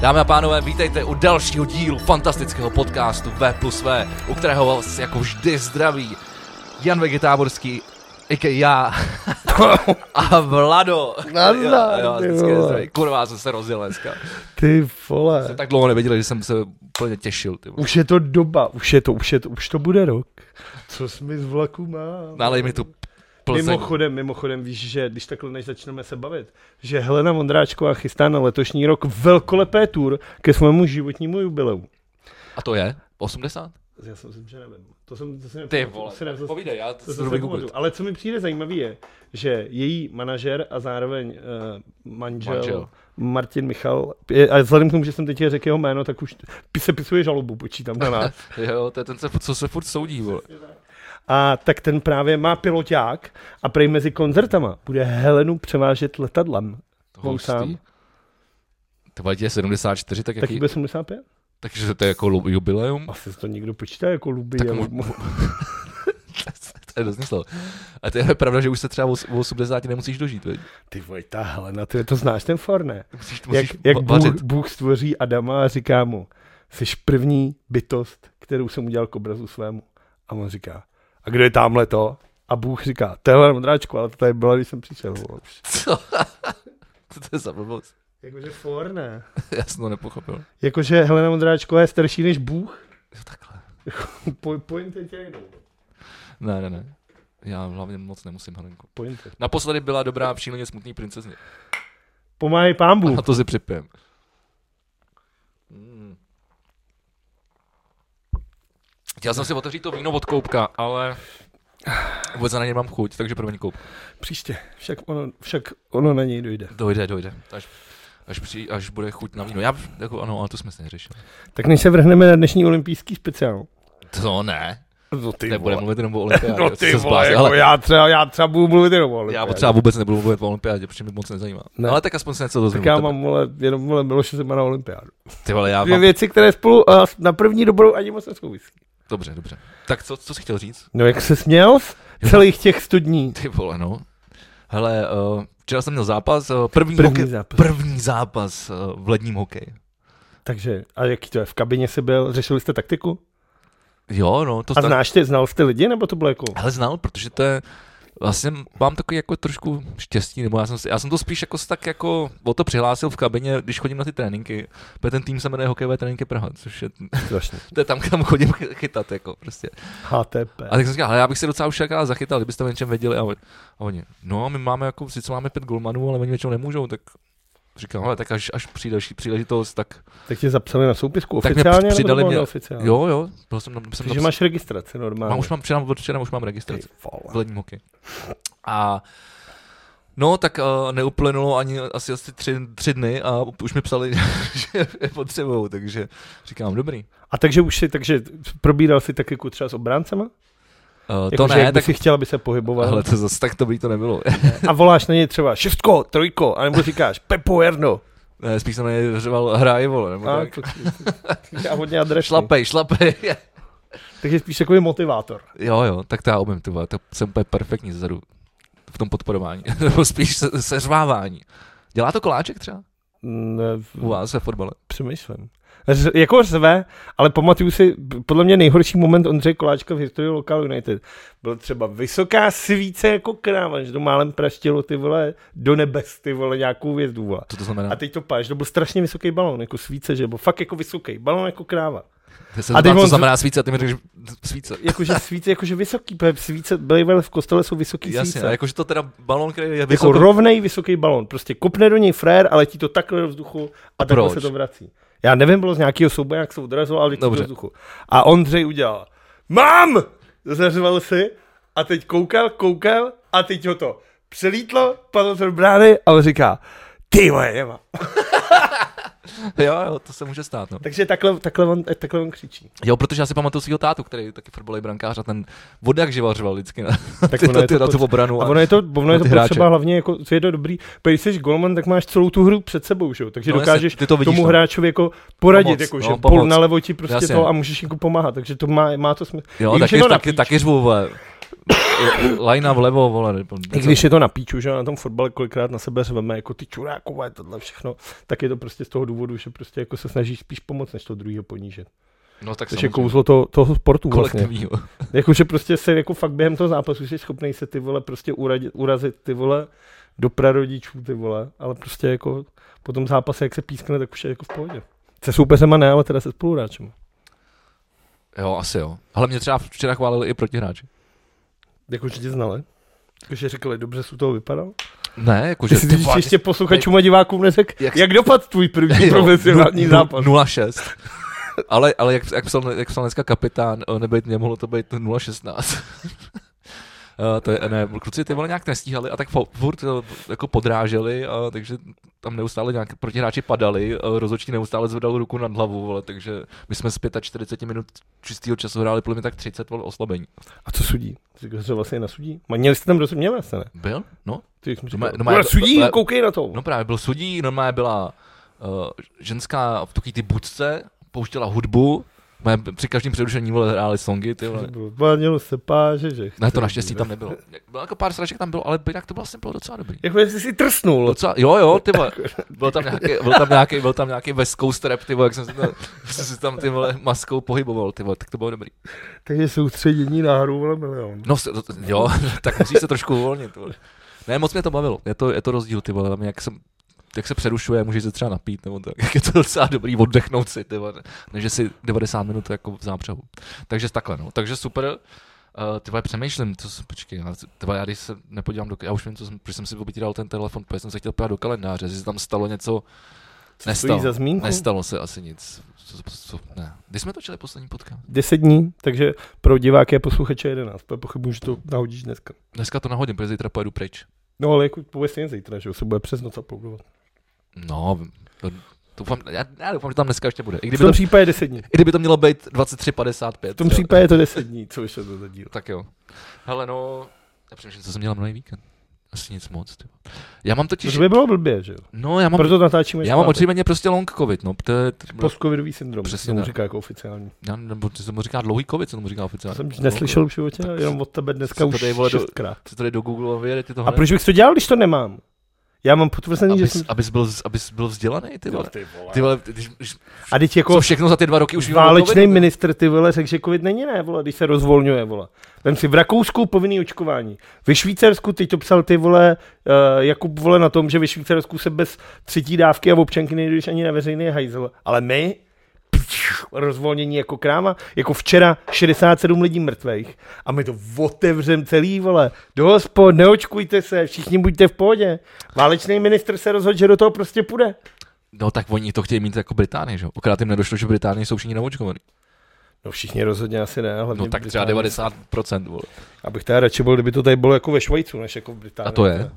Dámy a pánové, vítejte u dalšího dílu fantastického podcastu V plus V, u kterého vás jako vždy zdraví Jan Vegetáborský, Ike já a Vlado. Nazdar, jo, jo, ty vždycky vole. zdraví. Kurva, jsem se rozjel dneska. Ty vole. Jsem tak dlouho nevěděl, že jsem se úplně těšil. Ty. vole. Už je to doba, už je to, už je to, už to bude rok. Co jsi mi z vlaku má? Nalej mi tu Plzeň. Mimochodem, mimochodem, víš, že když takhle než začneme se bavit, že Helena Vondráčková chystá na letošní rok velkolepé tour ke svému životnímu jubileu. A to je? 80? Já si myslím, že nevím. To jsem, to jsem Ty nepamatuju, vole, to si nevzal- povídej, já to to se jsem si budu googlit. nepamatuju. Ale co mi přijde zajímavé je, že její manažer a zároveň uh, manžel, Manžel. manžel, Martin Michal, je, a vzhledem k tomu, že jsem teď řekl jeho jméno, tak už p- se pisuje žalobu, počítám na nás. Jo, to je ten, se- co se furt soudí, vole. A tak ten právě má piloták a prej mezi koncertama bude Helenu převážet letadlem. On sám. To je 74, tak Tak jaký, jí bude 75? takže to je jako lu- jubileum. Asi to někdo počítá jako luby. Tak ale- mu- to je nesmysl. A to je pravda, že už se třeba o os- o 80 nemusíš dožít, veď? Ty voj, ta Helena, ty to znáš ten for, ne? Musíš, Jak, musíš jak va- vařit. Bůh, Bůh stvoří Adama a říká mu, jsi první bytost, kterou jsem udělal k obrazu svému. A on říká, a kdo je tamhle to? A Bůh říká, to je Helena Vondráčko, ale to tady byla, když jsem přišel. vole." Co? Co to je za blbost? Jakože for, ne? Já jsem to nepochopil. Jakože Helena Vondráčková je starší než Bůh? Jo, takhle. Po, pointe tě jednou. Ne, ne, ne. Já hlavně moc nemusím, Helenko. Pointe. Naposledy byla dobrá příleně smutný princezně. Pomáhej pámbu. A to si připijem. Mm. Chtěl jsem si otevřít to víno od Koupka, ale vůbec na něj mám chuť, takže promiň Koup. Příště. Však ono, však ono na něj dojde. Dojde, dojde. Až, až, při, až bude chuť na víno. Já, jako, ano, ale to jsme si neřešili. Tak než se vrhneme na dnešní olympijský speciál. To ne. No ty Nebude vole. mluvit jenom o olympiádě. No co ty se vole, zbláznil. jako Hele, já třeba, já třeba budu mluvit jenom o já olympiádě. potřeba vůbec nebudu mluvit o olympiádě, protože mě moc nezajímá. Ne. Ale tak aspoň se něco dozvím. Tak já od tebe. mám vole, jenom vole Miloše Zemana olympiádu. Ty vole, já Dvě mám... věci, které spolu a na první dobrou ani moc nesouvisí. Dobře, dobře. Tak co, co jsi chtěl říct? No jak se směl? Celých těch 100 dní. Ty vole, no. Hele, uh, včera jsem měl zápas, uh, první, První hokej, zápas. první zápas uh, v ledním hokeji. Takže, a jaký to je, v kabině jsi byl, řešili jste taktiku? Jo, no, to A tak- znáš ty, znal jste lidi, nebo to bylo jako? Hele, znal, protože to je, vlastně mám takový jako trošku štěstí, nebo já jsem, si, já jsem to spíš jako se tak jako o to přihlásil v kabině, když chodím na ty tréninky, protože ten tým se jmenuje Hokejové tréninky Praha, což je, Strašně. to je tam, kam chodím chy- chytat, jako prostě. HTP. A tak jsem říkal, hele, já bych se docela už jaká zachytal, kdybyste o něčem věděli, a, on- a oni, no, my máme jako, sice máme pět golmanů, ale oni většinou nemůžou, tak Říkám, ale tak až, až přijde další příležitost, tak Tak tě zapsali na soupisku Tak mě oficiálně, nebo to přidali bylo mě- neoficiálně? jo, jo, byl jsem, tam- jsem Takže tam- máš registraci normálně. No, mám, už mám, včera, od včera už mám Ty registraci. v vole. ledním hokeji. A no, tak uh, neuplynulo ani asi asi tři, tři dny a už mi psali, že je potřebou, takže říkám, dobrý. A takže už si, takže probíral si tak jako třeba s obráncema? Uh, to Jako, že ne, jak by tak, si chtěl, aby se pohyboval. ale to zase tak dobrý to nebylo. A voláš na ně třeba šestko, trojko, anebo říkáš Pepo Erno. ne, spíš jsem na něj řval, hraj, vole, nebo A, tak. to, já hodně adresný. Šlapej, šlapej. Takže spíš takový motivátor. jo, jo, tak to já umím, tyba, to jsem úplně perfektní zezadu v tom podporování, nebo spíš se, seřvávání. Dělá to koláček třeba Mm, Ne, u vás ve fotbale? přemýšlím. Ř, jako řve, ale pamatuju si, podle mě nejhorší moment Ondřeje Koláčka v historii Local United. Byl třeba vysoká svíce jako kráva, že to málem praštilo ty vole do nebes, ty vole nějakou hvězdu. Vole. Co to znamená? A teď to páš, to byl strašně vysoký balón, jako svíce, že byl fakt jako vysoký, balón jako kráva. Já se a teď zeptám, co on- znamená svíce a ty mi řekneš svíce. Jakože svíce, jakože vysoký, protože svíce, bývaly v kostele jsou vysoký Jasně, svíce. a jakože to teda balon, který je Jako vysoko... rovnej vysoký balón, prostě kopne do něj frér, ale ti to takhle do vzduchu a, takhle proč? se to vrací. Já nevím, bylo z nějakého souboje, jak se odrazilo, ale do Dobře. vzduchu. A Ondřej udělal, mám! Zařval si a teď koukal, koukal a teď ho to přelítlo, padlo to do brány a on říká, ty moje nemá. Jo, jo, to se může stát. No. Takže takhle, takhle, on, takhle on křičí. Jo, protože já si pamatuju svého tátu, který je taky fotbalový brankář a ten vodak živařval vždycky na, tak ty, ono je ty, to na tu potřeba- obranu. A ono je to, ono na je to ty potřeba hráče. hlavně, jako, co je to dobrý, když jsi golman, tak máš celou tu hru před sebou, že? jo? takže No no, jasně, dokážeš ty to vidíš, tomu no. hráčovi jako poradit, Pomoc, jako, no, že pol pomoc. na levo ti prostě Jasně. to a můžeš jako pomáhat, takže to má, má to smysl. jo, I když taky, je to taky, napíč, taky řvu, vole. lajna vlevo, vole. nebo- I když je to na píču, že jo, na tom fotbale kolikrát na sebe řveme, jako ty čurákové, tohle všechno, tak je to prostě z toho důvodu, že prostě jako se snažíš spíš pomoct, než to druhýho ponížit. No tak Což je samozřejmě. kouzlo toho, toho sportu vlastně. kolektivního. Jako, že prostě se jako fakt během toho zápasu jsi schopný se ty vole prostě uradit, urazit ty vole do prarodičů ty vole, ale prostě jako po tom zápase, jak se pískne, tak už je jako v pohodě. Se soupeřema ne, ale teda se spoluhráčem. Jo, asi jo. Ale mě třeba včera chválili i protihráči. Jako, že tě znali. Jakože řekli, dobře jsi u toho vypadal. Jako, Ne, jakože... Že jsi vole, vole, ještě posluchačům a divákům neřek, Jak- jak, jak dopadl tvůj první Jo, profesionální nul- zápas. nul- 0,6. Ale, ale jak, jak, psal, jak psal dneska kapitán, eh, nebejt mě, mohlo to být 0,16. Eh, to je, ne, kluci ty vole nějak nestíhali a tak fo- furt eh, jako podráželi, a, takže tam neustále nějak protihráči padali, eh, rozhodčí neustále zvedal ruku nad hlavu, vole, takže my jsme z 45 minut čistého času hráli podle mě tak 30 vole, oslabení. A co sudí? Říkal, že vlastně nasudí. Ma- Měli jste tam dosud, měli jste ne? Byl? No, Ty, jak jsem Doma- říkal, doma- "Vole, sudí, doma- koukej na to. No právě byl sudí, normálně byla uh, ženská v takový ty budce, pouštěla hudbu, mé, při každém přerušení vole hráli songy, ty vole. Vánělo se páže, že Ne, to chce- naštěstí tam nebylo. Bylo jako pár sraček tam bylo, ale jinak to vlastně bylo docela dobrý. Jako jsi si trsnul. Docela, jo, jo, ty vole, byl tam nějaký, byl tam nějaký, byl tam nějaký West Coast rap, ty vole, jak jsem se tam, jsem se tam ty vole maskou pohyboval, ty vole, tak to bylo dobrý. Takže soustředění na hru vole milion. No, s- to- jo, tak musíš se trošku uvolnit, ty vole. Ne, moc mě to bavilo, je to, je to rozdíl, ty vole, tam jak jsem jak se přerušuje, můžeš se třeba napít, nebo tak, je to docela dobrý oddechnout si, ty vole, než že si 90 minut jako v zápřehu. Takže takhle, no, takže super, Uh, ty vole, přemýšlím, co jsem, počkej, já- ty vole, já když se nepodívám do, já už vím, co jsem, proč jsem si obíral ten telefon, protože jsem se chtěl podívat do kalendáře, jestli se tam stalo něco, nestalo, za zmínku? nestalo se asi nic, co, co, ne. Kdy jsme točili poslední podcast? 10 dní, takže pro diváky a posluchače 11, protože pochybuji, že to nahodíš dneska. Dneska to nahodím, protože zítra pojedu pryč. No ale jako pověz jen zítra, že jo, se bude přes noc uploadovat. No, to, doufám, já, já doufám, že tam dneska ještě bude. I V kdyby, tom to, případě 10 dní. i kdyby to mělo být V 23.55. tom jo. případě je to 10 dní, co vyšlo to za díl. Tak jo. Hele, no, já přemýšlím, co jsem dělal minulý víkend. Asi nic moc. Tyvo. Já mám totiž, To by bylo blbě, že jo. no, já mám, Proto natáčíme. já mám očividně prostě long covid, no, to je, to- Postcovidový syndrom, Přesně Přesně to mu tak. říká jako oficiální. já, nebo co se mu říká dlouhý covid, co tomu říká oficiálně. To jsem už Dlouhý neslyšel v životě, no. Tak jenom od tebe dneska se už to dej, vole, do- šestkrát. covid. Co tady do Google a vyjede ti to A proč bych to dělal, když to nemám? Já mám potvrzený, že abys, jsem... abys, byl, abys byl vzdělaný, ty vole. Ty vole. Ty vole, když, když, A teď co jako všechno za ty dva roky už víme o Válečný covidu, ty- ministr ty vole řekl, že covid není ne, vole, když se rozvolňuje, vole. Vem si v Rakousku povinný očkování. Ve Švýcarsku teď to psal ty vole uh, Jakub vole na tom, že ve Švýcarsku se bez třetí dávky a občanky nejdeš ani na veřejný hajzl. Ale my Pš, rozvolnění jako kráma, jako včera 67 lidí mrtvých. A my to otevřem celý, vole, do hospod, neočkujte se, všichni buďte v pohodě. Válečný ministr se rozhodl, že do toho prostě půjde. No tak oni to chtějí mít jako Británie, že jo? Akorát jim nedošlo, že v Británii jsou všichni naočkovaní. No všichni rozhodně asi ne, hlavně No tak třeba 90%, vole. Abych teda radši byl, kdyby to tady bylo jako ve Švajcu, než jako v Británii. A to je.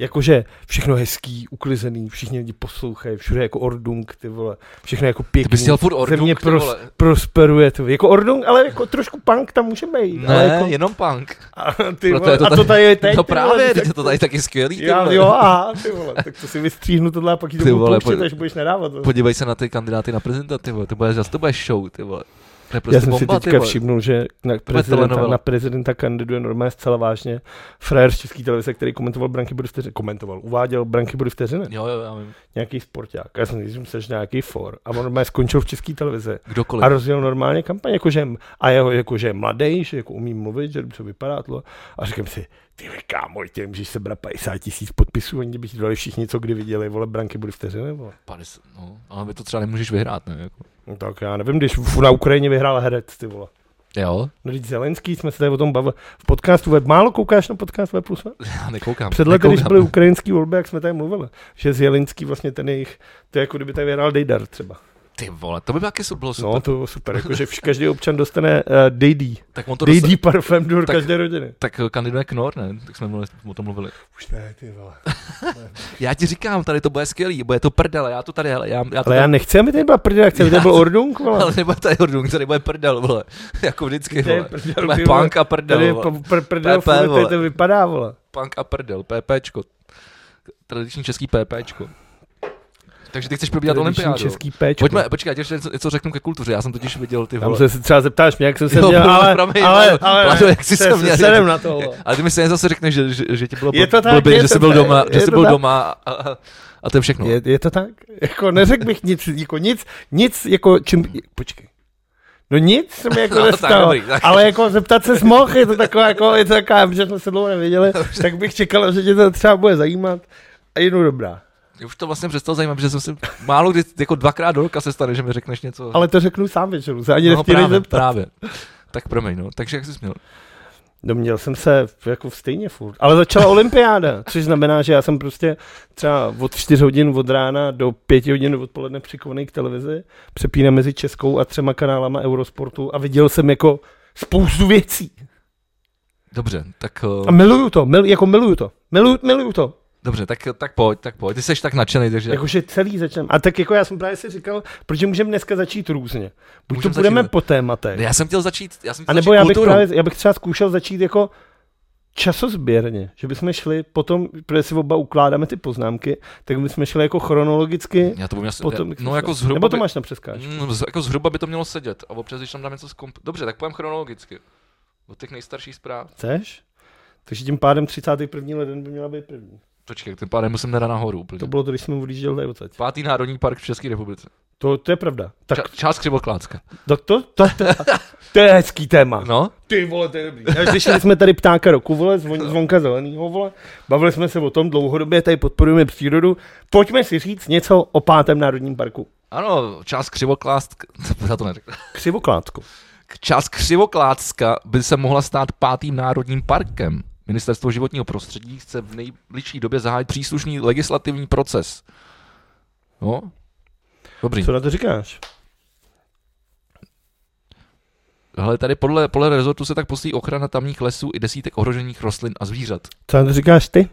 Jakože všechno hezký, uklizený, všichni lidi poslouchají, všude jako Ordung, ty vole, všechno jako pěkný. Ty bys měl furt orduk, Země ty pros, vole. prosperuje, ty vole. jako Ordung, ale jako trošku punk tam může být. ale Ne, jako, jenom punk. a, ty Proto vole, je to a to tady- tady je teď, no ty vole, právě, tak- teď je to tady taky skvělý. Ty já, vole. jo, a ty vole, tak to si vystříhnu tohle a pak ti to Ty budu vole, pouštět, pojď. až budeš nedávat. Podívej se na ty kandidáty na prezidenta, ty vole. To bude zase, to bude show, ty vole. To je prostě Já jsem bomba, si ty teďka vole. všimnul, že na prezidenta, telenovela. na prezidenta kandiduje normálně zcela vážně frajer z České televize, který komentoval Branky Bodu vteřiny. Komentoval, uváděl Branky Bodu vteřiny. Jo, jo, já vím. Nějaký sporták. Já jsem si myslel, že nějaký for. A on normálně skončil v České televizi. Kdokoliv. A rozjel normálně kampaň, jakože, a jeho, jakože je mladý, že jako umí mluvit, že dobře vypadá to. A říkám si, ty vole, kámo, ty můžeš sebrat 50 tisíc podpisů, oni by ti dali všichni, co kdy viděli, vole, branky byly vteřiny, vole. 50, no. Ale vy to třeba nemůžeš vyhrát, ne? Jako. No tak já nevím, když v- na Ukrajině vyhrál herec, ty vole. Jo, No teď Zelenský, jsme se tady o tom bavili. V podcastu web, málo koukáš na podcast web plus? ne? já nekoukám. Před lety, když nekoukám. byly ukrajinský volby, jak jsme tady mluvili, že Zelenský vlastně ten jejich, to je jako kdyby tady vyhrál Dejdar třeba. Ty vole, to by taky su- bylo super. No No, to bylo super, jakože vš- každý občan dostane uh, Dejdy, tak on to dostal, Dejdy parfém do Tak- každé rodiny. tak eh, kandiduje Knor, ne? Tak jsme mluvili, o tom mluvili. Už ne, ty vole. Já ti říkám, tady to bude skvělý, bude to prdele, já to tady, hele, já, já to Ale já nechci, aby tady byla prdě, chci, aby tady byl Ordung, vole. Ale nebude tady Hordung, tady bude prdel, vole. Jako vždycky, Tady je vole. To prdel, bude ty vole. punk a Tady prdel, je vole. pr- pr- prdel, PP, vole, tady vole. to vypadá, vole. Punk a prdel, PPčko. Tradiční český PPčko. Takže ty chceš probírat olympiádu. český péčko. Pojďme, počkej, já ještě něco, něco řeknu ke kultuře, já jsem totiž viděl ty Tam vole. se třeba zeptáš mě, jak jsem se Jo, no, měl, ale, promiň, ale, Vlado, ale, Vlado, jak jsi se měl? sedem na to. Ale ty mi stejně zase řekneš, že, že, že ti bylo Je to tak, blbě, je že to jsi byl tak, doma, že je jsi to byl tak. doma a, a, a to je všechno. Je, je, to tak? Jako neřekl bych nic, jako nic, nic, jako čím, počkej. No nic se mi jako No, tak nestalo, dobrý, tak. ale jako zeptat se smoh, je to taková, jako, je to taková, že jsme se dlouho neviděli, tak bych čekal, že tě to třeba bude zajímat. A jednou dobrá. Mě Už to vlastně přestalo zajímat, že jsem si málo kdy, jako dvakrát do roka se stane, že mi řekneš něco. Ale to řeknu sám večeru, se ani no, nechtěli právě, zeptat. právě. Tak promiň, no. Takže jak jsi měl? Doměl jsem se v- jako v stejně furt. Ale začala olympiáda, což znamená, že já jsem prostě třeba od 4 hodin od rána do 5 hodin odpoledne přikovaný k televizi, přepínám mezi českou a třema kanálama Eurosportu a viděl jsem jako spoustu věcí. Dobře, tak, A uh, miluju to, mil, jako miluju to, miluju, miluju to. dobře, tak, tak pojď, tak pojď. Ty jsi tak nadšený, takže... Jakože celý začneme. A tak jako já jsem právě si říkal, protože můžeme dneska začít různě. Buď Můžem to budeme začít- po tématech, Já jsem chtěl začít, já jsem A chtěl nebo začít já bych, kulturou. právě, já bych třeba zkoušel začít jako časozběrně, že bychom šli potom, protože si oba ukládáme ty poznámky, tak bychom šli jako chronologicky. Já to budu měl, Potom, potom, no jako zhruba Nebo zhruba, to by, máš na přeskáč. mm, z- jako zhruba by to mělo sedět a občas, když tam dám něco zkomp... Dobře, tak půjdem chronologicky. Od těch nejstarších zpráv. Chceš? Takže tím pádem 31. leden by měla být první. Počkej, tím pádem musím teda nahoru úplně. To bylo to, když jsme odjížděli tady odsaď. Pátý národní park v České republice. To, to je pravda. Tak Ča- část Křivoklácka. to, to, to, to, to je hezký téma. No, Ty vole, to je dobrý. Řešili jsme tady ptáka roku, vole, zvon, zvonka zelenýho, vole. Bavili jsme se o tom dlouhodobě, tady podporujeme přírodu. Pojďme si říct něco o pátém národním parku. ano, část Křivoklácka, já to neřekl. Křivoklátku. Část Křivoklácka by se mohla stát pátým národním parkem. Ministerstvo životního prostředí chce v nejbližší době zahájit příslušný legislativní proces. No, dobrý. Co na to říkáš? Ale tady podle, podle rezortu se tak posílí ochrana tamních lesů i desítek ohrožených rostlin a zvířat. Co na to říkáš ty?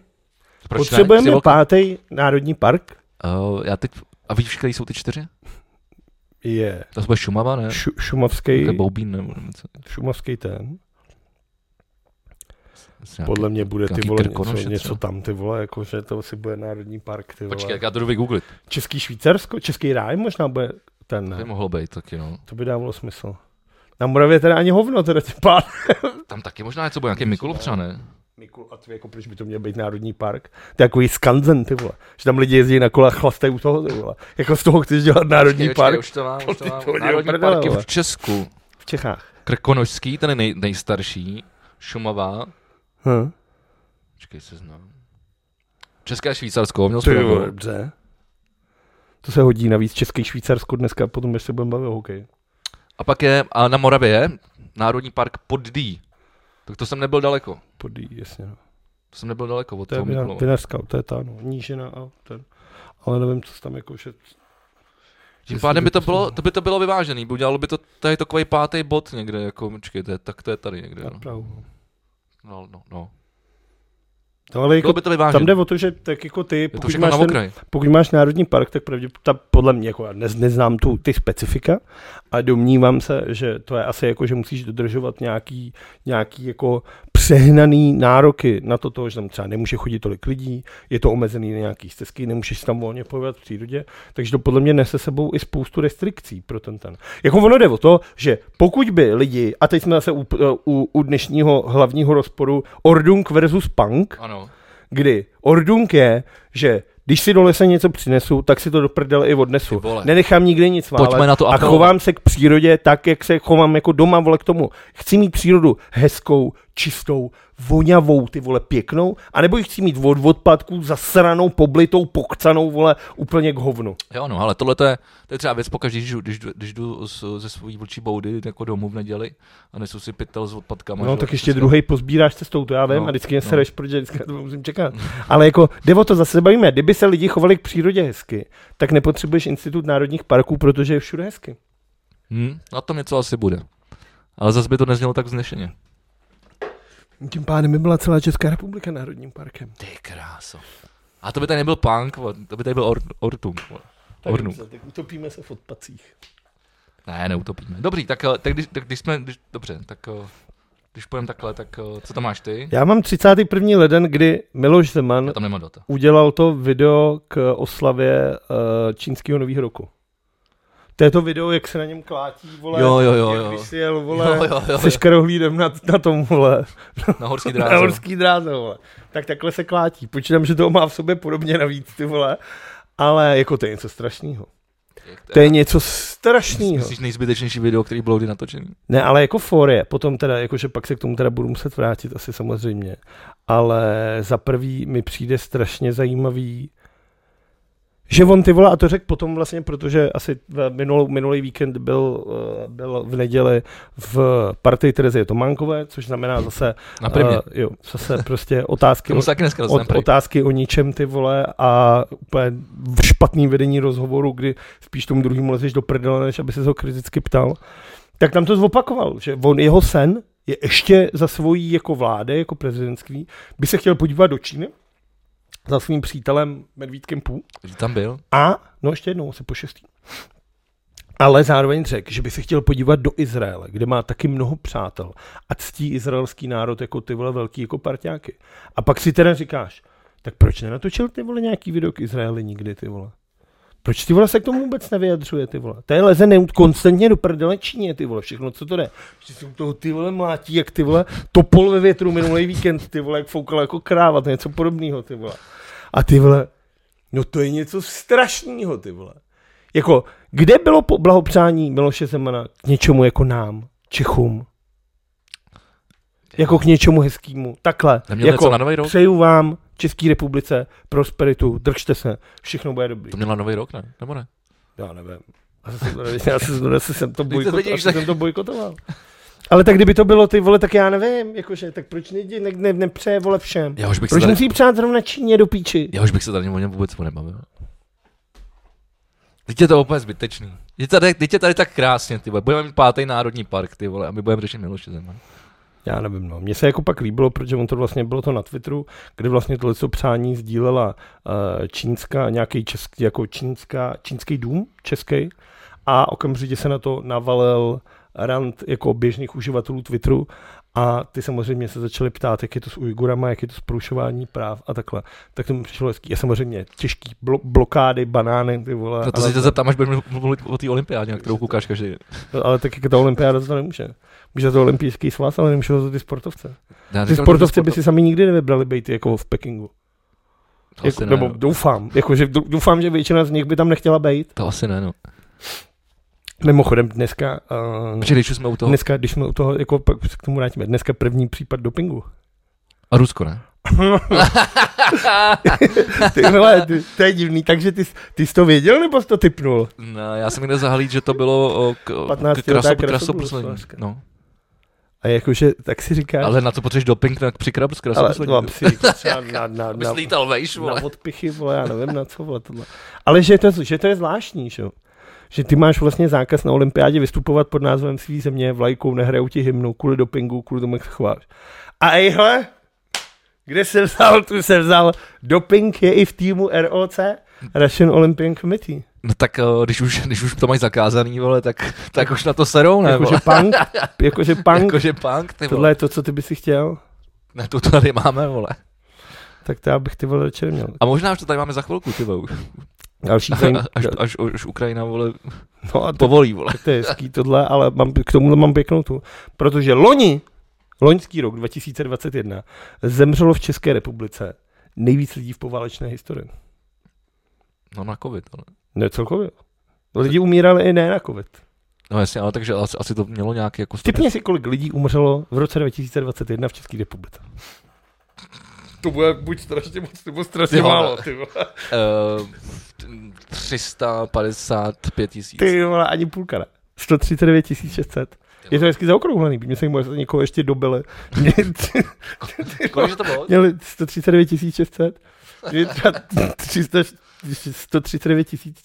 Proč ne? Potřebujeme Křivok- pátý národní park? Uh, já teď... A víš, které jsou ty čtyři? Je. To bude Šumava, ne? Šu- šumavský, To je Boubín, nebo něco. šumavský ten. S nějaký- Podle mě bude ty nějaký vole Krkonoše něco, něco třeba. tam, ty vole, jako, že to si bude národní park, ty vole. Počkej, jak já to jdu vygooglit. Český Švýcarsko, Český ráj možná bude ten, To by ne? mohlo být taky, no. To by dávalo smysl. Na Moravě teda ani hovno, teda tím pádem. Tam taky možná něco bude, nějaký Mikulov třeba, ne? Mikul a ty, jako proč by to měl být národní park? To je takový skanzen, ty vole. Že tam lidi jezdí na kola a chlastají u toho, ty vole. Jako z toho chceš dělat Počkej, národní počkej, park Počkej, už to mám, už to ty mám. to lidi Národní oprdele, parky vole. v Česku. v Čechách. Krkonožský, ten je nej, nejstarší. Šumava. Hm. Počkej, se znám. České a Švýcarsko, měl Ty jsem vole, pravdu. dobře. To se hodí navíc Český Švýcarsko dneska, potom až se budeme bavit o hokeji. A pak je, a na Moravě je, Národní park Poddí. Tak to jsem nebyl daleko. Podí, jasně. No. To jsem nebyl daleko od To je toho vina- Mikulova. vinařská, to je ta, no, nížina a ten. Ale nevím, co se tam jako že... Tím jestli pádem by to dopustím. bylo, to by to bylo vyvážený, by udělalo by to tady takový pátý bod někde, jako, počkej, to je, tak to je tady někde, Na no. Prahu, no. no, no, no. No, ale jako, Bylo by to vyvážený, tam jde o to, že tak jako ty, je to pokud všechno máš, na ten, okraj. Pokud máš národní park, tak pravdě, ta, podle mě, jako já nez, neznám tu, ty specifika, ale domnívám se, že to je asi jako, že musíš dodržovat nějaký, nějaký jako přehnaný nároky na to, toho, že tam třeba nemůže chodit tolik lidí, je to omezený na nějaký stezky, nemůžeš se tam volně pohybovat v přírodě, takže to podle mě nese sebou i spoustu restrikcí pro ten ten. Jako ono jde o to, že pokud by lidi, a teď jsme zase u, u, u dnešního hlavního rozporu Ordung versus Punk, Ano, kdy ordunk je, že když si do lesa něco přinesu, tak si to do prdele i odnesu. Ty vole. Nenechám nikde nic Pojďme válet na to a apelovat. chovám se k přírodě tak, jak se chovám jako doma, vole, k tomu. Chci mít přírodu hezkou, čistou, voňavou, ty vole, pěknou, anebo ji chci mít od odpadků zasranou, poblitou, pokcanou, vole, úplně k hovnu. jo, no, ale tohle to je, to je třeba věc pokaždé, když, jdu- když, jdu- když jdu s, ze svojí vlčí boudy jako domů v neděli a nesu si pytel s odpadkama. No, že? tak ještě Prostě- druhý pozbíráš cestou, to já vím, No, a vždycky mě no. sereš, protože vždycky na to musím čekat. Ale jako, jde o to, zase se bavíme, kdyby se lidi chovali k přírodě hezky, tak nepotřebuješ institut národních parků, protože je všude hezky. Hm, na tom něco asi bude. Ale zase by to neznělo tak vznešeně. Tím pádem by byla celá Česká republika národním parkem. Ty kráso. A to by tady nebyl punk, vole, to by tady byl or, ortum. vole. Ornung. tak utopíme se v odpacích. Ne, neutopíme. Dobrý, tak, eh, tak, když, tak když jsme, když, dobře, tak eh, Když půjdeme takhle, tak eh, co tam máš ty? Já mám 31. leden, kdy Miloš Zeman Já tam nemám data. udělal to video k oslavě eh, čínského nového roku. To je to video, jak se na něm klátí, vole. Jo, jo, jo, jak jo. vysjel, vole, Jo, jo, jo, se škarohlídem na, na tom, vole, na horský na dráze. horský dráze, vole. Tak takhle se klátí. Počítám, že to má v sobě podobně navíc, ty vole. Ale jako to je něco strašného. To je něco strašného. Myslíš nejzbytečnější video, který bylo kdy natočený? Ne, ale jako forie, potom teda, jakože pak se k tomu teda budu muset vrátit asi samozřejmě, ale za prvý mi přijde strašně zajímavý, že on ty vole, a to řekl potom vlastně, protože asi v minulou, minulý víkend byl, eh, byl v neděli v partii Terezie Tománkové, což znamená zase, Na primě. eh, jo, zase prostě otázky, K o, tomu se taky dneska o, dostaneme. prý. otázky o ničem ty vole a úplně v špatný vedení rozhovoru, kdy spíš tomu druhému lezeš do prdele, než aby se ho kriticky ptal, tak tam to zopakoval, že on, jeho sen je ještě za svojí jako vlády, jako prezidentský, by se chtěl podívat do Číny za svým přítelem Medvídkem Pů Že Tam byl. a, no ještě jednou, asi po šestý. Ale zároveň řekl, že by se chtěl podívat do Izraele, kde má taky mnoho přátel a ctí izraelský národ jako ty vole velký jako parťáky. A pak si teda říkáš, tak proč nenatočil ty vole nějaký video k Izraeli nikdy ty vole? Proč ty vole se k tomu vůbec nevyjadřuje ty vole? To je leze neut konstantně do prdele Číně ty vole, všechno co to jde. Že jsou toho ty vole mlátí jak ty vole, topol ve větru minulý víkend ty vole, jak foukal jako kráva, to je něco podobného ty vole. A ty vole, No to je něco strašného, ty vole. Jako, kde bylo po blahopřání Miloše Zemana k něčemu jako nám, Čechům? Jako k něčemu hezkému. Takhle. Neměl něco Jako, na nový rok? přeju vám, České republice, prosperitu, držte se, všechno bude dobrý. To měl na nový rok, ne? Nebo ne? Já nevím. Já se, já se, já se jsem to Vždyť to bojkotoval. vidíš, Asi tak- jsem to bojkotoval. Ale tak kdyby to bylo ty vole, tak já nevím, jakože, tak proč lidi ne, ne, nepřeje vole všem? Já už bych se Proč tady, musí přát zrovna Číně do píči? já už bych se tady o něm vůbec nebavil. Teď je to úplně zbytečný. Je tady, teď je tady tak krásně, ty vole. Budeme mít pátý národní park, ty vole, a my budeme řešit Miloše Zeman. Já nevím, no. Mně se jako pak líbilo, protože on to vlastně bylo to na Twitteru, kde vlastně tohle co přání sdílela eh, čínská, nějaký český, jako čínská, čínský dům český a okamžitě se na to navalil rant jako běžných uživatelů Twitteru a ty samozřejmě se začaly ptát, jak je to s Ujgurama, jak je to s porušování práv a takhle. Tak to mi přišlo hezký. A samozřejmě těžký blo- blokády, banány, ty vole. No to ale- se tě zeptám, až budeme mluvit o té olympiádě, na kterou koukáš každý den. No, ale tak jako ta olympiáda za to nemůže. Může za to olympijský svaz, ale nemůže za to ty sportovce. Já Ty říkám, že sportovci by sport- si sami nikdy nevybrali být jako v Pekingu. To Jako, asi ne, ne, nebo no. doufám, jako, že dou- doufám, že většina z nich by tam nechtěla být. To asi ne, no. Mimochodem dneska, uh, Protože když už jsme u toho. dneska, když jsme u toho, jako pak se k tomu vrátíme, dneska první případ dopingu. A Rusko, ne? Ty, vole, ty, to je divný, takže ty, jsi- ty jsi to věděl, nebo jsi to typnul? No, já jsem někde zahalít, že to bylo o, k, o- 15 k kraso, letá krasobruslá kraso poslední. hospodářka. No. A jakože, tak si říkáš, Ale na to potřebuješ doping, tak přikrab z kraso ale poslední. no, psi, jako třeba na, na, na, Abys lítal vejš, na vole. odpichy, vole, já nevím na co, vole, tohle. Ale že to, že to je zvláštní, že? jo? že ty máš vlastně zákaz na olympiádě vystupovat pod názvem svý země, vlajkou, nehrajou ti hymnu, kvůli dopingu, kvůli tomu, jak se chováš. A ejhle, kde se vzal, tu se vzal. Doping je i v týmu ROC, Russian Olympian Committee. No tak eh, když už, když už to mají zakázaný, vole, tak, tak už na to serou, ne? Jakože Jakože punk, jakože punk, jako, jakože punk, ty vole. tohle je to, co ty by si chtěl, Ne, to tady máme, vole. tak to já bych ty vole radši neměl. A možná už to tady máme za chvilku, ty vole. Další Až, zajím, až, až, až Ukrajina, vole, no a to, povolí, vole. Tak to je hezký tohle, ale mám, k tomuhle mám pěknou tu. Protože loni, loňský rok 2021, zemřelo v České republice nejvíc lidí v poválečné historii. No na covid, ale. Ne celkově. No, Lidi umírali i ne na covid. No jasně, ale takže asi, asi to mělo nějaký jako... Typně si, kolik lidí umřelo v roce 2021 v České republice. To bude buď strašně moc, nebo strašně Ty vole. málo, Ty vole, Uh, 355 tisíc. ty vole ani půlka ne. 139 600. Je to hezky zaokrouhlený, mě se jim možná někoho ještě dobili. Mě- Kolik že to bylo? Měli 139 600. Měli třeba 300, 139 tisíc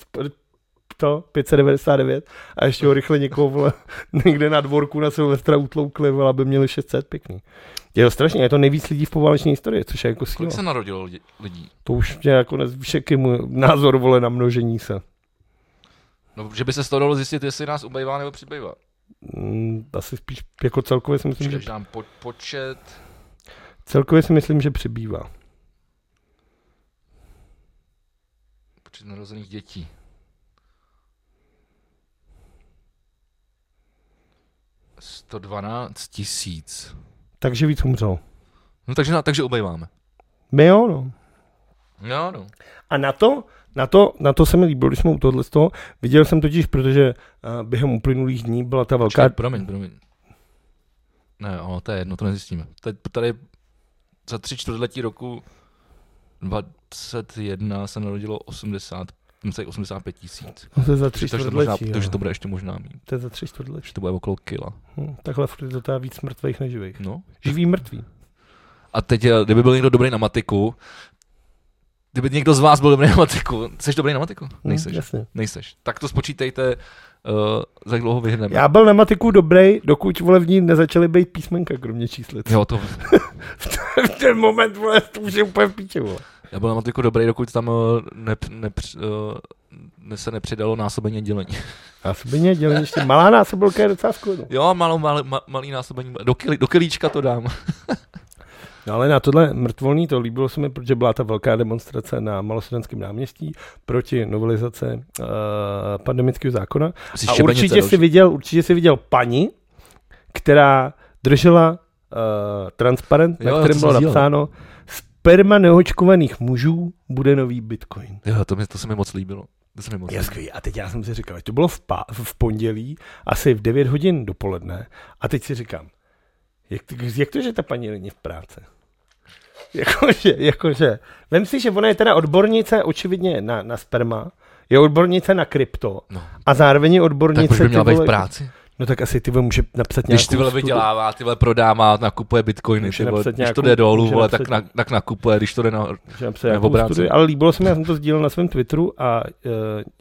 to, 599 a ještě ho rychle někoho vole, někde na dvorku na Silvestra utloukli, vole, aby měli 600 pěkný. Je to strašně, je to nejvíc lidí v poválečné historii, což je jako síla. Kolik se narodilo lidi- lidí? To už mě jako nezvšeky můj názor, vole, na množení se. No, že by se z toho dalo zjistit, jestli nás ubejvá nebo přibývá. Mm, Asi spíš jako celkově si myslím, že, Počkej, dám po, počet. celkově si myslím, že přibývá. Počet narozených dětí. Sto dvanáct tisíc. Takže víc umřelo. No takže, na- takže obejváme. Milion. No, no. A na to, na to, na to se mi líbilo, když jsme u tohohle z toho, viděl jsem totiž, protože uh, během uplynulých dní byla ta velká... Počkej, promiň, promiň. Ne, ono, to je jedno, to nezjistíme. Teď tady za tři čtvrtletí roku 21 se narodilo no, 80, myslím, 85 tisíc. No to je za tři Takže to, možná, čtvrtletí. takže jo. to bude ještě možná mít. To je za tři čtvrtletí. Že to bude okolo kila. Hm, takhle furt je to teda víc mrtvých než živých. No. Živý mrtvý. Hm, A teď, eh, kdyby byl někdo dobrý na matiku, kdyby někdo z vás byl dobrý na matiku, jsi dobrý na matiku? Nejseš. Hm, jasně. Nejseš. Tak to spočítejte, uh, za jak dlouho vyhrneme. Já byl na matiku dobrý, dokud vole v ní nezačaly být písmenka, kromě číslic. Jo, to, v ten moment, vole, to už je úplně v píči, vole. já byl na matiku dobrý, dokud tam eh, nep, nep, uh, ne, se nepřidalo násobení a dělení. Násobeně dělení ještě. Malá násobilka je docela skvělá. Jo, malou, malý, ma- malý násobení, do, kili, do kilíčka to dám. No ale na tohle mrtvolný to líbilo se mi, protože byla ta velká demonstrace na Malostranském náměstí proti novelizace uh, pandemického zákona. Jsi A určitě si viděl, určitě si viděl paní, která držela uh, transparent, Jo, na jo, kterém to bylo jsem sdílel. napsáno sperma neočkovaných mužů bude nový bitcoin. Jo, to, mi, to se mi moc líbilo. To se mi moc Je líbilo. skvělý. A teď já jsem si říkal, to bylo v, pá- v pondělí, asi v 9 hodin dopoledne, a teď si říkám, jak to, jak to že ta paní není v práci? Jakože, jakože. Vem si, že ona je teda odbornice očividně na, na sperma, je odbornice na krypto No. a zároveň je Tak odbornice... proč by ty měla být vole- v práci? No tak asi ty vole, může napsat nějakou Když ty vole studii. vydělává, ty vole prodává, nakupuje bitcoiny, Může ty vole, napsat když nějakou- to jde dolů, může vole, napsat tak, na, tak nakupuje, když to jde na... že napsal Nebo nějakou bránce. studii, ale líbilo se mi, já jsem to sdílel na svém Twitteru a uh,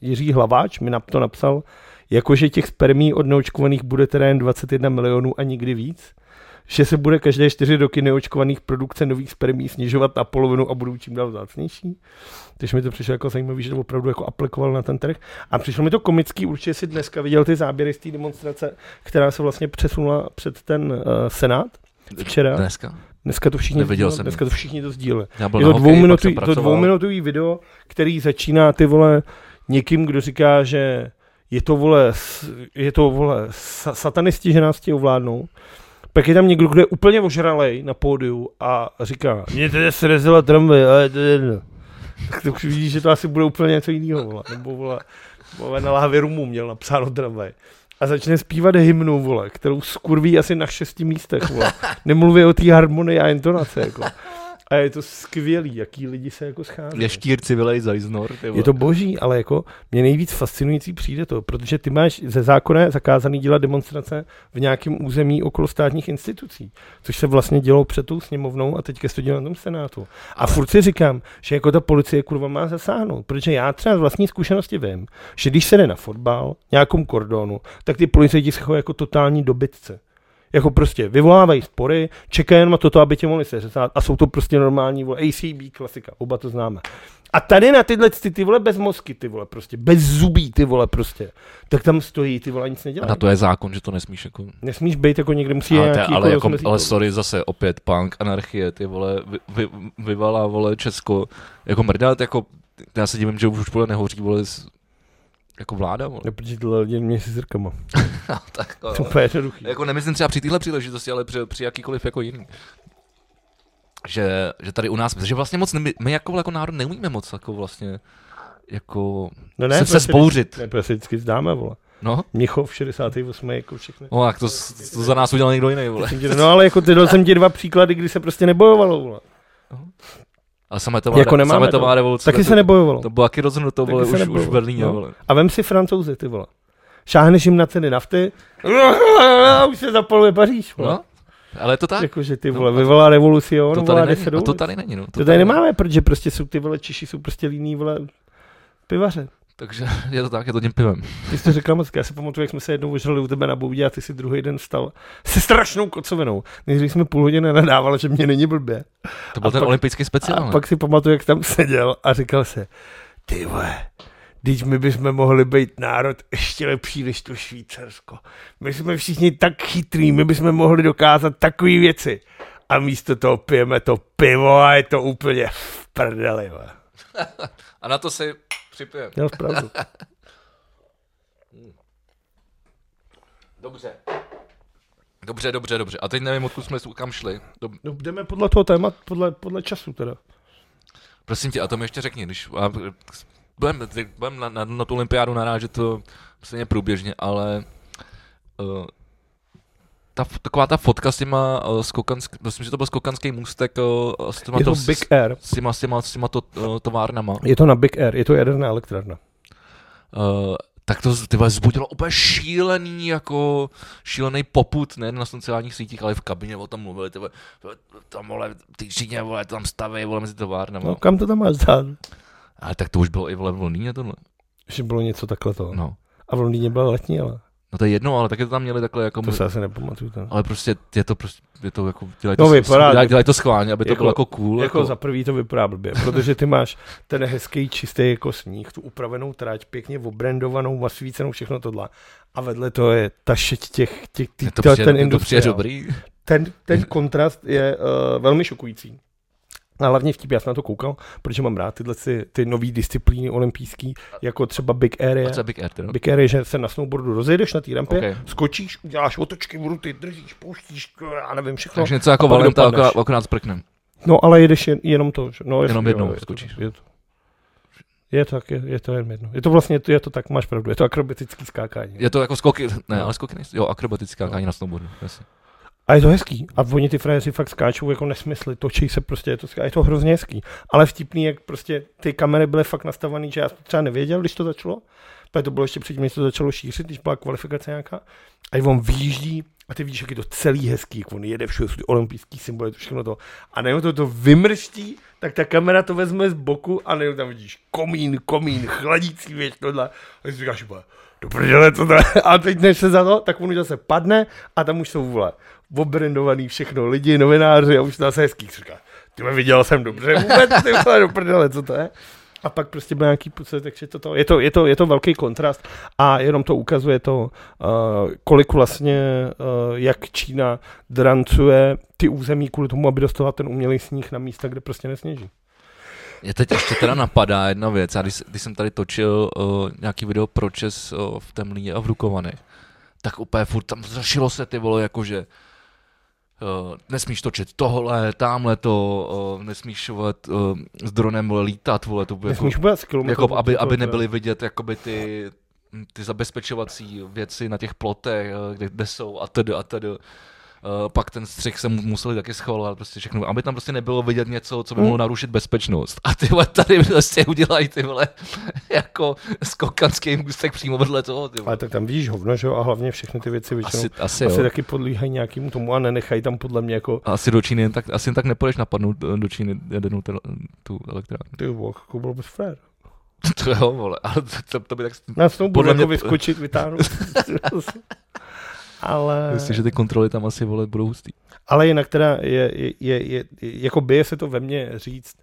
Jiří Hlaváč mi na to napsal, jakože těch spermí od neočkovaných bude teda jen 21 milionů a nikdy víc, že se bude každé čtyři roky neočkovaných produkce nových spermí snižovat na polovinu a budou čím dál vzácnější. Takže mi to přišlo jako zajímavé, že to opravdu jako aplikoval na ten trh. A přišlo mi to komický, určitě si dneska viděl ty záběry z té demonstrace, která se vlastně přesunula před ten uh, senát. Včera, Dneska? dneska to všichni, Neviděl sdíleli- jsem. dneska to všichni to sdíleli. Já byl Je na to, hokeji, pak dvouminutový, jsem to pracoval. dvouminutový video, který začíná ty vole někým, kdo říká, že je to vole, s- je to vole sa- satanisti, že nás tě ovládnou. Pak je tam někdo, kdo je úplně ožralej na pódiu a říká, mě teda srezila tramvaj, ale to je jedno. Tak to už vidíš, že to asi bude úplně něco jiného. Vole. Nebo vole, vole na láhvi rumu měl napsáno tramvaj. A začne zpívat hymnu, vole, kterou skurví asi na šesti místech, vole. Nemluví o té harmonii a intonace, jako. A je to skvělý, jaký lidi se jako schází. Ještírci vylej za iznor, ty vole. Je to boží, ale jako mě nejvíc fascinující přijde to, protože ty máš ze zákona je zakázaný dělat demonstrace v nějakém území okolo státních institucí, což se vlastně dělo před tou sněmovnou a teďka se to dělá na tom senátu. A furt si říkám, že jako ta policie kurva má zasáhnout, protože já třeba z vlastní zkušenosti vím, že když se jde na fotbal, nějakou kordonu, tak ty policajti se chovají jako totální dobytce. Jako prostě vyvolávají spory, čekají jenom na toto, aby tě mohli seřezat a jsou to prostě normální vole, ACB klasika, oba to známe. A tady na tyhle ty, ty vole bez mozky, ty vole prostě, bez zubí, ty vole prostě, tak tam stojí, ty vole a nic A nedělají. na to je zákon, že to nesmíš jako... Nesmíš být jako někde, musí Ale, to je, nějaký ale, jako, rozmezí ale toho. sorry, zase opět punk, anarchie, ty vole, vy, vy, vyvalá, vole, Česko, jako mrdat, jako, já se divím, že už vole nehoří, vole, s- jako vláda, vole. No, protože tyhle lidi mě si zrkama. No, tak, jo. To je úplně jednoduchý. jako nemyslím třeba při téhle příležitosti, ale při, při jakýkoliv jako jiný. Že, že tady u nás, že vlastně moc, nemy, my jako, jako národ neumíme moc jako vlastně, jako No ne, se, protože- se spouřit, Ne, protože se vždycky zdáme, vole. no. Měchov 68, jako všechny. No, tak to, s- to za nás udělal někdo jiný, vole. Jsem ti- No ale jako ty dal jsem ti dva příklady, kdy se prostě nebojovalo, vole. A sametová, Jako jako nemáme sametová revoluce. to- Taky se nebojovalo. To bylo taky rozhodnuto, Taky vole, se už, nebylo. už v Berlíně, No. no. vole. A vem si francouze, ty vole. Šáhneš jim na ceny nafty, už se zapaluje Paříž, vole. No, ale je to tak. Jakože ty No, vole, a- vyvolá revoluci, on To volá tady, 10 není, a to ulic. tady není, no. To tady nemáme, protože prostě jsou ty vole Češi, jsou prostě líní vole pivaře. Takže je to tak, je to tím pivem. Ty jsi to říkal moc, já si pamatuju, jak jsme se jednou ožrali u tebe na boudě a ty si druhý den stal se strašnou kocovinou. Nejdřív jsme půl hodiny nadával, že mě není blbě. To byl A ten pak- olympijský A speciál. ne? pak si pamatuju, jak tam seděl a říkal se, ty vole, Teď my bychom mohli být národ ještě lepší než to Švýcarsko. My jsme všichni tak chytrý, my bychom mohli dokázat takové věci. A místo toho pijeme to pivo a je to úplně v prdeli. vole. A na to si připijem. Měl jsi pravdu. Dobře. Dobře, dobře, dobře. A teď nevím, odkud jsme kam šli. Dob- No, jdeme podle toho tématu, podle, podle času teda. Prosím tě, a to mi ještě řekni, když a, budem, teď budem na, na, na tu olympiádu narážet to stejně průběžně, ale uh, ta, f- taková ta fotka s těma uh, skokansk, myslím, že to byl skokanský můstek uh, s těma, Je to s, Big Air. s těma, s těma, s těma to, uh, továrnama, uh, Je to na Big Air, je to jaderná elektrárna. Eh, tak to ty vole, zbudilo úplně šílený, jako šílený poput, nejen na sociálních sítích, ale i v kabině o tom mluvili, ty vole, tam vole, ty Číně, vole, tam staví, vole, mezi továrnama. No, kam to tam máš dát? Ale tak to už bylo i vole v Londýně tohle. Že bylo něco takhle toho. No. A v Londýně byla letní, ale No to je jedno, ale taky to tam měli takhle jako... to se asi nepamatuju. Tam. Ale prostě je to prostě, je to jako, dělají to, No vypadá- dělají, dělají to schválně, aby to Jako- bylo jako cool. Jako za prvý to vypadá blbě, protože ty máš ten hezký, čistý jako sníh, tu upravenou tráť, pěkně obrendovanou, masvícenou, všechno tohle. A vedle toho je ta šeť těch, těch, Je těch to, ta- přijde, ten ten to přijde industriál. dobrý. Ten, ten kontrast je uh, velmi šokující. A hlavně vtip, já jsem na to koukal, protože mám rád tyhle si, ty nové disciplíny olympijský, jako třeba Big Area. A co je Big Air, teda? Big Air je, že se na snowboardu rozjedeš na té rampě, Ok. skočíš, uděláš otočky v ruty, držíš, pouštíš, já nevím, všechno. Takže něco jako a pak Valenta, dopadneš. akorát, akorát sprknem. No ale jedeš jen, jenom to. že- No, jasně, Jenom jo, jednou je to- skočíš. Je to, je to, tak, je, je to jen jedno. Je to vlastně, je to, je to tak, máš pravdu, je to akrobatický skákání. Je to jako skoky, ne, No. ale skoky nejsou, jo, akrobatická, no. ani na snowboardu, jasně. A je to hezký. A oni ty frajeři fakt skáčou jako nesmysly, točí se prostě, je to, ská- je to hrozně hezký. Ale vtipný, jak prostě ty kamery byly fakt nastavený, že já jsem to třeba nevěděl, když to začalo. Protože to bylo ještě předtím, než to začalo šířit, když byla kvalifikace nějaká. A on výjíždí a ty vidíš, jak je to celý hezký, jak on jede všude, jsou ty olympijský symboly, to všechno to. A najednou to, to vymrští, tak ta kamera to vezme z boku a najednou tam vidíš komín, komín, chladící věc, tohle. A ty si říkáš, "Bo, do prdele, co to je? A teď než se za to, tak on už zase padne a tam už jsou vole, obrendovaný všechno, lidi, novináři a už to zase hezký. Si Říká, ty vole, viděl jsem dobře vůbec, ty vole, do prdele, co to je? A pak prostě byl nějaký pocit, takže to, to, je, to, je, to, je to velký kontrast a jenom to ukazuje to, uh, kolik vlastně, uh, jak Čína drancuje ty území kvůli tomu, aby dostala ten umělý sníh na místa, kde prostě nesněží. Jako- Mě teď ještě teda napadá jedna věc, já když, s- když jsem tady točil uh, nějaký video pro Čes uh, v Temlíně a v Rukovanech, tak úplně furt tam zrašilo se ty vole, jakože uh, nesmíš točit tohle, tamhle to, uh, nesmíš vole, t- uh, s dronem vole, lítat, vole, to bude Nesmíš vůbec kilometr. jako, aby, aby nebyly vidět jakoby ty, ty zabezpečovací věci na těch plotech, eh, kde, kde jsou a tedy a tedy. Eh, Pak ten střih se mu- museli taky schvalovat, prostě všechno, aby tam prostě nebylo vidět něco, co by mohlo narušit bezpečnost. A ty vole, tady prostě udělají ty vole, jako skokanský můstek přímo vedle toho, ty vole. Ale tak tam vidíš hovno, že jo, a hlavně všechny ty věci většinou Asi, asi, asi, asi asi, jo. taky podlíhají nějakému tomu a nenechají tam podle mě jako asi do Číny, jen tak, asi jen tak nepůjdeš napadnout eh, do Číny jedenou ten, tu elektrárnu. ty vole, jako bylo bez frér. To jo, vole, ale to, to, to by tak, Na snou budu Podle jako mě- vyskočit, vytáhnout. Ale... myslím, že ty kontroly tam asi, vole, budou hustý. Ale jinak teda je, je, je, je jako bije se to ve mně říct,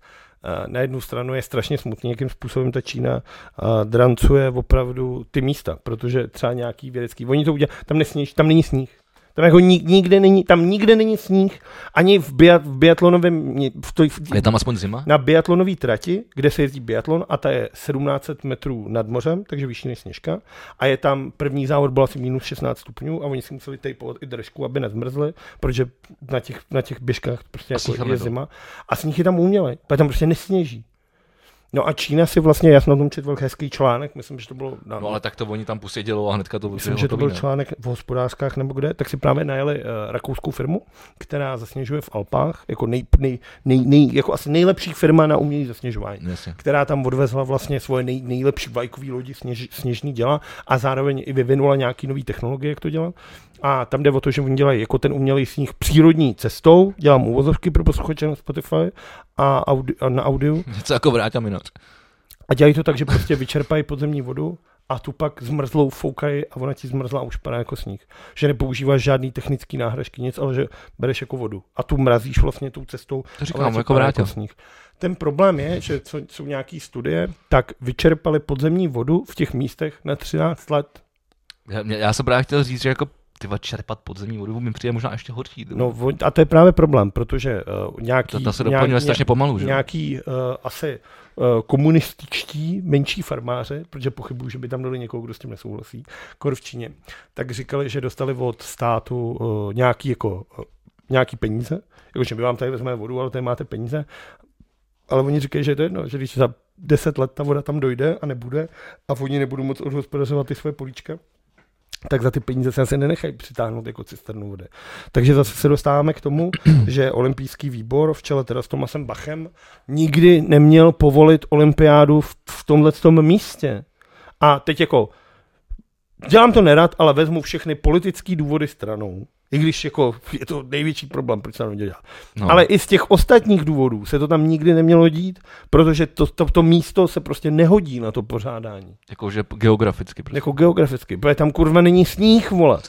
eh, na jednu stranu je strašně smutný, jakým způsobem ta Čína eh, drancuje opravdu ty místa, protože třeba nějaký vědecký, oni to udělají, tam nesníš, tam není sníh. Tam jako ni- nikde není, tam nikde není sníh, ani v, bia, v biatlonovém, v, toj- v, Je tam aspoň zima? na biatlonové trati, kde se jezdí biatlon a ta je 1700 metrů nad mořem, takže vyšší než sněžka. A je tam první závod byl asi minus 16 stupňů a oni si museli tejpovat i držku, aby nezmrzli, protože na těch, na těch běžkách prostě A sníh tam jako je nebyl. zima. A sníh je tam umělej, protože tam prostě nesněží. No a Čína si vlastně, já jsem na tom četl velký hezký článek, myslím, že to bylo na, No ale tak to oni tam posedělo a hnedka to Myslím, bylo že to byl hotový, ne? článek v hospodářkách nebo kde, tak si právě najeli uh, rakouskou firmu, která zasněžuje v Alpách, jako, nej, nej, nej, nej, jako asi nejlepší firma na umění zasněžování Jasně. která tam odvezla vlastně svoje nej, nejlepší vlajkový lodi sněž, sněžný děla a zároveň i vyvinula nějaký nový technologie, jak to dělat. A tam jde o to, že oni dělají jako ten umělý sníh přírodní cestou, dělám úvozovky pro posluchače na Spotify a, audi, a na audiu Něco jako vráťa minut. a dělají to tak, že prostě vyčerpají podzemní vodu a tu pak zmrzlou foukají a ona ti zmrzlá už padá jako sníh. Že nepoužíváš žádný technický náhražky, nic, ale že bereš jako vodu a tu mrazíš vlastně tou cestou. To a ona říkám, ti jako padá vrátil. sníh. Ten problém je, že co, jsou nějaký studie, tak vyčerpali podzemní vodu v těch místech na 13 let. Já, mě- já jsem právě chtěl říct, že jako tyva čerpat podzemní vodu mi přijde možná ještě horší. ty vole. No, vo- a to je právě problém, protože uh, nějaký, ta, ta se nějak- doplňuje strašně pomalu, že? nějaký uh, asi uh, komunističtí menší farmáře, protože pochybuju, že by tam dali někoho, kdo s tím nesouhlasí, kor v Číně, tak říkali, že dostali od státu uh, nějaký jako uh, nějaký peníze, jakože my vám tady vezmeme vodu, ale tady máte peníze, ale oni říkají, že je to jedno, že když za 10 let ta voda tam dojde a nebude a oni nebudou moc odhospodařovat ty své políčka, tak za ty peníze se asi nenechají přitáhnout jako cisternu vody. Takže zase se dostáváme k tomu, že olympijský výbor v čele teda s Tomasem Bachem nikdy neměl povolit olympiádu v, v tomhle místě. A teď jako, dělám to nerad, ale vezmu všechny politické důvody stranou. I když jako je to největší problém, proč se to nedělá. No. No. Ale i z těch ostatních důvodů se to tam nikdy nemělo dít, protože to, to, to místo se prostě nehodí na to pořádání. Jakože jako, p- geograficky. Prostě. Jako geograficky, protože tam kurva není sníh, vole.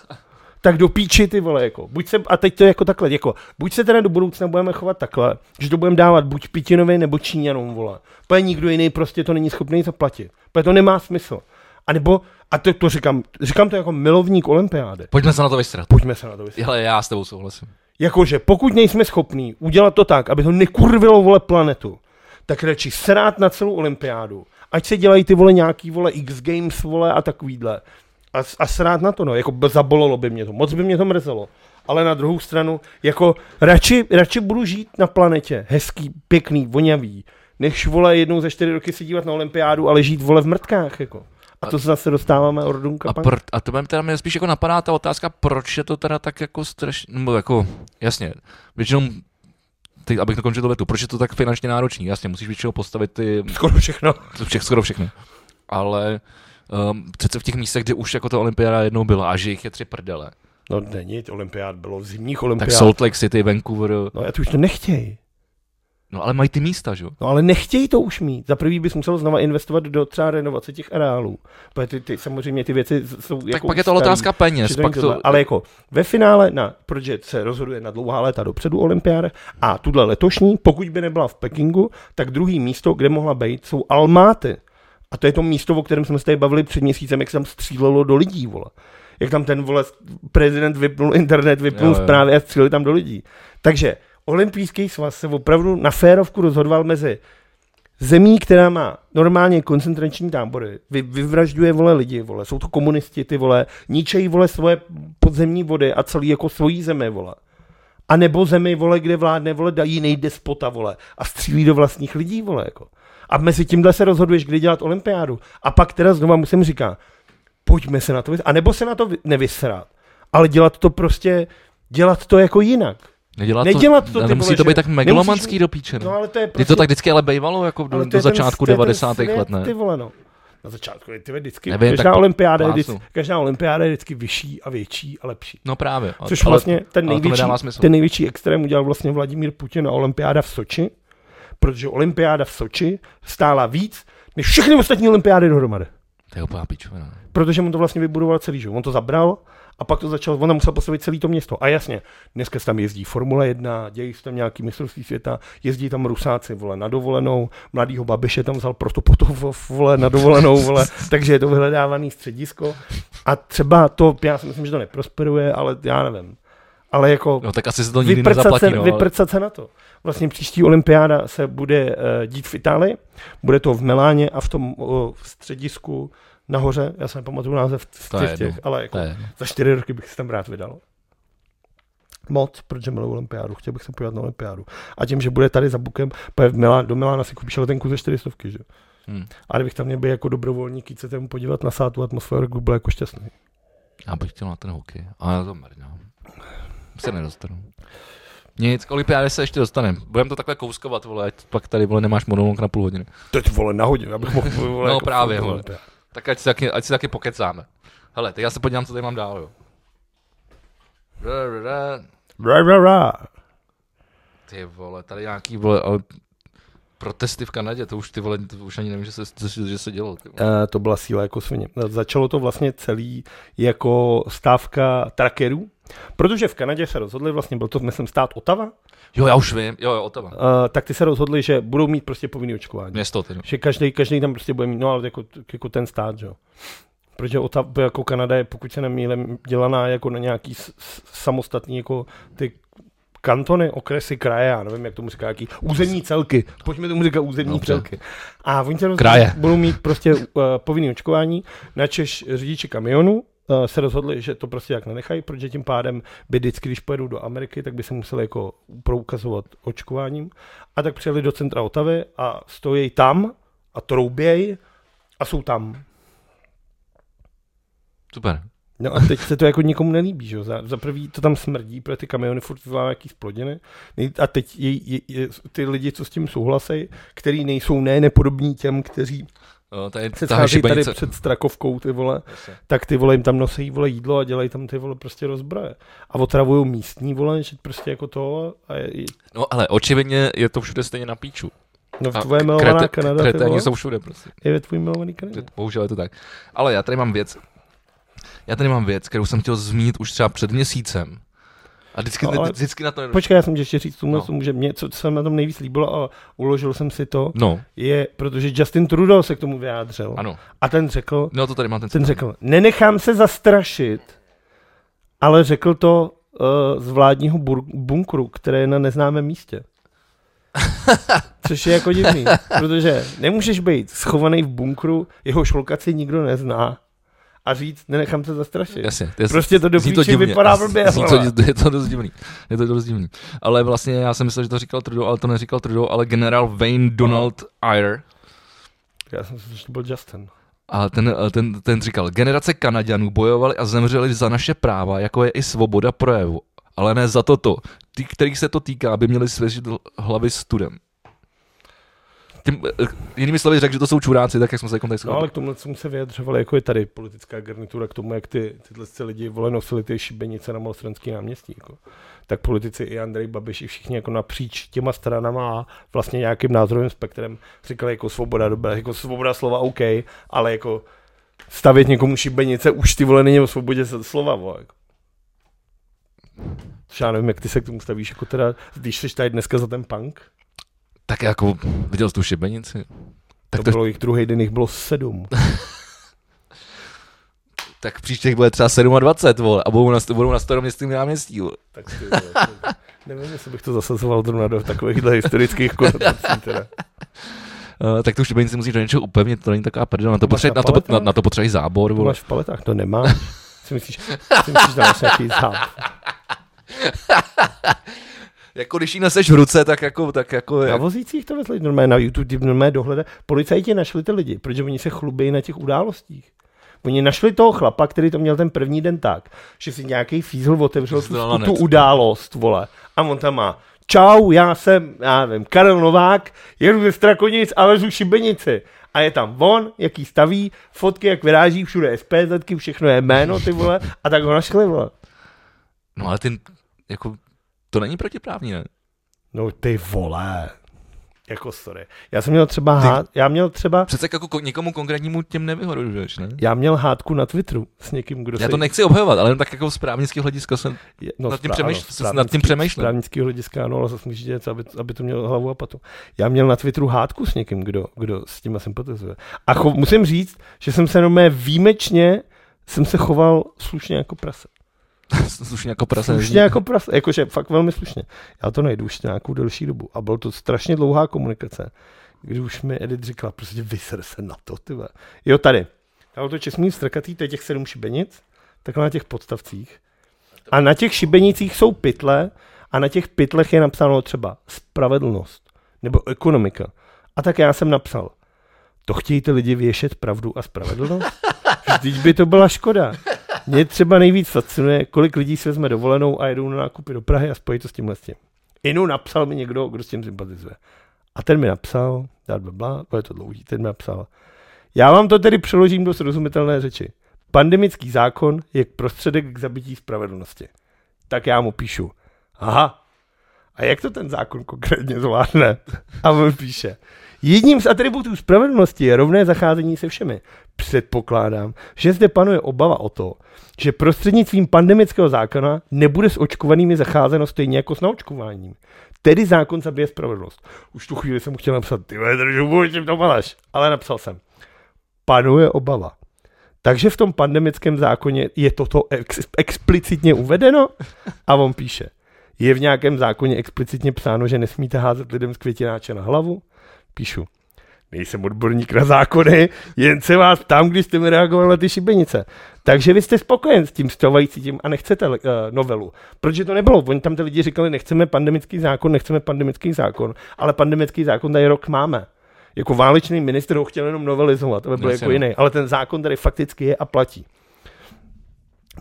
Tak do píči ty vole, jako. Buď se, a teď to je jako takhle, jako, buď se teda do budoucna budeme chovat takhle, že to budeme dávat buď Pitinovi nebo Číňanům, vole. Protože nikdo jiný prostě to není schopný zaplatit. Protože to nemá smysl. A nebo, a to, to říkám, říkám to jako milovník olympiády. Pojďme se na to vystrat. Pojďme se na to vysvětlit. Ale já s tebou souhlasím. Jakože pokud nejsme schopní udělat to tak, aby to nekurvilo vole planetu, tak radši srát na celou olympiádu. Ať se dělají ty vole nějaký vole X Games vole a takovýhle. A, s- a srát na to, no, jako b- zabolelo by mě to, moc by mě to mrzelo. Ale na druhou stranu, jako radši, radši budu žít na planetě, hezký, pěkný, voňavý, než vole jednou za čtyři roky se dívat na olympiádu, ale žít vole v mrtkách, jako. A to zase dostáváme od Dunka A, Panka. pr- a to mě teda mě spíš jako napadá ta otázka, proč je to teda tak jako strašně, nebo jako, jasně, většinou, teď, abych dokončil tu větu, proč je to tak finančně náročný, jasně, musíš většinou postavit ty, Skoro všechno. všech, skoro všechny, ale um, přece v těch místech, kde už jako ta olympiáda jednou byla a že jich je tři prdele, No není, olympiád bylo v zimních tak olympiád. Salt Lake City, Vancouver, No já to už to nechtějí. no ale mají ty místa, že jo? No ale nechtějí to už mít. Za prvý bys musel znova investovat do třeba renovace těch areálů. Protože ty, ty, samozřejmě ty věci z- jsou Tak jako pak je to starý, ale otázka že peněz, to pak není tohle. to, Ale jako ve finále, na, protože se rozhoduje na dlouhá léta dopředu olympiáda a tuhle letošní, pokud by nebyla v Pekingu, tak druhý místo, kde mohla být, jsou Almáty. A to je to místo, o kterém jsme se tady bavili před měsícem, jak se tam střílelo do lidí, vole. Jak tam ten, vole, prezident vypnul internet, vypnul Jo, jo. zprávy a stříleli tam do lidí. Takže Olympijský svaz se opravdu na férovku rozhodoval mezi zemí, která má normálně koncentrační tábory, vy, vyvražďuje vole lidi, vole, jsou to komunisti ty vole, ničejí vole svoje podzemní vody a celý jako svojí zemi vole. A nebo zemi vole, kde vládne vole, dají jiný despota vole a střílí do vlastních lidí vole jako. A mezi tímhle se rozhoduješ, kdy dělat olympiádu. A pak teda znova musím říkat, pojďme se na to vys- A nebo se na to vy- nevysrat, ale dělat to prostě, dělat to jako jinak. nedělat to, nedělat to, ty vole, nemusí to že- být tak nemusíš megalomanský mít- do píče, No no. ale to je Ty prostě... to tak vždycky ale bývalo, jako do, Ale to do je ten- začátku to je ten 90. svět, let, ne? Ty vole, no. Na začátku je ty vole, vždycky, Nevím, každá, tak to olympiáda je plácnu. vždycky, každá olympiáda je vždycky vyšší a větší a lepší. No právě. a- Což ale- vlastně ten ale to největší, nedává smysl. ten největší extrém udělal vlastně Vladimír Putin na olympiáda v Soči, protože olympiáda v Soči stála víc, než všechny ostatní olympiády dohromady. To je úplná pičovina. Protože on to vlastně vybudoval celý, že? jo. On to zabral a pak to začal, on tam musel postavit celé to město. A jasně, dneska se tam jezdí Formule 1, dějí se tam nějaký mistrovství světa, jezdí tam rusáci, vole, na dovolenou, mladýho babiše tam vzal proto potov, vole, na dovolenou, vole, takže je to vyhledávaný středisko. A třeba to, já si myslím, že to neprosperuje, ale já nevím. Ale jako No tak asi se to nikdy vyprcat se, nezaplatí, no, ale vyprcat se na to. Vlastně příští olympiáda se bude uh, dít v Itálii, bude to v Miláně a v tom uh, středisku nahoře, já se nepamatuju název v To je těch, jedno. těch ale jako to je- za čtyři roky bych se tam rád vydal. Moc, protože miluji olympiádu, chtěl bych se podívat na olympiádu. A tím, že bude tady za bukem, protože v Milán, do Milána si koupíš letenku za 400, že? Hm, A kdybych tam měl být jako dobrovolník, jít se tam podívat na sátu atmosféru, byl jako šťastný. Já bych chtěl na ten hokej, ale na to mrdám. Se nedostanu. Nic, k olympiádě se ještě dostaneme. Budeme to takhle kouskovat, vole, ať pak tady vole, nemáš monolog na půl hodiny. Teď vole, na hodinu, já bych mohl vole, No jako právě, furt do vole. olympiády. Tak ať si taky, ať si taky pokecáme. Hele, tak já se podívám, co tady mám dál, jo. Ra, ra, ra. Ra, ra, ra. Ty vole, tady nějaký vole, ale Protesty v Kanadě, to už ty vole, to už ani nevím, že se, že, že se dělo. Ty vole. Eh, to byla síla jako svině. Začalo to vlastně celý jako stávka trackerů, protože v Kanadě se rozhodli, vlastně byl to, myslím, stát Otava, Jo, já už vím, jo, jo, Otava. eh, tak ty se rozhodli, že budou mít prostě povinný očkování. Město, ty no. Že každý, každý tam prostě bude mít, no ale jako, jako ten stát, že jo. Protože Otava, jako Kanada je, pokud se nemýlím, dělaná jako na nějaký s- s- samostatný, jako ty kantony, okresy, kraje, já nevím, jak tomu říká, jaký, územní celky, pojďme tomu říkat územní Dobře. celky. A oni se rozhodli, Kraje. že budou mít prostě uh, povinné očkování, načež řidiči kamionů uh, se rozhodli, že to prostě jak nenechají, protože tím pádem by vždycky, když pojedou do Ameriky, tak by se museli jako proukazovat očkováním. A tak přijeli do centra Otavy a stojí tam a trouběj a jsou tam. Super. No a teď se to jako nikomu nelíbí, že jo? Za, za prvý to tam smrdí, protože ty kamiony furt vyvlávají jaký splodiny. Nej- A teď je, je, je, ty lidi, co s tím souhlasí, který nejsou ne nepodobní těm, kteří No, tady se ta schází tady šibenice. před strakovkou, ty vole, Jasně. tak ty vole jim tam nosí vole jídlo a dělají tam ty vole prostě rozbroje. A otravují místní vole, že prostě jako to a je, je, No ale očividně je to všude stejně na píču. no v A tvoje milovaná krete- Kanada, ty kreténi vole, jsou všude prostě. je ve tvůj milovaný Kanadě. Je to- Bohužel je to tak. Ale já tady mám věc. Já tady mám věc, kterou jsem chtěl zmínit už třeba před měsícem. A vždycky, No, ale- vždycky na to nedošlo. Počkej, já jsem tě ještě říct tuhle, No. no. že mě, co, co se mi na tom nejvíc líbilo a uložil jsem si to, No, je, protože Justin Trudeau se k tomu vyjádřil. ano. A ten řekl, No to tady mám ten, ten řekl, nenechám se zastrašit, ale řekl to uh, z vládního bur- bunkru, který je na neznámém místě. Což je jako divný, protože nemůžeš být schovaný v bunkru, jeho šlokaci nikdo nezná a říct, nenechám se zastrašit. Jasně, to je, Prostě to do Zní to píči divně. vypadá blbě. Zní vole. to, je to dost divný. Je to dost divný. Ale vlastně já jsem myslel, že to říkal Trudeau, ale to neříkal Trudeau, ale generál Wayne Donald Eyre. Já jsem si, že to byl Justin. A ten, eh, ten, ten říkal, generace Kanaďanů bojovali a zemřeli za naše práva, jako je i svoboda projevu. Ale ne za toto. Ty, kterých se to týká, by měli svěřit hl- hlavy studem. Tím, eh, jinými slovy řekl, že to jsou čuráci, tak jak jsme se jako kontextu. No ale k tomu tomu se vyjadřovali, jako je tady politická garnitura k tomu, jak ty, tyhle si lidi vole nosili ty šibenice na Malostranský náměstí. Jako. Tak politici i Andrej Babiš i všichni jako napříč těma stranama a vlastně nějakým názorovým spektrem říkali jako svoboda dobrá, jako svoboda slova OK, ale jako stavět někomu šibenice už ty vole není o svobodě s- slova. Vole, jako. Což já nevím, jak ty se k tomu stavíš, jako teda, když jsi tady dneska za ten punk, Tak jako viděl jsi tu šibenici. tak Tak, to, to, bylo jich druhý den, jich bylo sedm. tak příště bude třeba 27, vole, a budou na, budou na staroměstském náměstí. Vole. Tak ty, vole, to- jako- nevím, jestli bych to zasazoval zrovna do takovýchhle historických konotací. Teda. Uh, tak to už si musíš do něčeho upevnit, to není taková prdel, na to, To máš potřebuje, na na, to, pot- na, paletách? na to potřebuje zábor, To vole. máš v paletách, to nemáš. Si myslíš, si myslíš, že máš nějaký záp. Jako když ji neseš v ruce, tak jako, tak jako, Na jak, vozících to vezli normálně na YouTube, ty normálně dohleda. Policajti našli ty lidi, protože oni se chlubí na těch událostích. Oni našli toho chlapa, který to měl ten první den tak, že si nějaký fízl Že otevřel si to dal tu, na tu net. událost, vole. A on tam má, čau, já jsem, já nevím, Karel Novák, jedu ze Strakonic a vezu šibenici. A je tam on, jaký staví, fotky, jak vyráží, všude SPZ, všechno je jméno, ty vole, a tak ho našli, vole. no ale ty, jako, to není protiprávní, ne? No ty vole. Jako sorry. Já jsem měl třeba, há, já měl třeba, Přece jako ko- někomu konkrétnímu těm nevyhoduješ, ne? já měl hádku na Twitteru s někým, kdo Já se... to nechci obhajovat, ale jen tak jako z právnického hlediska jsem... je- no, nad tím sprá- přemýšl- ano, s- nad z tím právnický- přemýšlím. Z právnického hlediska, ano, ale zase můžeš dělat, aby, aby to mělo hlavu a patu. Já měl na Twitteru hádku s někým, kdo, kdo s tím sympatizuje. A cho, musím říct, že jsem se jenom výjimečně jsem se choval slušně jako prase. Slušně jako prase. Slušně jako prase, jakože fakt velmi slušně. Já to najdu už nějakou delší dobu a bylo to strašně dlouhá komunikace, kdy už mi Edith říkala, prostě vyser se na to, ty vole. Jo, tady. Dalo to česmí strkatý, to je těch sedm šibenic, takhle na těch podstavcích. A na těch šibenicích jsou pytle a na těch pytlech je napsáno třeba spravedlnost nebo ekonomika. A tak já jsem napsal, to chtějí ty lidi věšet pravdu a spravedlnost? Vždyť by to byla škoda. Mě třeba nejvíc fascinuje, kolik lidí si vezme dovolenou a jedou na nákupy do Prahy a spojí to s tímhle s tím. Inu napsal mi někdo, kdo s tím sympatizuje. A ten mi napsal, dát bla, bla, to je to dlouhý, ten mi napsal. Já vám to tedy přeložím do srozumitelné řeči. Pandemický zákon je prostředek k zabití spravedlnosti. Tak já mu píšu. Aha. A jak to ten zákon konkrétně zvládne? A on píše, jedním z atributů spravedlnosti je rovné zacházení se všemi. Předpokládám, že zde panuje obava o to, že prostřednictvím pandemického zákona nebude s očkovanými zacházeno stejně jako s naočkováním. Tedy zákon zabije spravedlnost. Už tu chvíli jsem mu chtěl napsat, ty vole, držu bůh, tím to maleš. Ale napsal jsem, panuje obava. Takže v tom pandemickém zákoně je toto ex- explicitně uvedeno? A on píše, je v nějakém zákoně explicitně psáno, že nesmíte házet lidem z květináče na hlavu? Píšu, nejsem odborník na zákony, jen se vás tam, když jste mi reagoval na ty šibenice. Takže vy jste spokojen s tím stávající tím a nechcete uh, novelu. Protože to nebylo. Oni tam ty lidi říkali, nechceme pandemický zákon, nechceme pandemický zákon, ale pandemický zákon tady rok máme. Jako válečný minister ho chtěl jenom novelizovat, aby byl Jasně, jako no. jiný. Ale ten zákon tady fakticky je a platí.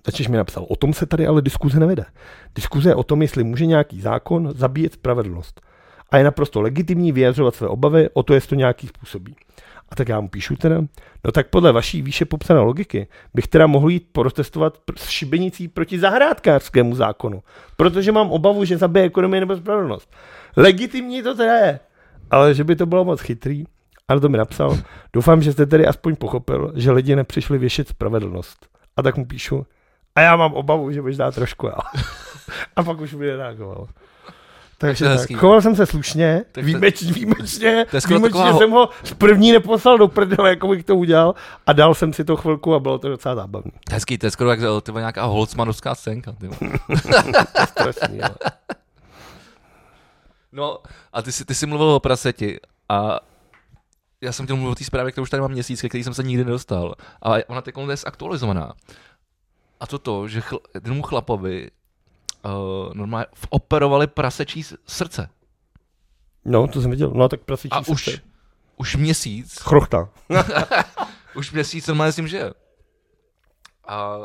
Tačež mi napsal, o tom se tady ale diskuze nevede. Diskuze je o tom, jestli může nějaký zákon zabíjet spravedlnost. A je naprosto legitimní vyjadřovat své obavy o to, jestli to nějaký způsobí. A tak já mu píšu teda, no tak podle vaší výše popsané logiky bych teda mohl jít protestovat pr- s šibenicí proti zahrádkářskému zákonu, protože mám obavu, že zabije ekonomii nebo spravedlnost. Legitimní to teda je, ale že by to bylo moc chytrý, ale to mi napsal, doufám, že jste tedy aspoň pochopil, že lidi nepřišli věšet spravedlnost. A tak mu píšu, a já mám obavu, že možná trošku jo. A pak už mi nereagoval. to Takže je tak. hezký. choval jsem se slušně, to- výjimeč, výjimečně, to je skoro výjimečně taková- jsem ho z první neposlal do prdele, jako bych to udělal a dal jsem si to chvilku a bylo to docela zábavný. Hezký, to je skoro jak ty vole, nějaká holcmanovská scénka. Ty. vole. Strašný, ale. No a ty jsi, ty jsi mluvil o praseti a já jsem chtěl mluvit o té zprávě, kterou už tady mám měsíc, ke který jsem se nikdy nedostal. A ona teď je zaktualizovaná. A to to, že chl- jednomu chlapovi uh, normálně operovali prasečí s- srdce. No, to jsem viděl. No, tak prasičí A už, už měsíc, Chrochta. už měsíc normálně s tím žije. A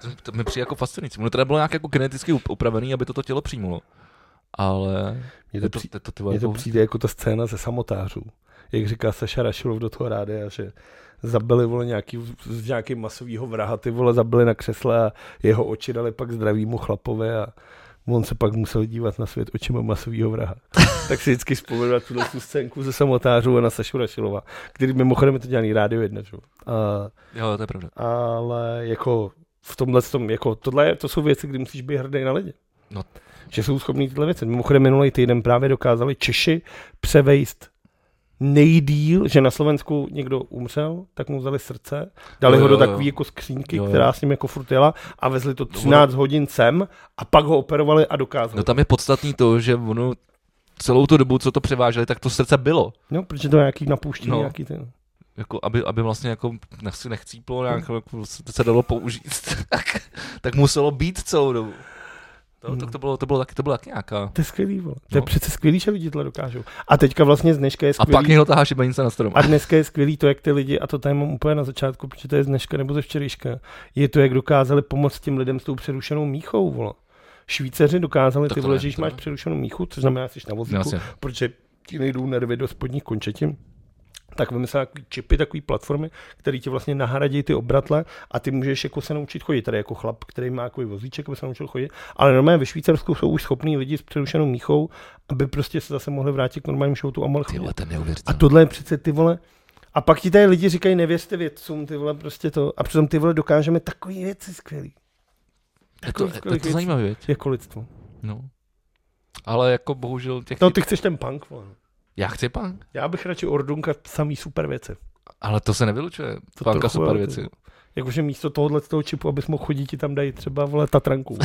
to, to mi přijde jako fascinující. Ono teda bylo nějak jako geneticky up- upravený, aby toto tělo přijmulo. Ale Mně je to, to, při- to, to, to, mně to jako, přijde jako ta scéna ze samotářů. Jak říká Saša Rašilov do toho rádia, že zabili vole nějaký, z nějaký masovýho vraha, ty vole zabili na křesle a jeho oči dali pak zdravýmu chlapové a on se pak musel dívat na svět očima masovýho vraha. tak si vždycky vzpomenu na tuhle tu scénku ze samotářů a na Sašu Rašilova, který mimochodem je to dělaný rádio jedna, že? jo. A, jo, to je pravda. ale jako v tomhle tom, jako tohle, je- to jsou věci, kdy musíš být hrdý na lidi. No. Že jsou schopní tyhle věci. Mimochodem minulý týden právě dokázali Češi převejst nejdíl, že na Slovensku někdo umřel, tak mu vzali srdce, dali Jo, ho do jo, jo. takové jako skřínky, Jo, jo. která s ním jako furt jela a vezli to 13 hodin sem a pak ho operovali a dokázali. No tam je podstatný to, že ono celou tu dobu, co to převáželi, tak to srdce bylo. No, protože to je nějaký napouštění, No. nějaký ten. Jako, aby, aby vlastně jako nechci nechcíplo, nějak jako se- se dalo použít, tak, tak muselo být celou dobu. To, to, to, bylo, to, bylo taky, to bylo taky nějaká. To je skvělý, vole. To je No. přece skvělý, že lidi tohle dokážou. A teďka vlastně z dneška je A skvělý. pak někdo tahá šibenice na strom. A dneska je skvělý to, jak ty lidi, a to tady mám úplně na začátku, protože to je z dneška nebo ze včerejška, je to, jak dokázali pomoct těm lidem s tou přerušenou míchou, vole. Švýceři dokázali, Tak ty to vole, ne, že když to máš ne. No. přerušenou míchu, což znamená, že jsi na vozíku, Jasně. protože ti nejdou nervy do spodních končetin, tak vymysleli takový čipy, takové platformy, které ti vlastně nahradí ty obratle a ty můžeš jako se naučit chodit. Tady jako chlap, který má jako vozíček, aby se naučil chodit. Ale normálně ve Švýcarsku jsou už schopní lidi s přerušenou míchou, aby prostě se zase mohli vrátit k normálním šoutu a mohli Ty chodit. vole, to je A neuvěřitelné. tohle je přece ty vole. A pak ti tady lidi říkají, nevěřte vědcům, ty vole, prostě to. A přitom ty vole dokážeme takové věci skvělý. Je to, takových je to, je skvělých to věcí. zajímavé, věď? Jako lidstvo. No. Ale jako bohužel těch... No ty chceš ten punk, vole. Já chci punk, Já bych radši Ordunka samý super věci. ale to se nevylučuje. To Punka trochu, super jo, věci. ty- Jakože místo tohohle z toho čipu, abys mohl chodit, ti tam dají třeba vole Tatranku.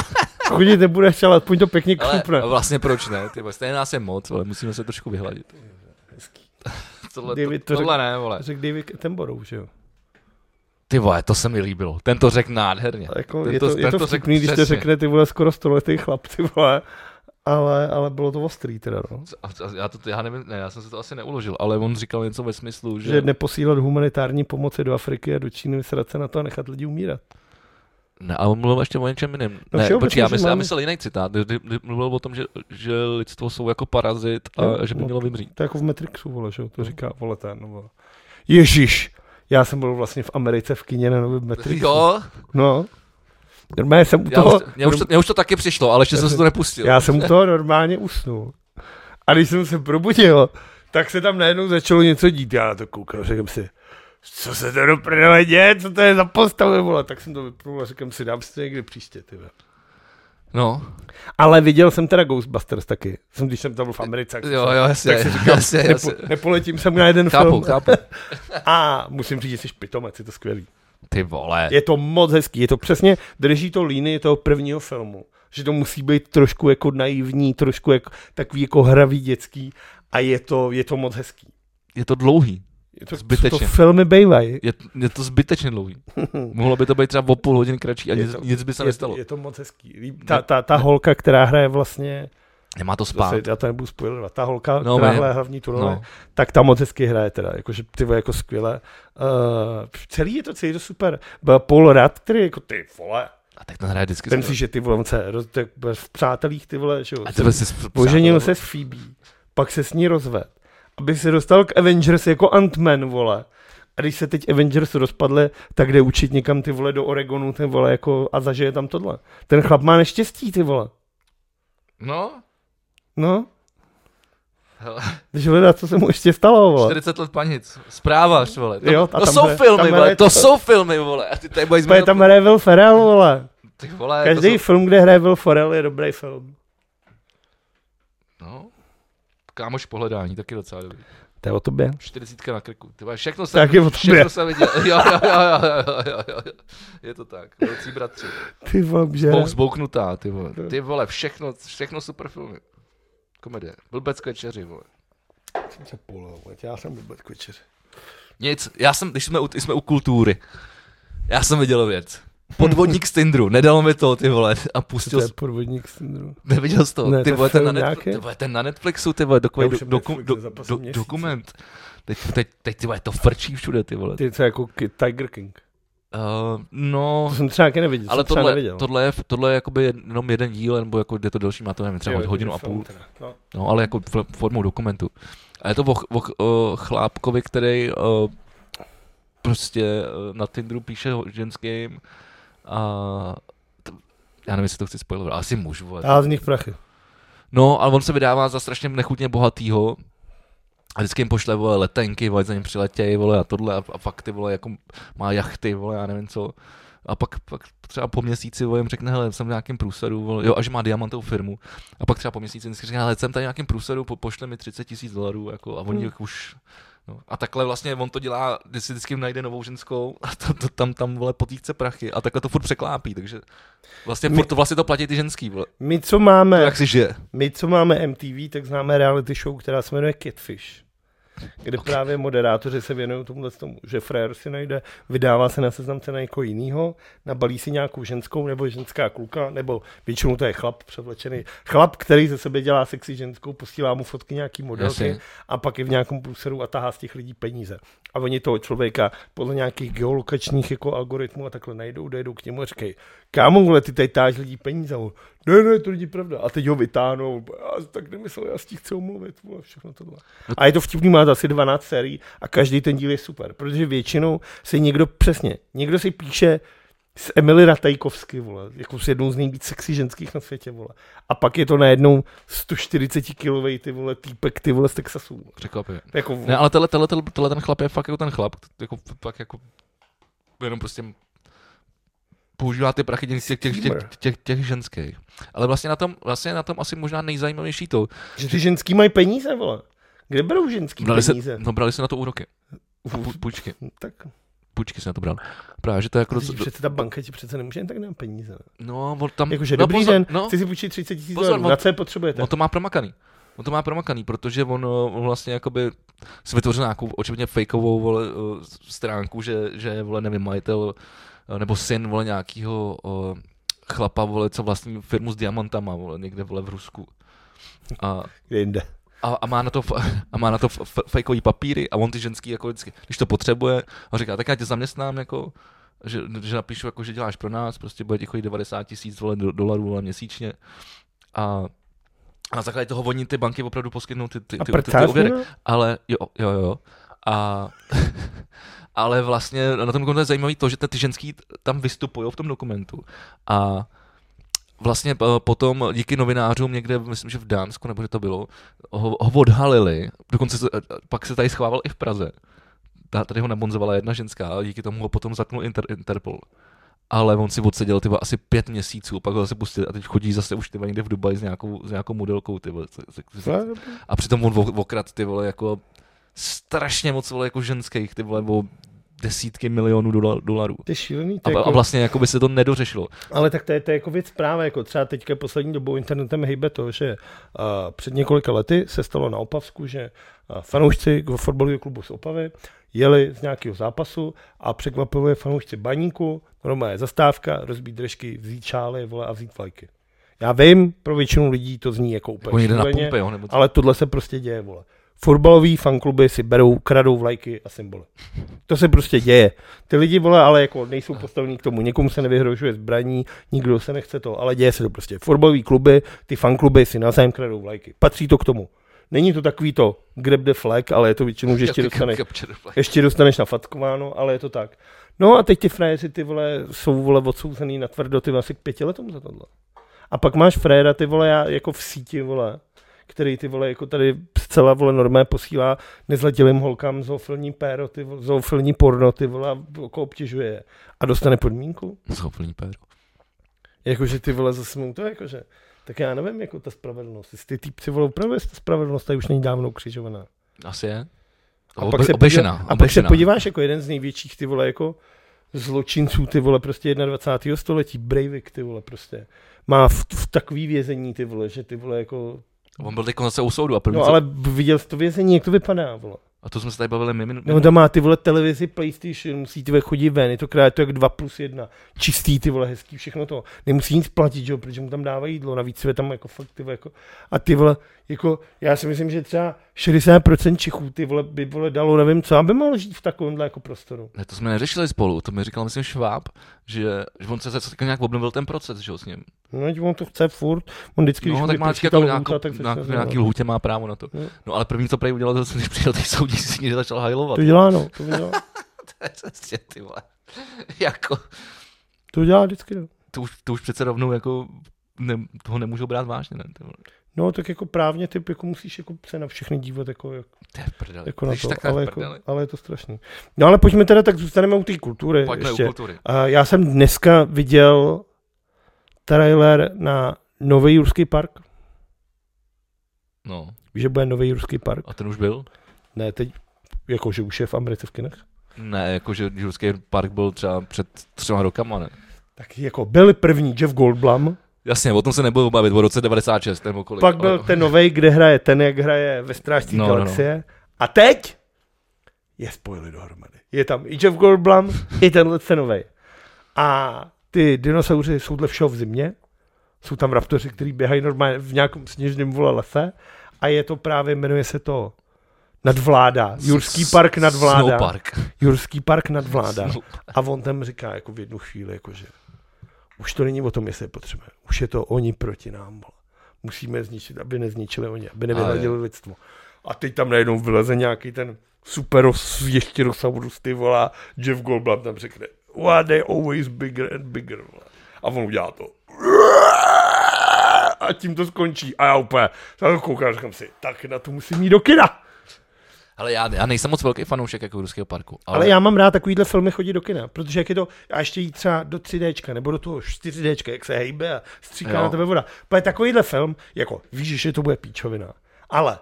chodit nebudeš, ale aspoň to pěkně křupne. Ale vlastně proč ne? Ty vole, stejně nás je moc, ale musíme se trošku vyhladit. Tohle, David to, to tohle ne, vole. Řekl David Attenborough, že jo? Ty vole, to se mi líbilo. Ten to řekl nádherně. A Jako, Ten je to- to, ten je to to řekl vtipný, když to přesně. řekne ty vole skoro stoletý chlap, ty vole. Ale, ale bylo to ostrý teda, no. A, a já, to, já nevím, ne, já jsem se to asi neuložil, ale on říkal něco ve smyslu, že... že neposílat humanitární pomoci do Afriky a do Číny, vysrat se na to a nechat lidi umírat. Ne, ale on mluvil ještě o něčem jiném. No ne, všeobecně, počkej, já že myslel, já máme- myslel jiný citát. Kdy, kdy mluvil o tom, že, že lidstvo jsou jako parazit a Jo, že by no. mělo vymřít. To je jako v Matrixu, vole, že jo, to říká, vole, ten, no, vole. Ježíš, já jsem byl vlastně v Americe v kině na novém Matrixu. Jo, No, Normálně jsem u Já toho, už, mě, už to, mě už to taky přišlo, ale ještě jsem se to nepustil. já jsem u toho normálně usnul. A když jsem se probudil, tak se tam najednou začalo něco dít. Já na to koukal, řekl si, co se to do prdele děje, co to je za postavy, vole. Tak jsem to vypnul a řekl si, dám si to někdy příště, ty vole. No, Ale viděl jsem teda Ghostbusters taky. Jsem, když jsem tam byl v Americe, tak, jo, jo, jasně, tak si říkám, jasně, nepo, jasně. nepoletím jsem na jeden Chápu, film. chápu. A musím říct, že jsi pitomec, je to skvělý. Ty vole. Je to moc hezký, je to přesně, drží to línii toho prvního filmu. Že to musí být trošku jako naivní, trošku jako, takový jako hravý dětský a je to, je to moc hezký. Je to dlouhý. Je to, Zbytečně. To filmy bejvají. Je, je to zbytečně dlouhý. Mohlo by to být třeba o půl hodin kratší a Je nic, to- nic by se je, nestalo. je to moc hezký. Líb- Ta, ta, ta holka, která hraje vlastně, Nemá to spát. zase, já to nebudu spoilerovat, ta holka, No, no, která ne. hraje hlavní tu roli, No. no. tak ta moc hezky hraje teda, jakože ty vole, jako skvěle. Uh, celý je to, celý je to super. Byl Paul Rudd, který jako ty vole, A tak ten hraje vždycky. Vem skvěle. si, že ty vole, on se roz, tak bude v přátelích ty vole, že jo. A tebe si Poženil se s Phoebe, pak se s ní rozved, aby se dostal k Avengers jako Ant-Man, vole. A když se teď Avengers rozpadle, tak jde učit někam ty vole do Oregonu, ty vole, jako a zažije tam tohle. Ten chlap má neštěstí, ty vole. No, No, hele, když hledá, co se mu ještě stalo, vole. 40 let panic. Zpráva, vole. To, Jo, jo, a to tam jsou hraje- tam filmy, vole. hraje- To jsou filmy, vole. A ty tady budeš Úplně tam hraje Will Ferrell, vole. Ty vole, to Každý jsou... film, kde hraje Will Ferrell, je dobrý film. No. Kámoš pohledání, taky docela dobrý. To je o tobě. 40 na krku. Ty vole, všechno jsem, Taky o tobě. všechno jsem viděl. Jo, jo, jo, jo, jo, jo, jo, jo. Je to tak. Velcí bratři. Ty vole, že... Bou zbouknutá, ty vole. Ty vole, všechno, všechno super filmy. Komedie. Blbec k večeři, vole. Jsem se polil, vole, já jsem vůbec kočer. Nic, já jsem, když jsme u, jsme u kultury, já jsem viděl věc. Podvodník z Tindru, nedal mi to, ty vole, a To pustil, je jsem- podvodník syndrom. neviděl jsi to, Ne, ty to vole, film ten na, net, nějaký? ty vole, ten na Netflixu, ty vole, doku, Já už do, jsem doku, Netflix do, za do, poslední dokument, teď, teď, teď ty vole, to frčí všude, ty vole. Ty co jako Ki- Tiger King. Uh, To no, jsem třeba taky neviděl. ale jsem třeba tohle, neviděl. tohle, je, tohle je jakoby jenom jeden díl, nebo jako je to další, má to nevím, třeba Jo, hodinu a film půl. teda, No. No, ale jako fl- formou dokumentu. A je to o, ch- o, ch- o chlápkovi, který o, prostě o, na Tinderu píše ho- ženským a t- já nevím, jestli to chci spoilovat, ale asi můžu. Vole. A z nich prachy. No, ale on se vydává za strašně nechutně bohatýho a vždycky jim pošle, vole, letenky, vole, za ním přiletějí, vole, a tohle, a, a fakt ty, vole, jako má jachty, vole, já nevím co. A pak, pak třeba po měsíci vole, jim řekne, hele, jsem v nějakém průsadu, vole, jo, a že má diamantovou firmu. A pak třeba po měsíci jim řekne, hele, jsem tady v nějakém průsadu, po, pošle mi 30 tisíc dolarů, jako, a oni hmm. už No. A takhle vlastně on to dělá, když si vždycky najde novou ženskou a to, to, tam, tam vole potýkce prachy a takhle to furt překlápí, takže vlastně My- furt to, vlastně to platí ty ženský, vole. My co, máme, Jak si žije? my, co máme MTV, tak známe reality show, která se jmenuje Catfish. Kde okay. právě moderátoři se věnují tomuhle tomu, že frajer si najde, vydává se na seznamce na někoho jiného, nabalí si nějakou ženskou nebo ženská kluka, nebo většinou to je chlap převlečený. Chlap, který ze sebe dělá sexy ženskou, posílá mu fotky nějaký modelky Jasně. a pak je v nějakém průseru a tahá z těch lidí peníze. A oni toho člověka podle nějakých geolokačních jako algoritmů a takhle najdou, dojedou k němu a říkají, kámo, vole, ty tady táž lidí peníze. A On, ne, ne, to není pravda. A teď ho vytáhnou, já tak nemyslel, já s tím chci omluvit, vole, všechno tohle. A je to vtipný, má to asi 12 sérií a každý ten díl je super, protože většinou si někdo, přesně, někdo si píše, s Emily Ratajkovsky, vole, jako s jednou z nejvíc sexy ženských na světě, vole. A pak je to najednou 140 kilovej, ty vole, týpek, ty vole, z Texasu. Vole. Překvapivě. Jako, Ne, ale tenhle, tenhle, tenhle, tenhle ten chlap je fakt jako ten chlap, t- jako, f- fakt jako, jenom prostě používá ty prachy těch, těch, těch, těch, Steamer. těch, těch ženských. Ale vlastně na, tom, vlastně na tom asi možná nejzajímavější to. že ty ženský mají peníze, vole. Kde berou ženský Brali se, peníze? no, brali se na to úroky. Uf, Pů- Půjčky. tak Půjčky se na to brali. Právě, že to je jako... teď Doc- přece ta banka ti přece nemůže jen tak dát peníze. ne? no, on tam... Jakože no, dobrý pozor, den, No, chci si půjčit 30 tisíc Pozor, dolarů, on- na co je potřebujete? on to má promakaný. On to má promakaný, protože on, eh, on vlastně jakoby si vytvořil nějakou očividně fakeovou vole, eh, stránku, že, že je, vole, nevím, majitel eh, nebo syn vole nějakýho eh, chlapa, vole, co vlastní firmu s diamantama, vole, někde vole v Rusku. A, Kde jinde? a, a, má na to, f- a má na to f- f- fejkový papíry a on ty ženský jako vždycky, když to potřebuje, on říká, tak já tě zaměstnám jako, že, že napíšu jako, že děláš pro nás, prostě bude ti chodit 90 tisíc vole, do, dolarů vole, měsíčně a a na základě toho oni ty banky opravdu poskytnou ty, ty, A ty, ty, ty prcáš úvěry. no? Ale jo, jo, jo. A, ale vlastně na tom kontu je zajímavý to, že ty ženský tam vystupují v tom dokumentu a vlastně eh, potom díky novinářům někde, myslím, že v Dánsku, nebo že to bylo, ho, ho odhalili, dokonce se- pak se tady schovával i v Praze. Ta- Tady ho nabonzovala jedna ženská, a díky tomu ho potom zatknul Inter, Interpol. Ale on si odseděl tyba, asi pět měsíců, pak ho zase pustili a teď chodí zase už tyba, někde v Dubaji s nějakou, s nějakou modelkou. Tyba, No, a přitom on o- okrad ty vole jako strašně moc vole jako ženských ty vole o desítky milionů dola- dolarů. To je šílený. To A, je a jako, vlastně jako by se to nedořešilo. ale tak to je, to je jako věc právě, jako třeba teďka poslední dobou internetem hejbe to, že uh, před několika lety se stalo na Opavsku, že uh, fanoušci k- fotbalového klubu z Opavy jeli z nějakého zápasu a překvapilo je fanoušci baníku, normálně zastávka, rozbít držky, vzít šály vole, a vzít vlajky. Já vím, pro většinu lidí to zní jako úplně Jako někde na šíleně, pumpě, jo? Nebo co? Ale tohle se prostě děje, vole. Fotbalový fankluby si berou, kradou vlajky a symboly. To se prostě děje. Ty lidi, vole, ale jako nejsou postavení k tomu. Někomu se nevyhrožuje zbraní, nikdo se nechce to, ale děje se to prostě. Fotbalový kluby, ty fankluby si navzájem kradou vlajky. Patří to k tomu. Není to takový to grab the flag, ale je to většinou, že ještě Jako dostaneš, capture flag. ještě dostaneš na fatkováno, ale je to tak. No a teď ty frajeři ty vole jsou vole odsouzený na tvrdo ty vole, asi k pěti letům za tohle. A pak máš frajera ty vole já, jako v síti vole, který ty vole jako tady zcela vole normé posílá nezletilým holkám zoofilní péro, ty vole, zoofilní porno ty vole a jako obtěžuje je. A dostane podmínku? Schopný péro. Jakože ty vole zase mu to jakože. Tak já nevím, jako ta spravedlnost. Jestli ty týpci vole upravuje, jestli ta spravedlnost tady už není dávno ukřižovaná. Asi je. A Ob- pak, se obešená, podívá, a pak se obešená. podíváš jako jeden z největších ty vole jako zločinců ty vole prostě 21. století, Breivik ty vole prostě. Má v, v takový vězení ty vole, že ty vole jako, On byl teď zase u soudu a první, no co- ale viděl jsi to vězení, jak to vypadá vole. A to jsme se tady bavili my minut. No tam má ty vole televizi, Playstation, musí ty vole chodit ven, je to krát to jak 2 plus 1, čistý ty vole, hezký, všechno to. Nemusí nic platit, že jo, protože mu tam dávají jídlo, navíc se tam jako fakt ty vole, jako, a ty vole, jako, já si myslím, že třeba 60% Čechů ty vole by vole dalo, nevím co, aby mohl žít v takovémhle jako prostoru. Ne, to jsme neřešili spolu, to mi říkal, myslím, Šváb, že, že on se zase tak nějak obnovil ten proces, že jo, s ním. No, ať on to chce furt, on vždycky, No, mu tak má vyprší vždycky ta jako lhůta, nějakou, tak se na, začne nějaký znovu. lhutě má právo na to. No. No ale první, co prej udělal, zase, když přijel ty soudní, si někde začal hajlovat. To dělá, no, to dělá, Přesně, ty vole. jako, to dělá vždycky, no. to už, to už přece rovnou jako ne, toho nemůžou brát vážně, ne? Ty vole. No, tak jako právně ty jako musíš jako se na všechny dívat jako, jak, To je v prdeli. jako na Když to, tak to je ale, v jako, prdeli. ale je to strašný. No ale pojďme teda, tak zůstaneme u té kultury Pojďme u ještě. kultury. A já jsem dneska viděl trailer na Nový Jurský park. No, Víš, Že bude Nový Jurský park. a ten už byl? Ne, teď jako, že už je v Americe v kinech. Ne, jakože Jurský park byl třeba před třema rokama, ne? Tak jako byl první Jeff Goldblum, Jasně, o tom se nebudu bavit, o roce 96 nebo kolik. pak byl ale, ten nový, kde hraje ten, jak hraje ve Strážcí No, no, no, no. galaxie. A teď je spojili dohromady. Je tam i Jeff Goldblum, i tenhle ten nový. A ty dinosauři jsou dle všeho v zimě. Jsou tam raptoři, kteří běhají normálně v nějakém sněžném vole lese. A je to právě, jmenuje se to Nadvláda. Jurský park nadvláda. Snow park. Jurský park nadvláda. Snow- A on tam říká jako v jednu chvíli, jako že už to není o tom, jestli je potřebujeme. Už je to oni proti nám. Vole. Musíme je zničit, aby nezničili oni, aby nevyhradili lidstvo. A teď tam najednou vyleze nějaký ten super ještěrosaurus, ty volá Jeff Goldblum tam řekne What they always bigger and bigger. Vole. A on udělá to. A tím to skončí. A já úplně tak koukám, říkám si, tak na to musím jít do kina. Ale já, já nejsem moc velký fanoušek jako Jurského parku. Ale, Ale já mám rád takovýhle filmy chodit do kina, protože jak je to, a ještě jít třeba do 3D, nebo do toho 4D, jak se hejbe a stříká Jo. jo. na tebe voda. Ale takovýhle film, jako víš, že to bude píčovina, ale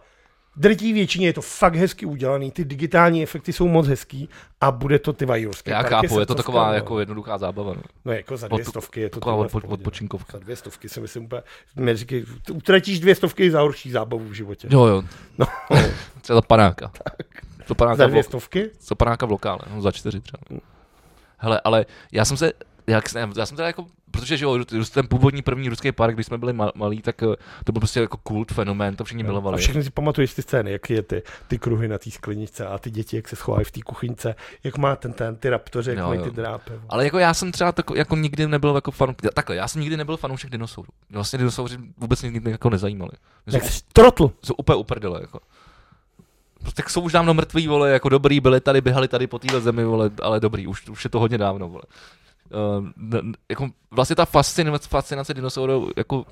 drtí většině je to fakt hezky udělaný, ty digitální efekty jsou moc hezký a bude to ty vajurské. já parky, chápu, je to srdcovka, taková no. jako jednoduchá zábava. No. No jako za Pod- dvě stovky je to Taková tohle v odpo- pohodě. odpočinkovka. Za dvě stovky si myslím úplně, neříkej, utratíš dvě stovky za horší zábavu v životě. Jo, jo, No, třeba za panáka. To panáka za v lo- dvě stovky? Co panáka v lokále, no za čtyři třeba. Hele, ale já jsem se, jak, se- já jsem teda jako, protože že jo, Rus- ten původní první ruský park, když jsme byli ma- malí, tak eh, to byl prostě jako kult fenomén, to všichni A milovali. všechny si pamatuješ ty scény, jak je ty, ty kruhy na té skleničce a ty děti, jak se schovají v té kuchyňce, jak má ten, ten ty raptoři, jak Jo, jo, mají jo. ty drápy. vole. Ale jako já jsem třeba tak, jako nikdy nebyl jako fan, takhle, já jsem nikdy nebyl fanoušek dinosaurů. Vlastně dinosauři vůbec nikdy mě jako nezajímali. Mě Tak Jsou, jsi trotl. jsou úplně uprdele, jako. No, tak jsou už dávno mrtví, vole, jako dobrý, byli tady, běhali tady po téhle zemi, vole, ale dobrý, už, už je to hodně dávno, vole. Uh, n- n- jako vlastně ta fascinace, fascinace dinosaurů, jako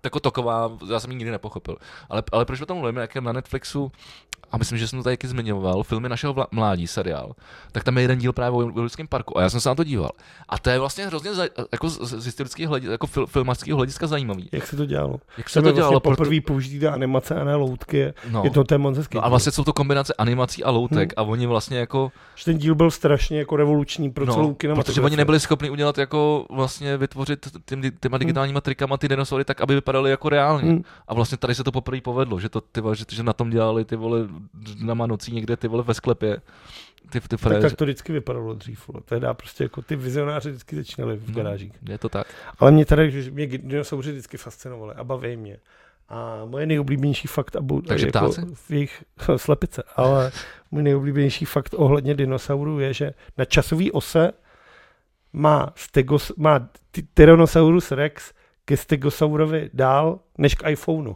tako taková, já jsem ji nikdy nepochopil. Ale, ale proč o tom mluvím, jak je na Netflixu, a myslím, že jsem to tady taky zmiňoval, filmy našeho vla- mládí, seriál, tak tam je jeden díl právě o Jurassickém parku a já jsem se na to díval. A to je vlastně hrozně za, jako z, z historického hlediska, jako fil, filmařského hlediska zajímavý. Jak se to dělalo? Jak se to dělalo? Vlastně proto- poprvé použitý ta animace a ne loutky. no. No. Je to ten moc hezký. No a vlastně jsou to kombinace animací a loutek hmm. a oni vlastně jako, Že ten díl byl strašně jako revoluční pro celou kinematografii. No, protože oni nebyli schopni udělat jako vlastně vytvořit tím, těma digitálníma trikama ty dinosaury tak, aby vypadaly jako reálně. Hmm. A vlastně tady se to poprvé povedlo, že, to, ty, vole, že, že, na tom dělali ty vole na manocí někde ty vole ve sklepě. Ty, ty Tak, frézy. tak to vždycky vypadalo dřív. vole. Tehdy prostě jako ty vizionáři vždycky začínali v No, garážích. Je to tak. Ale mě tady, že mě dinosauři vždycky fascinovali a baví mě. A moje nejoblíbenější fakt, a bu- Takže jako ptáci? v jejich slepice, ale můj nejoblíbenější fakt ohledně dinosaurů je, že na časový ose má, stegos, má ty- Tyrannosaurus Rex ke Stegosaurovi dál než k iPhoneu.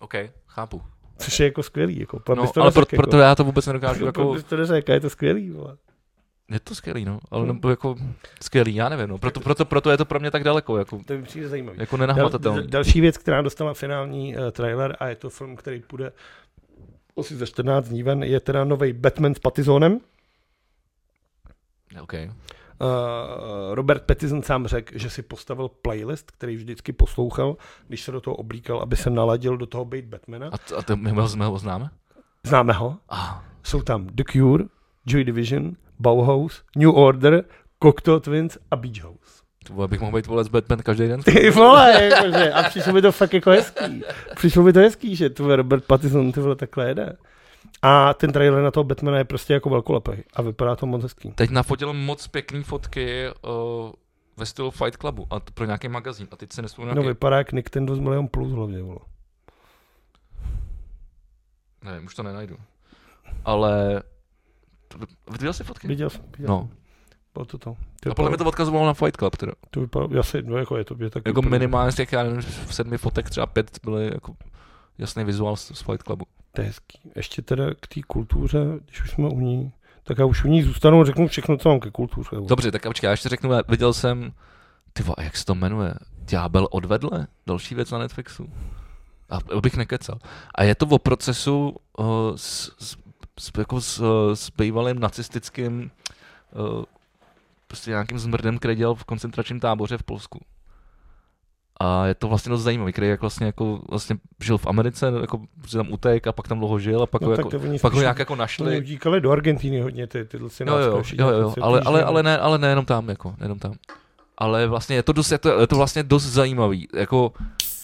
OK, chápu. Což je jako skvělý. Jako, pan No, bys to ale pro, neřekl, proto jako, já to vůbec nedokážu. jako... Jako, Bys to neřekl, je to skvělý. Vole. je to skvělý, no. Ale Hmm. nebo jako skvělý, já nevím. No. Proto, proto, proto, je to pro mě tak daleko, jako, To mi přijde zajímavý. jako Dal, nenahmatatelný. d- další věc, která dostala finální uh, trailer a je to film, který půjde asi za 14 dní ven, je teda nový Batman s Pattisonem. Uh, OK. Eh, Robert Pattinson sám řekl, že si postavil playlist, který vždycky poslouchal, když se do toho oblíkal, aby se naladil do toho být Batmana. A, t- a to my ho, my ho známe? Známe ho. Ah, Jsou tam The Cure, Joy Division, Bauhaus, New Order, Cocteau Twins a Beach House. to vole, bych mohl být vole z Batman každý den. Ty vole, jakože, a přišlo mi to fakt jako hezký. Přišlo mi to hezký, že tu Robert Pattinson ty vole takhle jede. A ten trailer na toho Batmana je prostě jako velkolepý a vypadá to moc hezký. Teď nafotil moc pěkný fotky uh, ve stylu Fight Clubu a t- pro nějaký magazín. A teď se nespomínám, No jaký- vypadá jak Nintendo z milion plus hlavně, vole. nevím, už to nenajdu. Ale to- viděl jsi fotky? Viděl jsem, viděl No. Bylo to to. A podle mě to odkazovalo na Fight Club teda. to vypadalo, jasně, no jako je to, je tak Jako minimálně z těch, já nevím, v sedmi fotek třeba pět byly jako jasný vizuál z, z Fight Clubu. To je hezký. Ještě teda k té kultuře, když už jsme u ní, tak já už u ní zůstanu a řeknu všechno, co mám ke kultuře. vole. Dobře, tak a počkej, já ještě řeknu, já viděl jsem, ty vole, jak se to jmenuje, Ďábel odvedle, další věc na Netflixu. A abych nekecal. A je to o procesu uh, s, s, s, jako s, eh, s bývalým nacistickým uh, prostě nějakým zmrdem, který dělal v koncentračním táboře v Polsku. A je to vlastně dost zajímavý, který jak vlastně, jako, vlastně žil v Americe, jako, že tam utek a pak tam dlouho žil a pak, No ho, tak jako, to oni pak ho spíš- nějak jako Oni našli. utíkali do Argentíny hodně, ty, tyhle si Jo, jo, jo, jo, ale, ale, ale, ne, ale nejenom tam, jako, nejenom tam. Ale vlastně je to, dost, je to, je to vlastně dost zajímavý, jako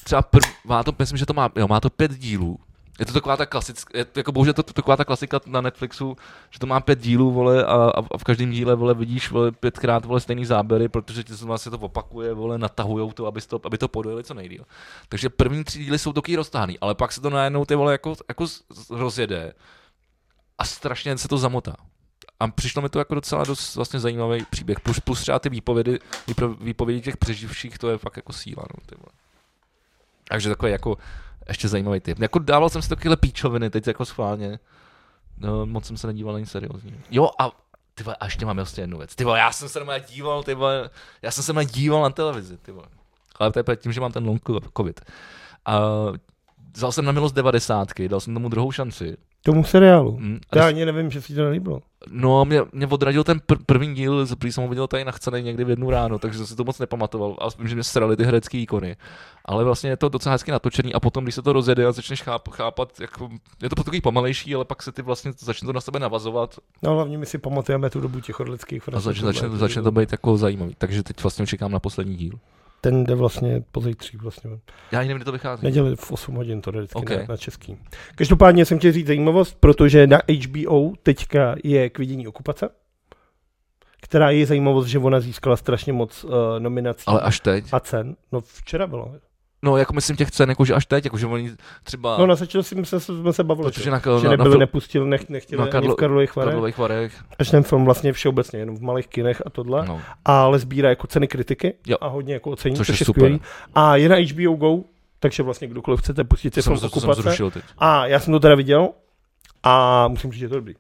třeba prv, má to, myslím, že to má, jo, má to pět dílů, je to taková ta klasická, je to, jako bohužel to, to taková ta klasika na Netflixu, že to má pět dílů, vole, a, a v- a v každém díle, vole, vidíš, vole, pětkrát, vole, stejný záběry, protože ti se vlastně to opakuje, vole, natahujou to, aby, to, aby to podojeli co nejdíl. Takže první tři díly jsou taky roztáhný, ale pak se to najednou, ty vole, jako, jako z- z- rozjede a strašně se to zamotá. A přišlo mi to jako docela dost vlastně zajímavý příběh. Plus, plus třeba ty výpovědi, výpro- výpovědi těch přeživších, to je fakt jako síla. No, ty vole. Takže takový jako ještě zajímavý typ. Jako dával jsem si takovýhle píčoviny teď jako schválně. No, moc jsem se nedíval na nic seriózního. Jo a ty vole, a ještě mám vlastně jednu věc. Ty vole, já jsem se na díval, ty vole, já jsem se na díval na televizi, ty vole. Ale to je právě tím, že mám ten long covid. A vzal jsem na milost devadesátky, dal jsem tomu druhou šanci. Tomu seriálu. Mm, a Já ani nevím, že si to nelíbilo. No, mě, mě odradil ten pr- první díl, z- prý jsem ho viděl tady nachcený někdy v jednu ráno, takže jsem si to moc nepamatoval. A vím, že mě srali ty herecké ikony. Ale vlastně je to docela hezky natočený a potom, když se to rozjede a začneš cháp- chápat, jako, je to takový pomalejší, ale pak se ty vlastně začne to na sebe navazovat No hlavně my si pamatujeme tu dobu těch orlických a franců. zač- začne, začne to být jako zajímavý. Takže teď vlastně čekám na poslední díl. Ten jde vlastně pozítří vlastně. Já ani nevím, kde to vychází. Neděli v 8 hodin to jde vždycky Ok. okay. na, na český. Každopádně jsem chtěl říct zajímavost, protože na HBO teďka je k vidění okupace, která je zajímavost, že ona získala strašně moc uh, nominací Ale až teď. a cen. No včera bylo. No, jako myslím těch cen, jako, že až teď, jako, že oni třeba No na začátku jsme se, jsme se bavili, Protože že- na- že na- na nebyli, fil- nepustili, nech, nechtěli na na Karlo, Karlo- ani v Karlových v Varech. Karlových Varech. Až ten film vlastně všeobecně, jenom v malých kinech a tohle. No. ale sbírá jako ceny kritiky Jo. a hodně jako ocení, Což je což, což je super. skvělý. A je na HBO GO, takže vlastně kdokoliv chcete pustit si To jsem, film to, to jsem okupace. zrušil teď. A já jsem to teda viděl a musím říct, že je to dobrý.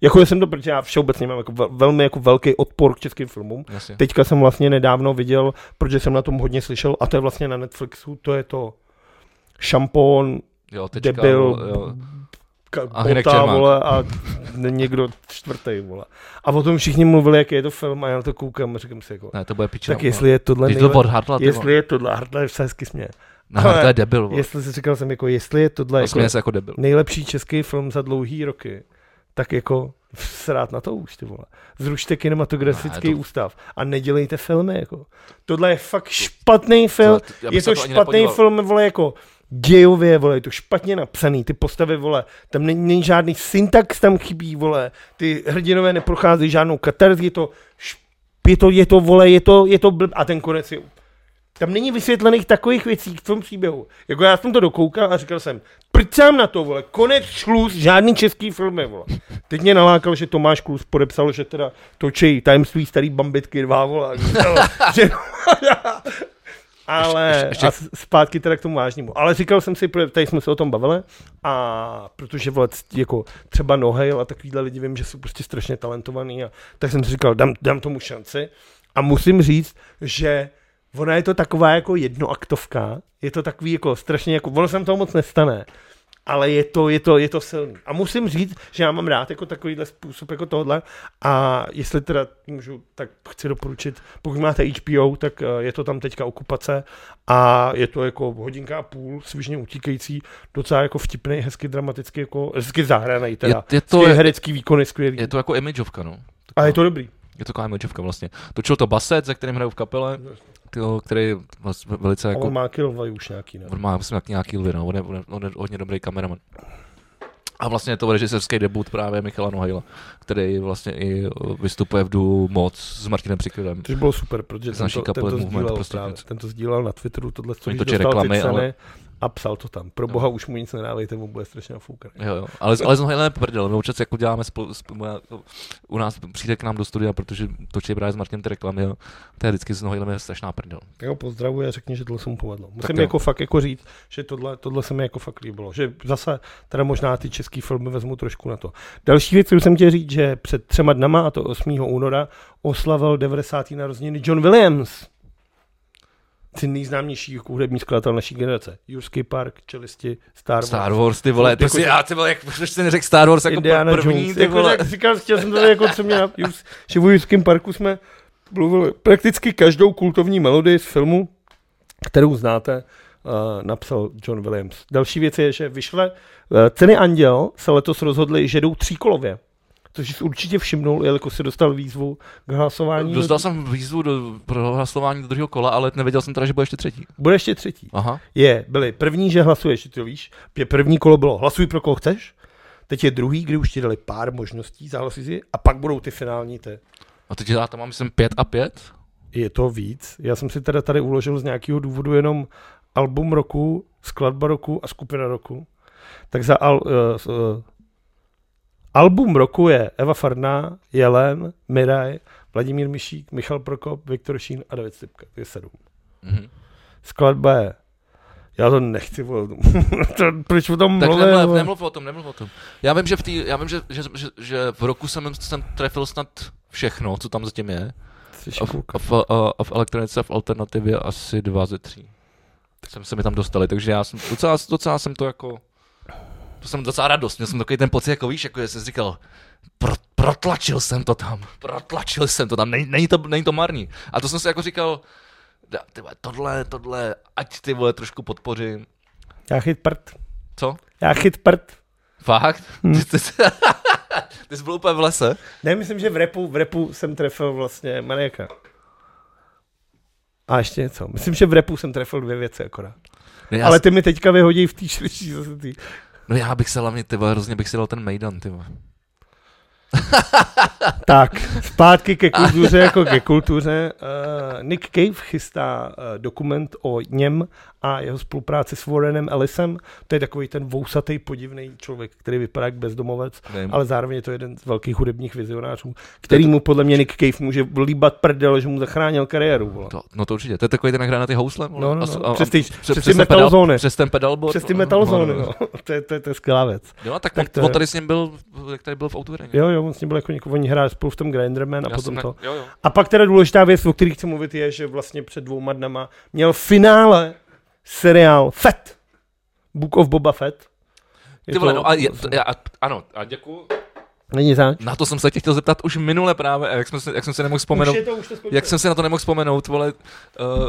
Jako jsem to, protože já všeobecně mám jako vel, velmi jako velký odpor k českým filmům. Jasně. Teďka jsem vlastně nedávno viděl, protože jsem na tom hodně slyšel, a to je vlastně na Netflixu, to je to šampon, Jo, tečka, debil, jo. ka- A Hinek bota, Čermák. vole, a někdo čtvrtý, vole. A o tom všichni mluvili, jaký je to film, a já na to koukám a říkám si jako, Ne, to bude pičina. tak jestli je tohle Teď no." to nejle- odhadla, ty jestli jestli... je tohle, Hartla je se hezky směje. Ne, ale- to je debil, vole. Jestli si říkal jsem jako, jestli je tohle A jako směje se jako debil. nejlepší český film za dlouhý roky, tak jako srát na to už, ty vole. Zrušte kinematografický Ne, ne, No, to- to... ústav a nedělejte filmy, jako. Tohle je fakt špatný film, To- já bych je se to na ani špatný nepodíval. film, vole, jako dějově, vole, je to špatně napsaný, ty postavy, vole, tam není, není žádný syntax, tam chybí, vole, ty hrdinové neprocházejí žádnou katarzi, je to, šp- je to, je to, vole, je to, je to blb, a ten konec je tam není vysvětlených takových věcí v tom příběhu. Jako já jsem to dokoukal a říkal jsem, prd sám na to, vole, konec, šluz, žádný český filmy, vole. Teď mě nalákal, že Tomáš Klus podepsal, že teda točí tajemství starý bambitky dva, vole. a říkal, že... Ale Ještě- ještě- a s- zpátky teda k tomu vážnímu. Ale říkal jsem si, protože tady jsme se o tom bavili, a protože vole, c- jako třeba Nohail a takovýhle lidi vím, že jsou prostě strašně talentovaný, a, tak jsem si říkal, dám, dám tomu šanci. A musím říct, že ona je to taková jako jednoaktovka, je to takový jako strašně jako, ono se nám toho moc nestane, ale je to, je to, je to silný. A musím říct, že já mám rád jako takovýhle způsob jako tohle a jestli teda můžu, tak chci doporučit, pokud máte HBO, tak eh, je to tam teďka okupace a je to jako hodinka a půl, svižně utíkající, docela jako vtipný, hezky dramaticky, jako hezky zahranej teda. Je- je to- to je herecký výkon je skvělý. Je to jako imageovka, no. a je to dobrý. Je to taková imageovka vlastně. Točil to Baset, se kterým hraju v kapele, tyjo, který vlastně velice A jako... on má kilvaj už nějaký, ne? On má, myslím, jak nějaký lvy, no. on, je, on, je, on je hodně dobrý kameraman. A vlastně je to režisérský debut právě Michala Nohajla, který vlastně i o, vystupuje v duu moc s Martinem Přikrylem. Což bylo super, protože Z naší tento, kapely tento, Movement sdílel prostě prostě právě, něco. tento sdílel na Twitteru tohle, co Oni když točí dostal reklamy, ty ceny ale- No. a psal to tam. Pro boha už mu nic nedávejte, mu bude strašně foukat. Jo, jo. Ale, s- ale s Nohajlem je prdel, my občas jako děláme spolu, spolu, já- u nás přijde k nám do studia, protože točí právě s Martinem ty reklamy a to je vždycky s Nohajlem je strašná prdel. Tak ho pozdravuji a řekni, že tohle se mu povedlo. Musím jo. jako fakt jako říct, že tohle, tohle se mi jako fakt líbilo. Že zase teda možná ty český filmy vezmu trošku na to. Další věc, kterou jsem chtěl říct, že před třema dnama, a to 8. února, oslavil 90. narozeniny John Williams. Ty nejznámější hudební skladatel naší generace. Jurský park, čelisti, Star Wars. Star Wars, ty vole, Jako prostě ty- já, ty vole, jak proč jsi neřekl Star Wars jako Indiana první, Jones. ty Jako, vole. jak říkal, chtěl jsem to tady, jako, co mě na, Jus- že v Jurském parku jsme mluvili prakticky každou kultovní melodii z filmu, kterou znáte, uh, napsal John Williams. Další věc je, že vyšle uh, ceny Anděl se letos rozhodli, že jdou tříkolově. Což jsi určitě všimnul, jelikož si dostal výzvu k hlasování. Dostal jsem výzvu do, pro hlasování do druhého kola, ale nevěděl jsem teda, že bude ještě třetí. Bude ještě třetí. Aha. Je, byly první, že hlasuješ, ty to víš. Pě- První kolo bylo hlasuj pro koho chceš. Teď je druhý, kdy už ti dali pár možností, zahlasuj si a pak budou ty finální ty. A teď já tam mám, myslím, pět a pět. Je to víc. Já jsem si teda tady uložil z nějakého důvodu jenom album roku, skladba roku a skupina roku. Tak za al, uh, uh, album roku je Eva Farná, Jelen, Miraj, Vladimír Mišík, Michal Prokop, Viktor Šín a David Stipka. To je sedm. Mhm. Skladba je já to nechci, vole. to, proč o tom Tak mluvím? nemluv, vole? nemluv, o tom, nemluv o tom. Já vím, že v, tý, já vím, že, že, že, že v roku jsem, jsem trefil snad všechno, co tam zatím je. Jsi A v, škůk. a v, a, a v eh, elektronice a v alternativě asi dva ze tří. Tak jsem se mi tam dostali, takže já jsem docela, docela jsem to jako... To jsem docela radost, měl jsem takový ten pocit, jako víš, jako že jsem si říkal, pro, protlačil jsem to tam, protlačil jsem to tam, není, není, to, není to marný. A to jsem si jako říkal, "Da, ty vole, tohle, tohle, ať ty vole trošku podpořím. Já chyt prd. Co? Já chyt prd. Fakt? Ty, ty, ty jsi byl úplně v lese? Ne, myslím, že v repu, v repu jsem trefil vlastně Maniaka. A ještě něco. Myslím, že v repu jsem trefil dvě věci akorát. Ne, já, Já Ale ty mi teďka vyhodí v té šličí zase tý. No já bych se hlavně, ty vole, hrozně bych si dal ten Mejdan, ty vole. Tak, zpátky ke Eh, kultuře jako ke kultuře. Uh, Nick Cave chystá uh, dokument eh, o něm a jeho spolupráci s Warrenem Ellisem. To je takový ten vousatý, podivný člověk, který vypadá jak bezdomovec, Nevím. ale zároveň je to jeden z velkých hudebních vizionářů, který mu podle mě Nick Cave může líbat prdel, že mu zachránil kariéru. Vole. To, no to určitě, to je takový ten jak hraje na ty housle. vole. No, no, A s- no. a- a- Přes ty- přes ty ten metal pedal- zóny. Přes ten pedalboard. Přes ty no, metal zóny, no. no. to, je, to, je, to je skvělá věc. Jo, a tak, Tak on, to je. on tady s ním byl, jak tady byl v Outvering. Jo, jo, on s ním byl jako někoho, oni hráli spolu v tom Grinderman a Já potom jsem to. Ne, jo, jo. A pak teda důležitá věc, o které chci mluvit, je, že vlastně před dvouma dnama měl finále seriál Fett. Book of Boba Fett. Je Ty vole, no a, je, to, já, a, ano, a děkuju. Není zač. Na to jsem se tě chtěl zeptat už minule právě, a jak, jsme, se- jak jsem se nemohl Už, vzpomenout. je to, už, to skončilo. Jak jsem se na to nemohl vzpomenout, vole,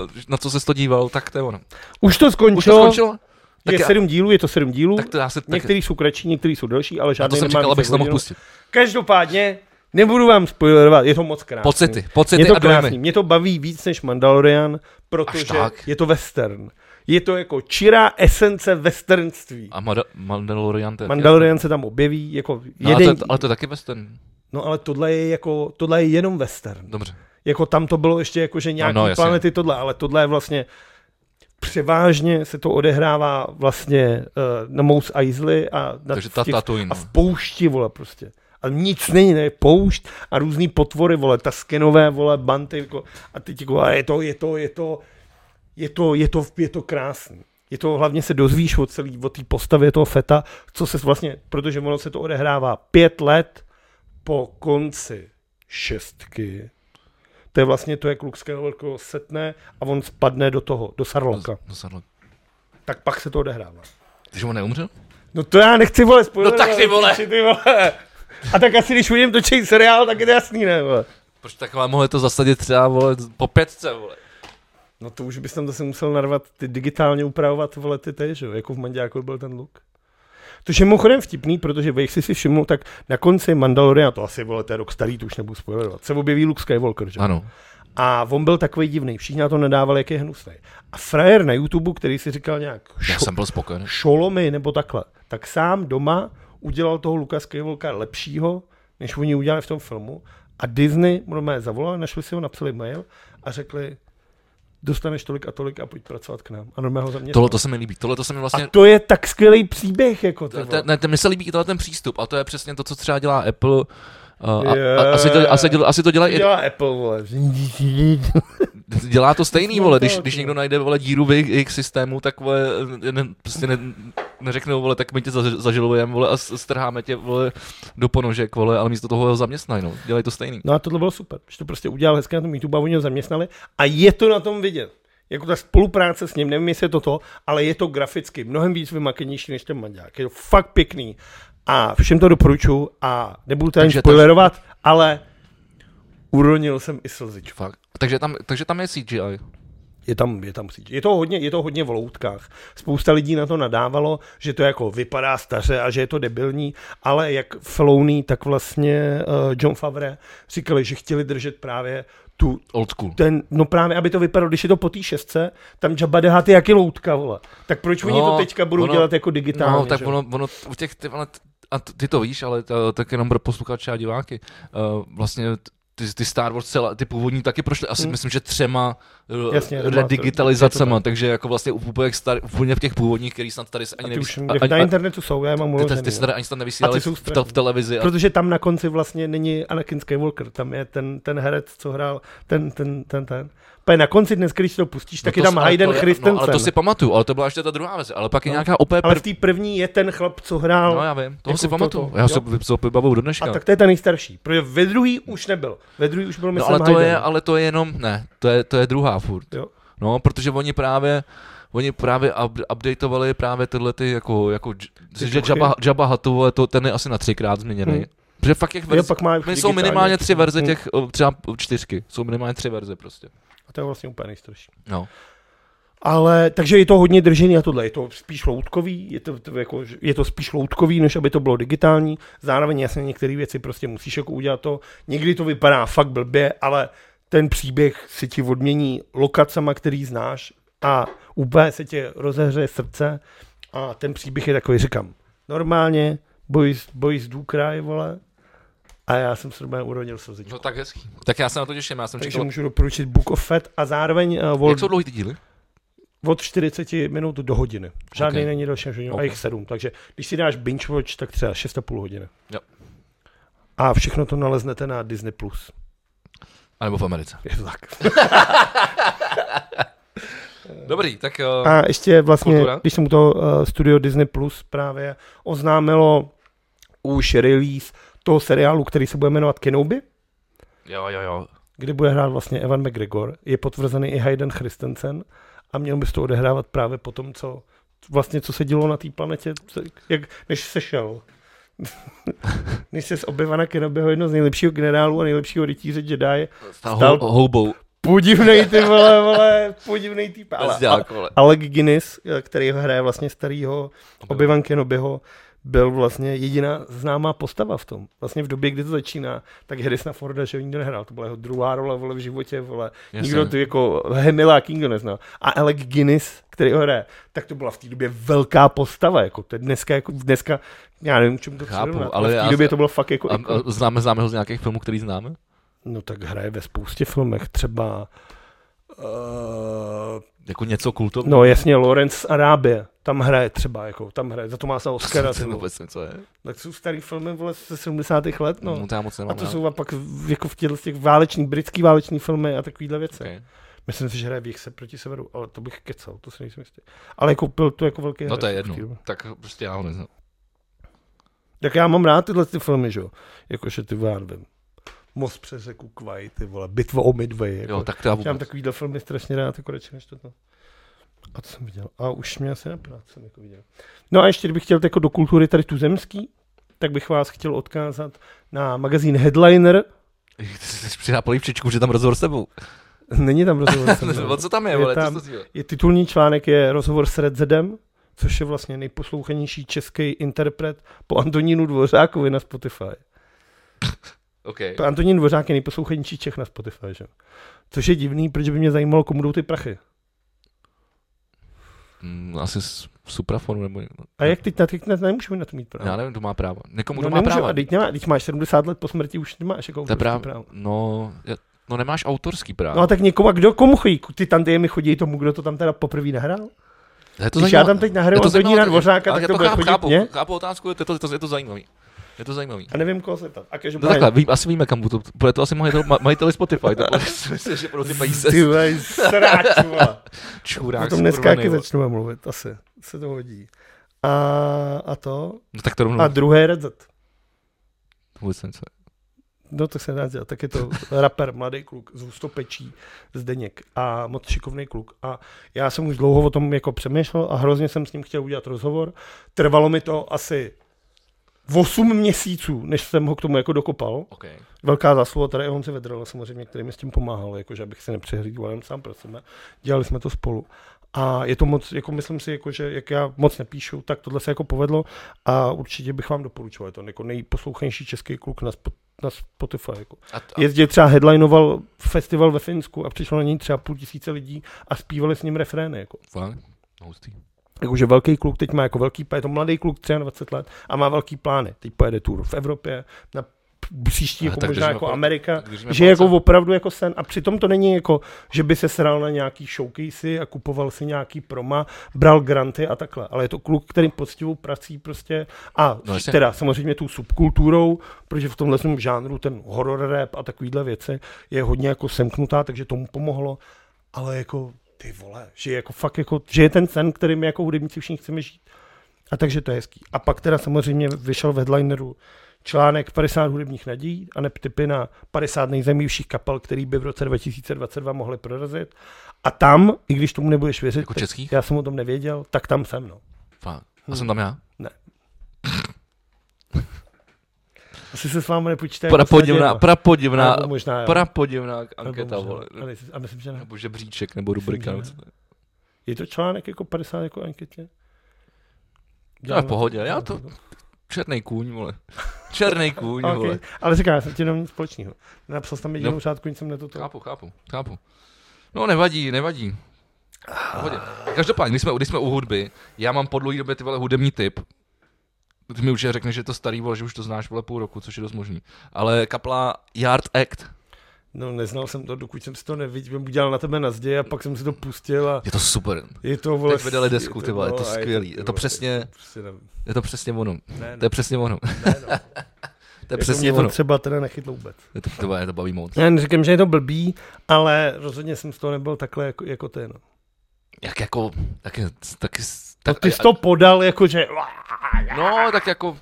uh, na co se to díval, tak to je ono. už to skončilo. Už to skončilo? Tak, je já, sedm dílů, je to sedm dílů. tak to já se, tak, Některý jsou kratší, některý jsou delší, ale na žádný to jsem nemá čekal, více abych se to mohl hodinu. pustit. Každopádně, nebudu vám spoilerovat, je to moc krásný. Pocity, Je pocity to a krásný, dojmy. mě to baví víc než Mandalorian, protože tak. je to western. Je to jako čirá esence westernství. A Mada- Mandalorian to je- Mandalorian se tam objeví jako No, ale, to, jeden... je- ale to je taky western. No ale tohle je jako, tohle je jenom western. Dobře. Jako tam to bylo ještě jako, že nějaký no, no, jasně. planety tohle, ale tohle je vlastně převážně se to odehrává vlastně uh, na Mous Eisley a na Takže v ta těch- Tatooine. no. a v poušti, vole, prostě. A nic není, ne, poušť a různý potvory, vole, ta skenové, vole, banty, jako, a teď jako, a je to, je to, je to, je to, je to, je to krásný. Je to, hlavně se dozvíš o celý, o té postavě toho Feta, co se vlastně, protože ono se to odehrává pět let po konci šestky. To je vlastně to, jak Luke Skywalker setne a on spadne do toho, do Sarlaka. No, sadlo. Tak pak se to odehrává. Takže on neumřel? No to já nechci, vole, spoilerovat. No tak ty vole. Ty, ty vole. A tak asi, když uvidím točej seriál, tak je to jasný, ne, vole. Proč takhle mohli to zasadit třeba, vole, po pětce, vole. No to už bys tam zase musel narvat, ty digitálně upravovat, vole, ty ty, že jo, jako v Mandiáku byl ten look. To je mimochodem vtipný, protože vy, jestli si všiml, tak na konci Mandalorian, to asi vole, to je rok starý, to už nebudu spoilerovat, se objeví Luke Skywalker, že? jo? Ano. A on byl takový divný, všichni na to nedávali, jak je hnusný. A frajer na YouTube, který si říkal nějak Já jsem byl spokojený. šolomy nebo takhle, tak sám doma udělal toho Luka Skywalkera lepšího, než oni udělali v tom filmu. A Disney mu normálně zavolal, našli si ho, napsali mail a řekli, dostaneš tolik a tolik a pojď pracovat k nám. A normálně ho zaměstnal. Tohle to se mi líbí, tohle to se mi A vlastně... to je tak skvělý příběh, jako ty Ten, vole. ten, ten, mně se líbí i tenhle ten přístup a to je přesně to, co třeba dělá Apple uh, a, a, Yeah. asi, to, asi, děl, asi to dělají, i- Dělá Apple, vole. dělá to stejný, Přesně vole, to, když, ty když vole. někdo najde, vole, díru v jejich- jejich systému, tak, vole, ne, prostě ne, neřeknou, vole, tak my tě zaž- zažilujeme, vole, a s- strháme tě, vole, do ponožek, vole, ale místo toho ho zaměstnají, no, dělají to stejný. No a tohle bylo super, že to prostě udělal hezky na tom YouTube a oni ho zaměstnali a je to na tom vidět. Jako ta spolupráce s ním, nevím jestli je to to, ale je to graficky mnohem víc vymakenější než ten Maďák. Je to fakt pěkný a všem to doporučuju a nebudu to ani Takže to- spoilerovat, ale uronil jsem i slzičku. Fakt. Takže tam, takže tam je CGI. Je tam, je tam síť. Je to hodně, je to hodně v loutkách. Spousta lidí na to nadávalo, že to jako vypadá staře a že je to debilní, ale jak Filoni, tak vlastně uh, John Favre říkali, že chtěli držet právě tu, Old school. ten, no právě, aby to vypadalo, když je to po té šestce, tam Jabba de Hutt je jaký loutka, vole. Tak proč oni No, to teďka budou ono- dělat jako digitálně, No, tak že? ono, ono t- u těch, ty, vole, t- a t- ty to víš, ale to, tak jenom pro posluchače a diváky, uh, vlastně t- ty, ty Star Wars, celá, ty původní taky prošly asi, hmm. myslím, že třema uh, Jasně, remaster- redigitalizacema, takže jako vlastně úplně, jak star, úplně v těch původních, který snad tady se ani Ty už nevysílali. na internetu jsou, já je mám Ty, uložený, ty se jo. tady ani snad nevysílali A ty jsou v, te, v televizi. A, Protože tam na konci vlastně není Anakin Skywalker, tam je ten, ten herec, co hrál, ten, ten, ten, ten. Pak na konci dnes, když to pustíš, tak No to je tam si- ale Hayden to je- Christensen. No. No, ale to si pamatuju, ale to byla ještě ta druhá verze, ale pak je nějaká OP, ale prv... v té první je ten chlap, co hrál. no já vím, toho jako si to- pamatuju, to- já jo. se to vybavuju do dneška. a tak to je ten nejstarší, protože ve druhý už nebyl. Ve druhý už byl, No myslím, ale to je, Hayden. ale to je jenom, ne, to je, to je druhá furt. Jo. No, protože oni právě, oni právě up, updateovali právě tyhle ty jako, jako dž- že duchy. Jabba, Jabba Huttu, vole, to, ten je asi na třikrát změněný. Hmm. Protože fakt těch Jo, verz, pak má už my jsou digitální minimálně jaký- tři verze Hmm. těch, o, třeba čtyřky, jsou minimálně tři verze prostě. A to je vlastně úplně nejstarší. No. Ale, takže je to hodně držený a tohle, je to spíš loutkový, je to, to jako, že- je to spíš loutkový, než aby to bylo digitální, zároveň jasně některé věci prostě musíš jako udělat to, někdy to vypadá fakt blbě, ale ten příběh se ti odmění lokacema, který znáš a úplně se tě rozehře srdce a ten příběh je takový, říkám, normálně, boj, s- boj z Důkraj, vole, a já jsem se normálně urodil slzičku. no tak hezký. Tak já se na to těším, já jsem Takže čekal. můžu doporučit Book of Fat a zároveň uh, Jak World jsou dlouhý ty díly? od 40 minut do hodiny. Žádný Ok. okay. není další než hodinu, okay. Ok. a jich 7. Takže když si dáš binge watch, tak třeba 6,5 hodiny. Jo. A všechno to naleznete na Disney+. Plus. A nebo v Americe. Je to tak. No. Dobrý, tak eh, jo. Eh. A ještě vlastně, Kultura. Kultura. když mu to uh, studio Disney Plus právě oznámilo už release toho seriálu, který se bude jmenovat Kenobi, jo, jo, jo. kde bude hrát vlastně Evan McGregor, je potvrzený i Hayden Christensen a měl by se to odehrávat právě po tom, co vlastně co se dělo na té planetě, co- jak, než se šel. než se z Obivana Kenobiho, jedno z nejlepšího generálů a nejlepšího rytíře Jedi, Stal Stal- hou- houbou. podivnej ty vole, vole, podivnej typ. Ale, Bez dálku, ale. Alec Guinness, který ho hraje vlastně starýho Obi-Wan Kenobiho, byl vlastně jediná známá postava v tom. Vlastně v době, kdy to začíná, tak Harrisona Forda, že ho nikdo nehrál. To byla jeho druhá role vole, v životě, vole. Jasně. no. Nikdo tu jako Hemilák nikdo neznal. A Alec Guinness, který ho hraje, tak to byla v té době velká postava. Jako to je dneska, jako dneska, já nevím, čemu to Chápu, přirovnat, ale ale v já- té době to bylo fakt jako... A, ikona. a známe, známe ho z nějakých filmů, který známe? No tak hraje ve spoustě filmech, třeba... eh, Jako něco kultovního? No jasně, Lawrence z Arábie, tam hraje třeba, jako, tam hraje, za to má se Oscara, ty Co vole. vůbec nevím, co je. tak jsou starý filmy, vole, ze 70. let, No, no. no to já moc nemám. A to rád. jsou a pak v- jako v těchto těch válečných, britský válečný filmy a takovýhle věci. Ok. Myslím si, že hraje Běh se proti severu, ale to bych kecal, to si nejsem jistý. Ale jako byl to jako velký No to je herec v té jedno. době. Tak prostě já ho neznám. Hmm. Tak já mám rád tyhle ty filmy, že jo. Jakože ty, vole, já nevím. Most přes řeku Kvaj, ty vole, bitva o Midway. Jako. Jo, tak to já Já mám vůbec. takovýhle filmy strašně rád, jako radši než toto. A to jsem viděl. A už mě asi napadá, co jsem jako viděl. No a ještě, kdybych chtěl jako do kultury tady tu zemský, tak bych vás chtěl odkázat na magazín Headliner. Jsi přidá polívčičku, že tam rozhovor s tebou. Není tam rozhovor. se mnou. O co tam je, Je vole? tam- To jsi to zjistil. je titulní článek je rozhovor s Redzedem, což je vlastně nejposlouchanější český interpret po Antonínu Dvořákovi na Spotify. OK. To Antonín Dvořák je nejposlouchanější Čech na Spotify, že? jo. Což je divný, protože by mě zajímalo, komu jdou ty prachy. Mm, Asi z suprafonu nebo... A jak teď na teď ne- nemůžu na to mít právo. Já nevím, kdo má práva. Někomu, kdo No, má nemůžu, práva. a teď, nemá, teď máš 70 let po smrti, už nemáš jako To je autorský práv... právo. No, je- no nemáš autorský No a právo. tak někomu, a kdo komu chodí? Ty tantiemy chodí tomu, kdo to tam teda poprvé nahrál? To je to Když já tam teď nahraju Antonína Dvořáka, tak to bude chápu, chodit chápu, mě? chápu otázku, je to, je to, je to zajímavý. Je to zajímavý. A nevím, koho se tam. A No každopádně, takhle, vím, asi víme, kam to, bude to asi majitel, ma- majiteli Spotify, to bude, myslím, že pro ty peníze Ty vej, sráč, vole. čurák. O tom dneska skurvený, taky vole. začneme mluvit, asi. Se to hodí. A, a to? No tak to rovnou, A druhé Redzet. vůbec nevím, co je. No to se nedá dělat, tak je to rapper, mladý kluk z Hustopečí, Zdeněk a moc šikovný kluk. A já jsem už dlouho o tom jako přemýšlel a hrozně jsem s ním chtěl udělat rozhovor. Trvalo mi to asi 8 měsíců, než jsem ho k tomu jako dokopal. OK. Velká zásluha tady je Honzi Vedrela samozřejmě, který mi s tím pomáhal, jakože abych se nepřehlídl, jen sám pro sebe. Dělali jsme to spolu. A je to moc, jako myslím si, jako, že jak já moc nepíšu, tak tohle se jako povedlo a určitě bych vám doporučoval. Je to jako nejposlouchanější český kluk na, spo, na Spotify. Jako. A, t- a, Jezdil třeba headlinoval festival ve Finsku a přišlo na něj třeba půl tisíce lidí a zpívali s ním refrény. Jako. fakt? No, hustý. Jakože velký kluk teď má jako velký, plán, je to mladý kluk, 23 let a má velký plány. Teď pojede tour v Evropě, na příští Aha, jako tak možná držíme jako pal- Amerika, tak držíme že je jako palce. opravdu jako sen a přitom to není jako, že by se sral na nějaký showcasey a kupoval si nějaký proma, bral granty a takhle, ale je to kluk, který poctivou prací prostě a No no, jasně. teda samozřejmě tou subkulturou, protože v tomhle tom žánru ten horror rap a takovýhle věci je hodně jako semknutá, takže tomu pomohlo, ale jako ty vole, že je jako fakt jako, že je ten sen, který my jako hudebníci všichni chceme žít. A takže to je hezký. A pak teda samozřejmě vyšel v headlineru článek 50 hudebních nadějí a nep typy na 50 nejzajímavějších kapel, který by v roce 2022 mohly prorazit. A tam, i když tomu nebudeš věřit, Jako tak českých? já jsem o tom nevěděl, tak tam jsem. No. Fakt. A jsem tam já? Asi se s vámi nepočítá. jako s Prapodivná, nadějema. prapodivná, Nebo možná, jo. prapodivná Nebo anketa, možná, vole. ale nejsi- A myslím, že ne. Nebo žebříček, nebo rubrika, že nebo ne. co to je. Je to článek jako 50 jako anketě? Já v pohodě, já to, černý kůň, vole. Černý kůň, Okay. vole. Ale říkám, já jsem ti jenom nic společného. Napsal jsem tam jedinou No. no. řádku, nic jsem netotal. Chápu, chápu, chápu. No nevadí, nevadí. V Pohodě. Každopádně, když jsme, když jsme u hudby, já mám po dlouhé době ty vole hudební typ. Ty mi určitě řekneš, že je to starý, vole, že už to znáš vole půl roku, což je dost možný. Ale kapla Yard Act. No, neznal jsem to, dokud jsem si to neviděl, udělal na tebe na zdi a pak jsem si to pustil a Je to super. je to, vole... Teď vydali desku, to, ty vole, je to vole, a skvělý. Je to vole, přesně- prostě ne- Je to přesně ono. Ne, To ne, je přesně ono. ne, no. To je Jako přesně mě No. ono. třeba teda nechytlo vůbec. Je to, to, je to baví moc. Já neříkám, že je to blbý, ale rozhodně jsem z toho nebyl takhle jako, jako ty. No. Jak jako, tak, je- tak, je- To tak No, ty jsi to podal jako, že... No, tak jako,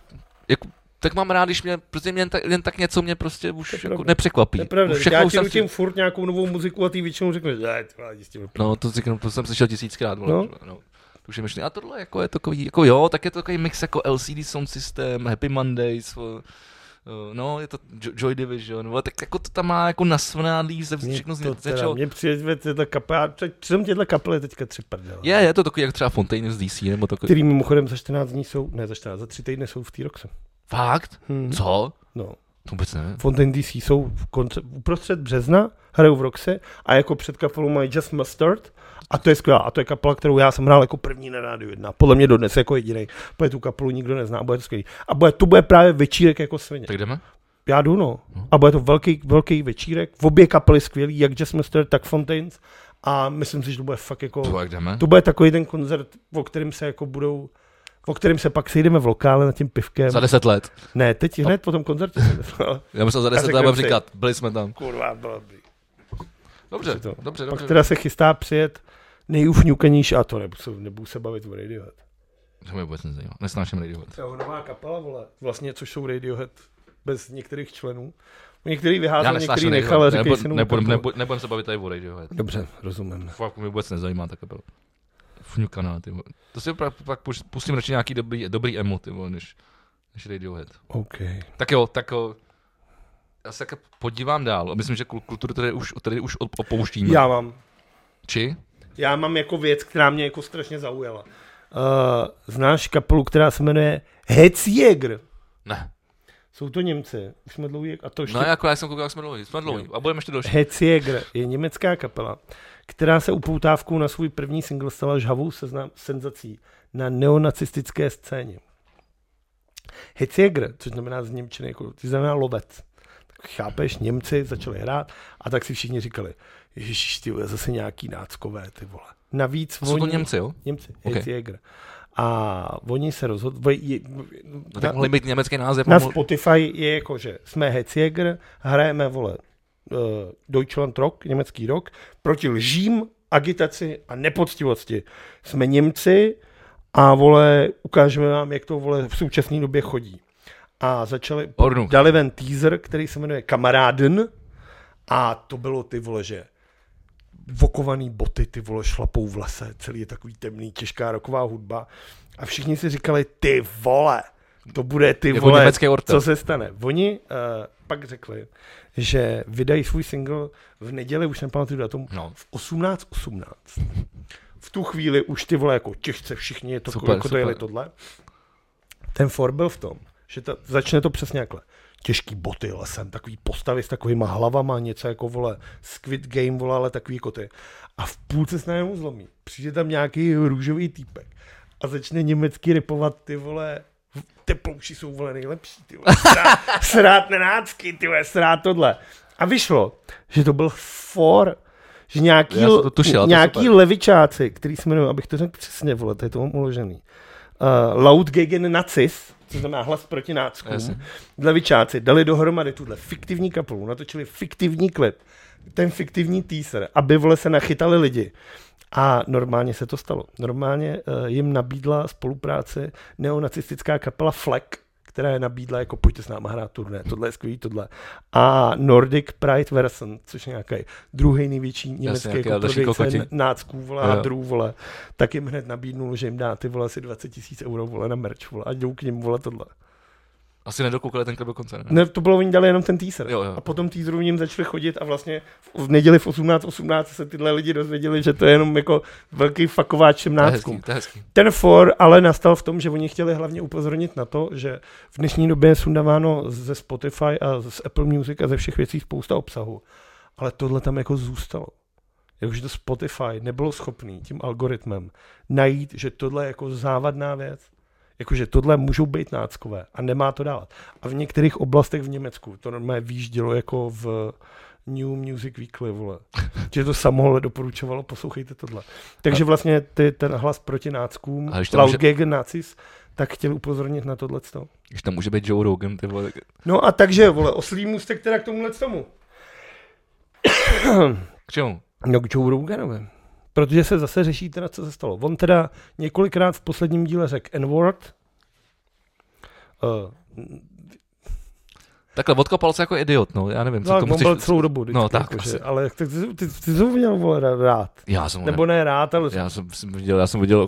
jako tak mám rád, když mě, prostě mě jen tak, jen tak něco mě prostě už je jako pravda. nepřekvapí. To je pravda, Už já všechno ti jsem si, nutím furt nějakou novou muziku a ty většinou řekneš, že ty vole, jdi s tím no, to, říkám, to jsem slyšel tisíckrát, vole, No. no. no. To Už je myšlený. A tohle jako je takový, jako jo, tak je to takový mix jako LCD Sound System, Happy Mondays, vole, eh, no, je to Jo- Joy Division, vole, tak jako to tam má jako nasvnádlý, ze Mně všechno z to teda- začal, Mně přijde tyhle kapely, já teď- jsem těhle kapely teďka tři prdele. je, je to takový jak třeba Fontaine z DC, nebo takový, Který mimochodem za 14 dní jsou, ne za 14, za 3 týdny jsou v T-Roxe. fakt? Hmm. Co? No. To vůbec ne. Fontaine DC jsou v konce, uprostřed března, hrajou v Roxe a jako před kapelou mají Just Mustard a to je skvělá. A to je kapela, kterou já jsem hrál jako první na rádiu 1. Podle mě dodnes jako jediný. Protože tu kapelu nikdo nezná, a bude to skvělý. A bude, to bude právě večírek jako svině. Tak jdeme? Já jdu, no. A bude to velký, velký večírek. V obě kapely skvělý, jak Just Mustard, tak Fontaines. A myslím si, že to bude fakt jako... To jak jdeme? To bude takový ten koncert, o kterým se jako budou o kterým se pak sejdeme v lokále nad tím pivkem. Za deset let. Ne, teď hned po tom koncertu. jsem myslel. Já myslel za deset let, řekneme budeme si- říkat, byli jsme tam. Kurva, bylo by. Dobře, to. dobře, Pak dobře. teda se chystá přijet nejufňukaníš a to nebudu se, nebudu se bavit o Radiohead. To mě vůbec nezajímá. Nesnáším Radiohead. To je nová kapela, vole. Vlastně, což jsou Radiohead bez některých členů. Některý Já vyházal, některý nesnáším nechal a Radiohead. říkají si Nebudem novou nebudem- kapelu. nebudem- nebudem se bavit tady o Radiohead. Dobře, rozumím. Fakt mě vůbec nezajímá ta kapela. Fňukaná, ty vole. To si pak, pak pus- pustím radši nějaký dobrý, dobrý emo, ty vole, než, než Radiohead. OK. Tak jo, tak jo. Já se tak podívám dál. Myslím, že kul- kulturu tady už, tady už op- opouštíme. Já mám, Či? já mám jako věc, která mě jako strašně zaujala. Uh, znáš kapelu, která se jmenuje Hetzjäger? Ne. Jsou to Němci, už jsme dlouhý, a to ještě No jako já jsem koukal, jak jsme dlouhý. Jsme dlouhý. A budeme ještě další. Hetzjäger je německá kapela, která se upoutávkou na svůj první single stala žhavou seznam senzací na neonacistické scéně. Hetzjäger, což znamená z Němčiny, jako, ty znamená lovec. Tak chápeš, Němci začali hrát a tak si všichni říkali, ježiš, ty vole, zase nějaký náckové, ty vole. Navíc Jsou to oni- Němci, jo? Němci, Ok. Hetzjäger. A oni se rozhodli, No, tak mohli být německý název. na mohl- Spotify je jako, že jsme Hetzjäger, hrajeme, vole, uh, Deutschland Rock, německý rock, proti lžím, agitaci a nepoctivosti. Jsme Němci a, vole, ukážeme vám, jak to, vole, v současné době chodí. A začali, Ornu. dali ven teaser, který se jmenuje Kamaráden a to bylo, ty vole, že vokovaný boty, ty vole, šlapou v lese, celý je takový temný, těžká roková hudba. A všichni si říkali, ty vole, to bude ty Jako vole, německé Ortel. co se stane. Oni uh, pak řekli, že vydají svůj single v neděli, už nepamatuju datum, No. v 18.18. V tu chvíli už ty vole jako těžce všichni, je to Super, super, jako to super. jeli tohle. Ten for byl v tom, že ta, začne to přesně takhle. Těžký boty lesem, takový postavy s takovýma hlavama, něco jako vole Squid Game, vole, ale takový jako ty. A v půlce se najednou zlomí. Přijde tam nějaký růžový týpek a začne německy ripovat ty vole teplouši jsou vole nejlepší, ty vole. Srát, srát nenácky, ty vole, srát tohle. A vyšlo, že to byl for, že nějaký, Já jsem to tušil, a to nějaký super. levičáci, který se jmenují, abych to řekl přesně, vole, to je tomu uložený. Uh, laut gegen Nazis, což znamená hlas proti náckům, Jasně. levičáci dali dohromady tuhle fiktivní kapelu, natočili fiktivní klip, ten fiktivní teaser, aby vole se nachytali lidi. A normálně se to stalo. Normálně uh, jim nabídla spolupráce neonacistická kapela Fleck, která je nabídla jako pojďte s náma hrát turné, tohle je skvělý, tohle. A Nordic Pride Versen, což je nějaký druhý největší německý nějaký jako další kokoti. prodejce nácků, vole, Jo. hadrů, vole, tak jim hned nabídnul, že jim dá ty vole asi 20 tisíc euro, vole, na merch, vole, a jdou k ním, vole, tohle. Asi nedokoukali ten klip dokonce, ne? Ne, to bylo, oni dali jenom ten teaser. Jo, jo. A potom teaseru v něm začali chodit a vlastně v, v neděli v 18.18 se tyhle lidi dozvěděli, že to je jenom jako velký fakováč těm To je náckům. hezký, to je hezký. Ten for ale nastal v tom, že oni chtěli hlavně upozornit na to, že v dnešní době je sundáváno ze Spotify a z Apple Music a ze všech věcí spousta obsahu. Ale tohle tam jako zůstalo. Jakože to Spotify nebylo schopný tím algoritmem najít, že tohle je jako závadná věc. Jakože tohle můžou být náckové a nemá to dávat. A v některých oblastech v Německu to normálně výjíždělo jako v New Music Weekly, vole. Že to samohle doporučovalo, poslouchejte tohle. Takže vlastně ty, ten hlas proti náckům, A když to Laut může- Gegen Nazis, tak chtěl upozornit na tohleto. Když tam může být Joe Rogan, ty vole, tak... No a takže, vole, oslý můstek teda k tomuhle tomu. K čemu? No k Joe Roganovi. Protože se zase řeší teda, co se stalo. On teda několikrát v posledním díle řekl N-word. Uh, Takhle, odkopal se jako idiot, no, já nevím, co tak, tomu on chceš... byl celou dobu. Vždycky, No, tak, asi. Jakože, ale tak ty, ty, ty, jsi ho měl vole, ra- rád. Já jsem, Nebo... Nebo ne rád, ale... já jsem, jsem viděl, já jsem viděl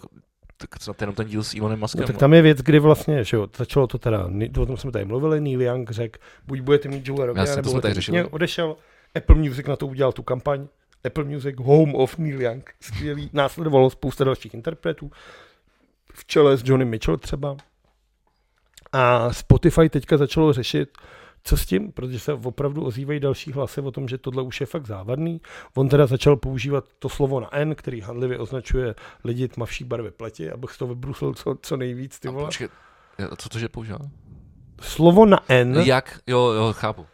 tak snad jenom ten díl s Elonem Muskem. No, tak tam je věc, kdy vlastně, že jo, začalo to teda, Ni- o tom jsme tady mluvili, Neil Young řekl, buď budete mít Joe Já Rogana, jsem- to nebo jsme budete tady mít řešili. mě. odešel, Apple Music na to udělal tu kampaň, Apple Music, Home of Neil Young, skvělý, následovalo spousta dalších interpretů, v čele s Johnny Mitchell třeba. A Spotify teďka začalo řešit, co s tím, protože se opravdu ozývají další hlasy o tom, že tohle už je fakt závadný. On teda začal používat to slovo na N, který handlivě označuje lidi tmavší barvy pleti, abych to vybrusil co, co nejvíc, ty A vole. počkej, já- co to, že používá? Slovo na N, Jak? Jo, jo, chápu.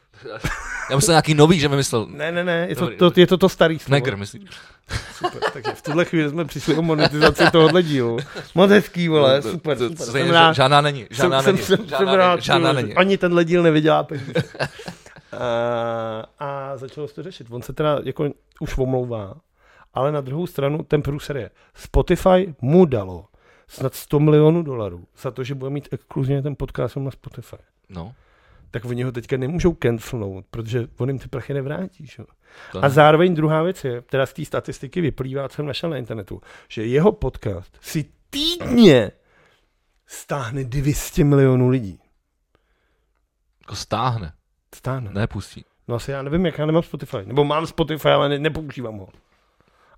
Já myslel nějaký nový, že vymyslel. ne, ne, ne, je to Dobrý, to, dobrý. je to, to starý slovo. Snagger, myslíš? Super, takže v tuhle chvíli jsme přišli o monetizaci tohohle dílu. Moc hezký, vole, super, No, To- to- super. to- Jsem ža- rád. Žádná není, žádná jsem, není, jsem, jsem, jsem žádná rád, není, žádná že není. Ani tenhle díl nevydělá peníze. a, a začalo se to řešit. On se teda jako už omlouvá, ale na druhou stranu ten průser je. Spotify mu dalo snad 100 milionů dolarů za to, že bude mít exkluzivně ten podcast jenom na Spotify. No, Tak oni ho teďka nemůžou cancelnout, protože on jim ty prachy nevrátí. Že? jo. to A ne. zároveň druhá věc je, teda z té statistiky vyplývá, co jsem našel na internetu, že jeho podcast si týdně stáhne 200 milionů lidí. Jako stáhne, Stáhne. Ne. nepustí. No asi já nevím, jak já nemám Spotify. Nebo mám Spotify, ale ne, nepoužívám ho.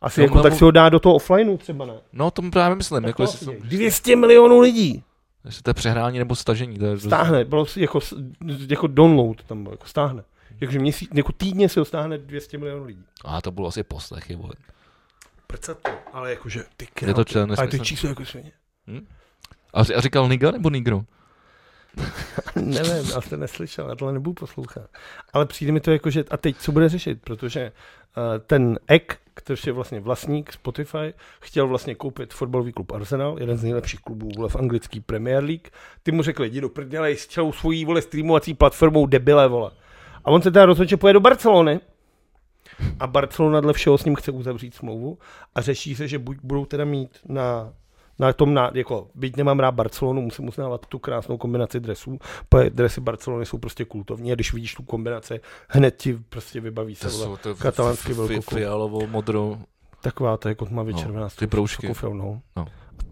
Asi No, jako, tak mám- si ho dá do toho offlineu třeba, ne? No, tomu právě myslím, Tak jako to jestli, asi to, děj. 200 milionů lidí jestli to je přehrání nebo stažení. To je, stáhne, bylo si jako, s- jako download tam byl, jako stáhne. Jakože měsíc, jako týdně se ho stáhne 200 milionů lidí. A to bylo asi poslechy, vole. Prcat to, ale jakože ty Je to člen Ale ty nesmysl. číslo jako svině. A, ři- a říkal Niga nebo Nigro? Nevím, já jste neslyšel, já tohle nebudu poslouchat. Ale přijde mi to jako, že a teď co bude řešit, protože eh, ten Ek, který je vlastně vlastník Spotify, chtěl vlastně koupit fotbalový klub Arsenal, jeden z nejlepších klubů vole, v anglický Premier League. Ty mu řekli, jdi do prdele s celou svojí vole streamovací platformou debile, vole. A on se teda rozhodl, že pojede do Barcelony. A Barcelona dle všeho s ním chce uzavřít smlouvu a řeší se, že buď budou teda mít na na tom, na, jako, byť nemám rád Barcelonu, musím uznávat tu krásnou kombinaci dresů, protože dresy Barcelony jsou prostě kultovní a když vidíš tu kombinaci, hned ti prostě vybaví se vole, to katalánský velkokluk. fialovou, modrou. taková ta jako tmavě No, červená s ty tou broušky. vysokou frownou. No.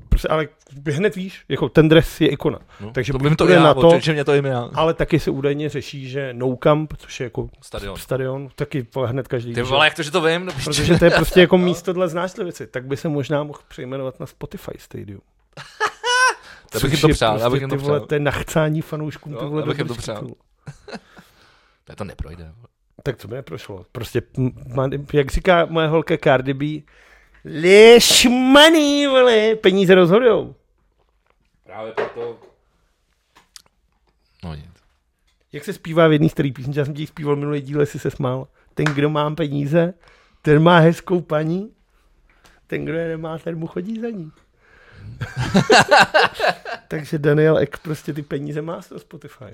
Prostě, ale hned víš, jako ten dres je ikona. No, Takže to buď vím to bude já, na vole, to- že- že mě to jim já. Ale taky se údajně řeší, že No Camp, což je jako Stadion. stadion, taky vole, hned každý. Ty ví, že- vole, No. jak to, že to vím? No, Protože to je prostě jako místo dle znáš ty věci, tak by se možná mohl přejmenovat na Spotify Stadium. To bych jim Což to je přál, já prostě bych jim to ty vole, přál. To je nachcání fanouškům. No, ty vole já bych jim to dobrých přál. titulů. Ne, to neprojde. Tak co by neprošlo? Prostě, m- m- jak říká moje holka Cardi B, Lish money, vole, peníze rozhodujou. Právě proto... No nic. Jak se zpívá v jedné starý písničce, já jsem ti ji zpíval minulý díl, jestli se smál. Ten, kdo má peníze, ten má hezkou paní. Ten, kdo je nemá, ten mu chodí za ní. Takže Daniel Ek prostě ty peníze má z toho Spotify.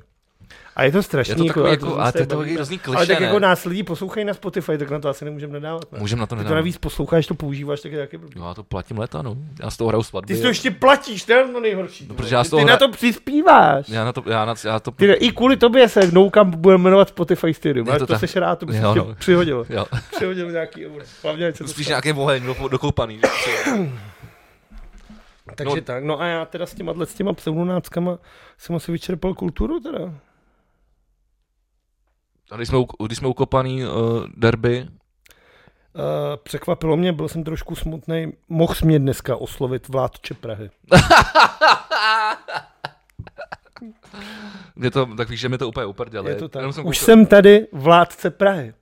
A je to strašný. Je to takový a jako, a zase to je to takový bavíme. hrozný Ale kliše, tak jako ne? nás lidi poslouchají na Spotify, tak na to asi nemůžeme nadávat. Ne? Můžem na to Ty to nedávat. navíc posloucháš, to používáš, tak je taky blbý. Jo, já to platím leta, no. Já z toho hraju svatby. Ty si to ještě platíš, to je to nejhorší. No, protože vole. já z ty toho na hra- to přispíváš. Já na to, já na, já to, Ty, ne, I kvůli tobě se No Camp bude jmenovat Spotify Stadium, Je ale to to, tak. to seš rád, to by se Jo, tě no. přihodilo. jo. Přihodilo nějaký euro. Hlavně, ať se to Spíš stane. nějaký oheň do- dokoupaný. že? Takže no. tak, no a já teda s těma, s těma pseudonáckama jsem asi vyčerpal kulturu teda. A když jsme, u- když jsme ukopaný uh, derby, Uh, překvapilo mě, byl jsem trošku smutný. Mohl jsi mě dneska oslovit vládče Prahy. mě to, tak víš, že mi to úplně uprdělali. Je to tak. Jenom jsem Už koukal- jsem tady vládce Prahy.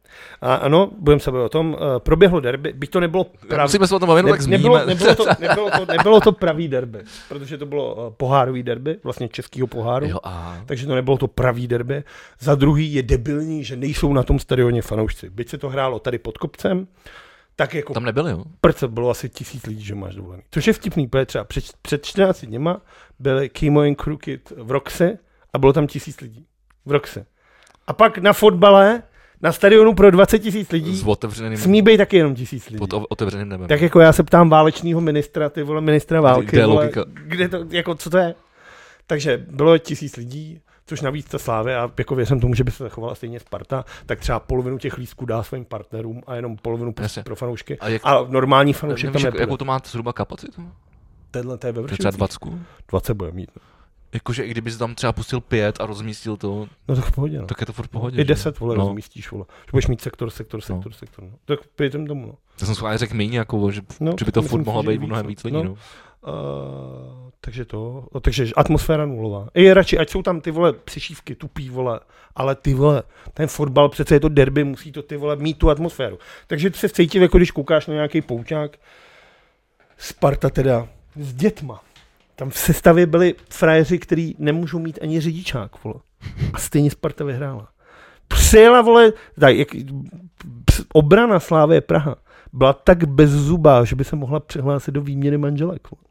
A ano, budeme se bavit o tom, eh, proběhlo derby, byť to nebylo pravý. Musíme se o tom bavit, no tak nebylo, zmíníme. nebylo, to, nebylo, to, nebylo to pravý derby, protože to bylo eh, pohárový derby, vlastně českýho poháru. Jo, a... Takže to nebylo to pravý derby. Za druhý je debilní, že nejsou na tom stadioně fanoušci. Byť se to hrálo tady pod kopcem, tak jako Tam nebyli, jo? prce bylo asi tisíc lidí, že máš dovolený. Což je vtipný, protože třeba před, před 14 dněma byly Kimo and Crooked v Roxe a bylo tam tisíc lidí. V Roxe. A pak na fotbale, na stadionu pro 20 tisíc lidí, S otevřeným, smí být taky jenom tisíc lidí. pod o- otevřeným nebem. Tak jako já se ptám válečního ministra, ty vole, ministra války. Kde je vole, logika? Kde to, jako, co to je? Takže bylo tisíc lidí, což navíc ta Slávě, a jako věřím tomu, že by se zachovala stejně Sparta, tak třeba polovinu těch lístků dá svým partnerům a jenom polovinu prostě Jasně. pro fanoušky. A jak- A normální fanoušek tam Nevíš, jak, nepůjde. jakou to má zhruba kapacitu? Tenhle to je ve To je třeba Vršovicích. 20. 20 bude mít. no. Jakože i kdyby jsi tam třeba pustil pět a rozmístil to, No tak v pohodě, no. tak je to furt v pohodě. I že? 10 vole No. no. rozmístíš, vole. Že budeš mít sektor, sektor, sektor, no. sektor. No. Tak pětem tomu, no. Já jsem schválně řekl méně, jako, že, no no, že by to myslím furt si, mohlo že být víc, mnohem no. víc lidí. No. No. Uh, takže to, no, takže atmosféra nulová. I radši, ať jsou tam ty vole přešívky, tupí vole, ale ty vole, ten fotbal přece je to derby, musí to ty vole mít tu atmosféru. Takže se cítím, jako když koukáš na nějaký pouťák, Sparta teda s dětma. Tam v sestavě byli frajeři, kteří nemůžou mít ani řidičák, vole. A stejně Sparta vyhrála. Přijela, vole, tak, jak, ps- obrana Slávy Praha byla tak bezzubá, že by se mohla přihlásit do výměny manželek. Vole.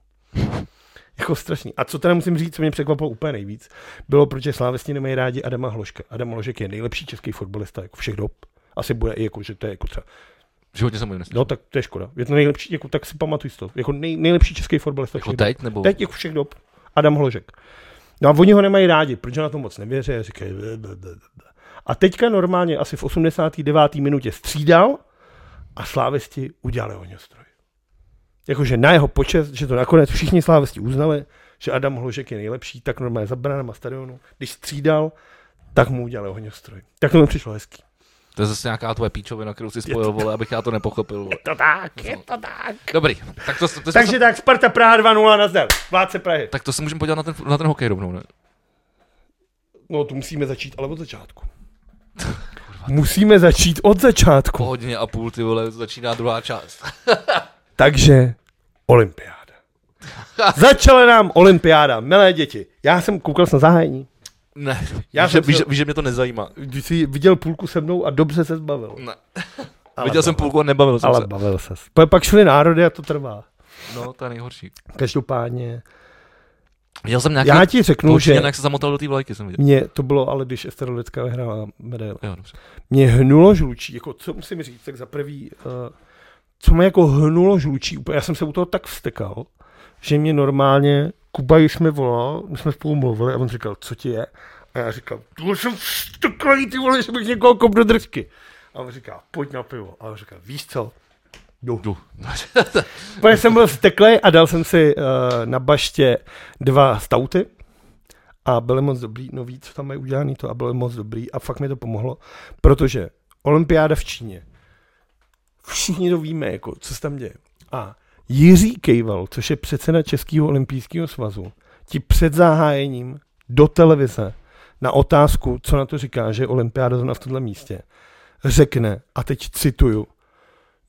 Jako strašný. A co teda musím říct, co mě překvapilo úplně nejvíc, bylo, protože slávesti nemají rádi Adama Hložka. Adam Hložek je nejlepší český fotbalista jako všech dob. Asi bude i jako, že to je jako třeba V životě jsem ho neslyšel. No tak to je škoda. Je to nejlepší, jako, tak si pamatuj si to. Jako nej, nejlepší český fotbalista. Jako všech teď, nebo? Dob. Teď jako všech dob. Adam Hložek. No a oni ho nemají rádi, protože na to moc nevěří a říkají... "Ble, ble, ble, ble." A teďka normálně asi v 89. minutě střídal a slávisti udělali ohňostroj. Jakože na jeho počest, že to nakonec všichni slávisti uznali, že Adam Hložek je nejlepší, tak normálně za branama stadionu, když střídal, tak mu udělali ohňostroj. Tak to mi přišlo hezký. To je zase nějaká tvoje píčovina, kterou si spojil, vole, abych já to nepochopil. Vole. To tak, je to tak. Dobrý, tak to, to, to, Takže se, tak, Sparta Praha 2-0, nazdar. Vládce Prahy. tak to se můžeme podívat na ten, na ten hokej rovnou, ne? No, tu musíme začít, ale od začátku. musíme začít od začátku. Po hodině a půl, ty vole, začíná druhá část. Takže olympiáda. Začala nám olympiáda, milé děti. Já jsem koukal jsem na zahájení. Ne, Já já víš, jsem že, víš, se- že- víš, že mě to nezajímá. Když jsi viděl půlku se mnou a dobře se zbavil. Ne. Ale Viděl jsem bavil- půlku a nebavil jsem Ale se. bavil se. Pa- Pak šly národy a to trvá. No, to je nejhorší. Každopádně. Viděl jsem nějaký... Já ti řeknu, že Že... jak se zamotal do té vlajky, jsem viděl. mě to bylo, ale když Ester Lidecká vyhrála medaili. Jo, dobře. mě hnulo žlučí, jako co musím říct, tak za prvý, uh, co mě jako hnulo žlučí, úplně, já jsem se u toho tak vstekal, že mě normálně, Kuba již mi volal, my jsme spolu mluvili a on říkal, co ti je? A já říkal, tu jsem vsteklý, ty vole, že bych někoho kop do držky. A on říká, pojď na pivo. A on říká, víš co? Jdu. Jdu. Protože jsem byl vsteklej a dal jsem si uh, na baště dva stauty a byly moc dobrý, no ví, co tam mají udělaný to a byly moc dobrý a fakt mi to pomohlo, protože olympiáda v Číně, všichni to víme, jako, co se tam děje. A Jiří Kejval, což je předseda Českého olympijského svazu, ti před zahájením do televize na otázku, co na to říká, že je olympiáda zrovna v tomhle místě, řekne, a teď cituju,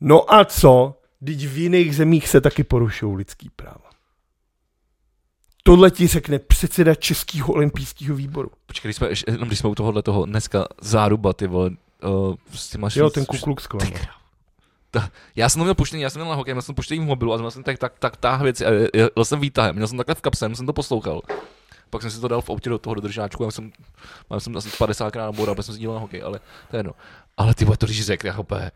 No a co? Teď v jiných zemích se taky porušují lidský práva. Tohle ti řekne předseda Českého olympijského výboru. Počkej, když jsme, ještě- jenom když jsme u tohohle toho, dneska záruba, ty vole, uh, s těma Jo, švýc- ten kukluk sklamal. Já jsem to měl puštěný, já jsem měl na hokej, měl jsem to puštěný v mobilu a měl jsem tak, tak, tak táh věci a je- jel jsem výtahem, měl jsem takhle v kapse, jenom jsem to poslouchal. Pak jsem si to dal v autě do toho do držáčku, já jsem, já jsem asi 50 krát naboural, protože jsem se díval na hokej, ale to je jedno. Ale ty vole, to když řekl, já hopé,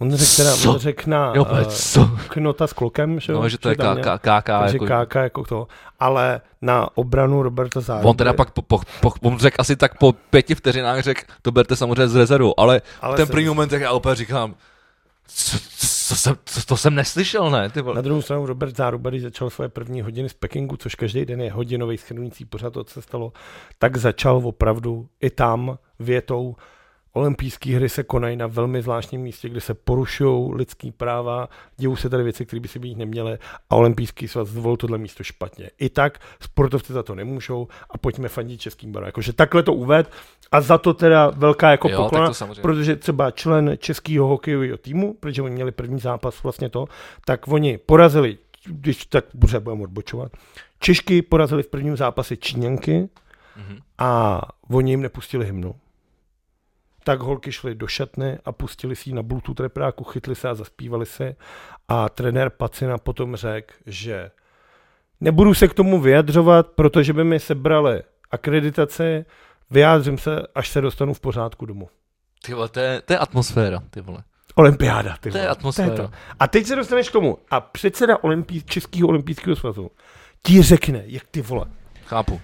On řekl teda, Co? on řekl na jo, uh, eh, co? knota s klokem, že jo? No, že to je tam KK, měl. KK, Takže jako, KK jako to. Ale na obranu Roberta Záruby. On teda pak, po, po, po, on řekl asi tak po pěti vteřinách, řekl, to berte samozřejmě z rezervu, ale, Ale ale ten se- první moment, jak já opět říkám, co, co, jsem, co, to jsem neslyšel, ne, ty Na vole. druhou stranu Robert Záruba, když začal svoje první hodiny z Pekingu, což každý den je hodinový schrnující pořad, to co se stalo, tak začal opravdu i tam větou Olympijské hry se konají na velmi zvláštním místě, kde se porušují lidský práva, dějou se tady věci, které by si být neměly a Olympijský svaz zvolil tohle místo špatně. I tak sportovci za to nemůžou a pojďme fandit českým barům. Jakože takhle to uved a za to teda velká jako Jo, tak poklona, to samozřejmě. protože třeba člen českého hokejového týmu, protože oni měli první zápas vlastně to, tak oni porazili, když tak bude budeme odbočovat, Češky porazili v prvním zápase Číňanky Mhm. a oni jim nepustili hymnu. Tak holky šly do šatny a pustili si ji na Bluetooth repráku, chytli se a zaspívali se. A trenér Pacina potom řekl, že nebudu se k tomu vyjadřovat, protože by mi sebrali akreditaci, vyjádřím se, až se dostanu v pořádku domů. Ty vole, to je, to je atmosféra, ty vole. Olympiáda, ty To je vole. atmosféra. To je to. A teď se dostaneš k tomu. A předseda Olympí, Českého olympijského svazu ti řekne, jak ty vole, Chápu.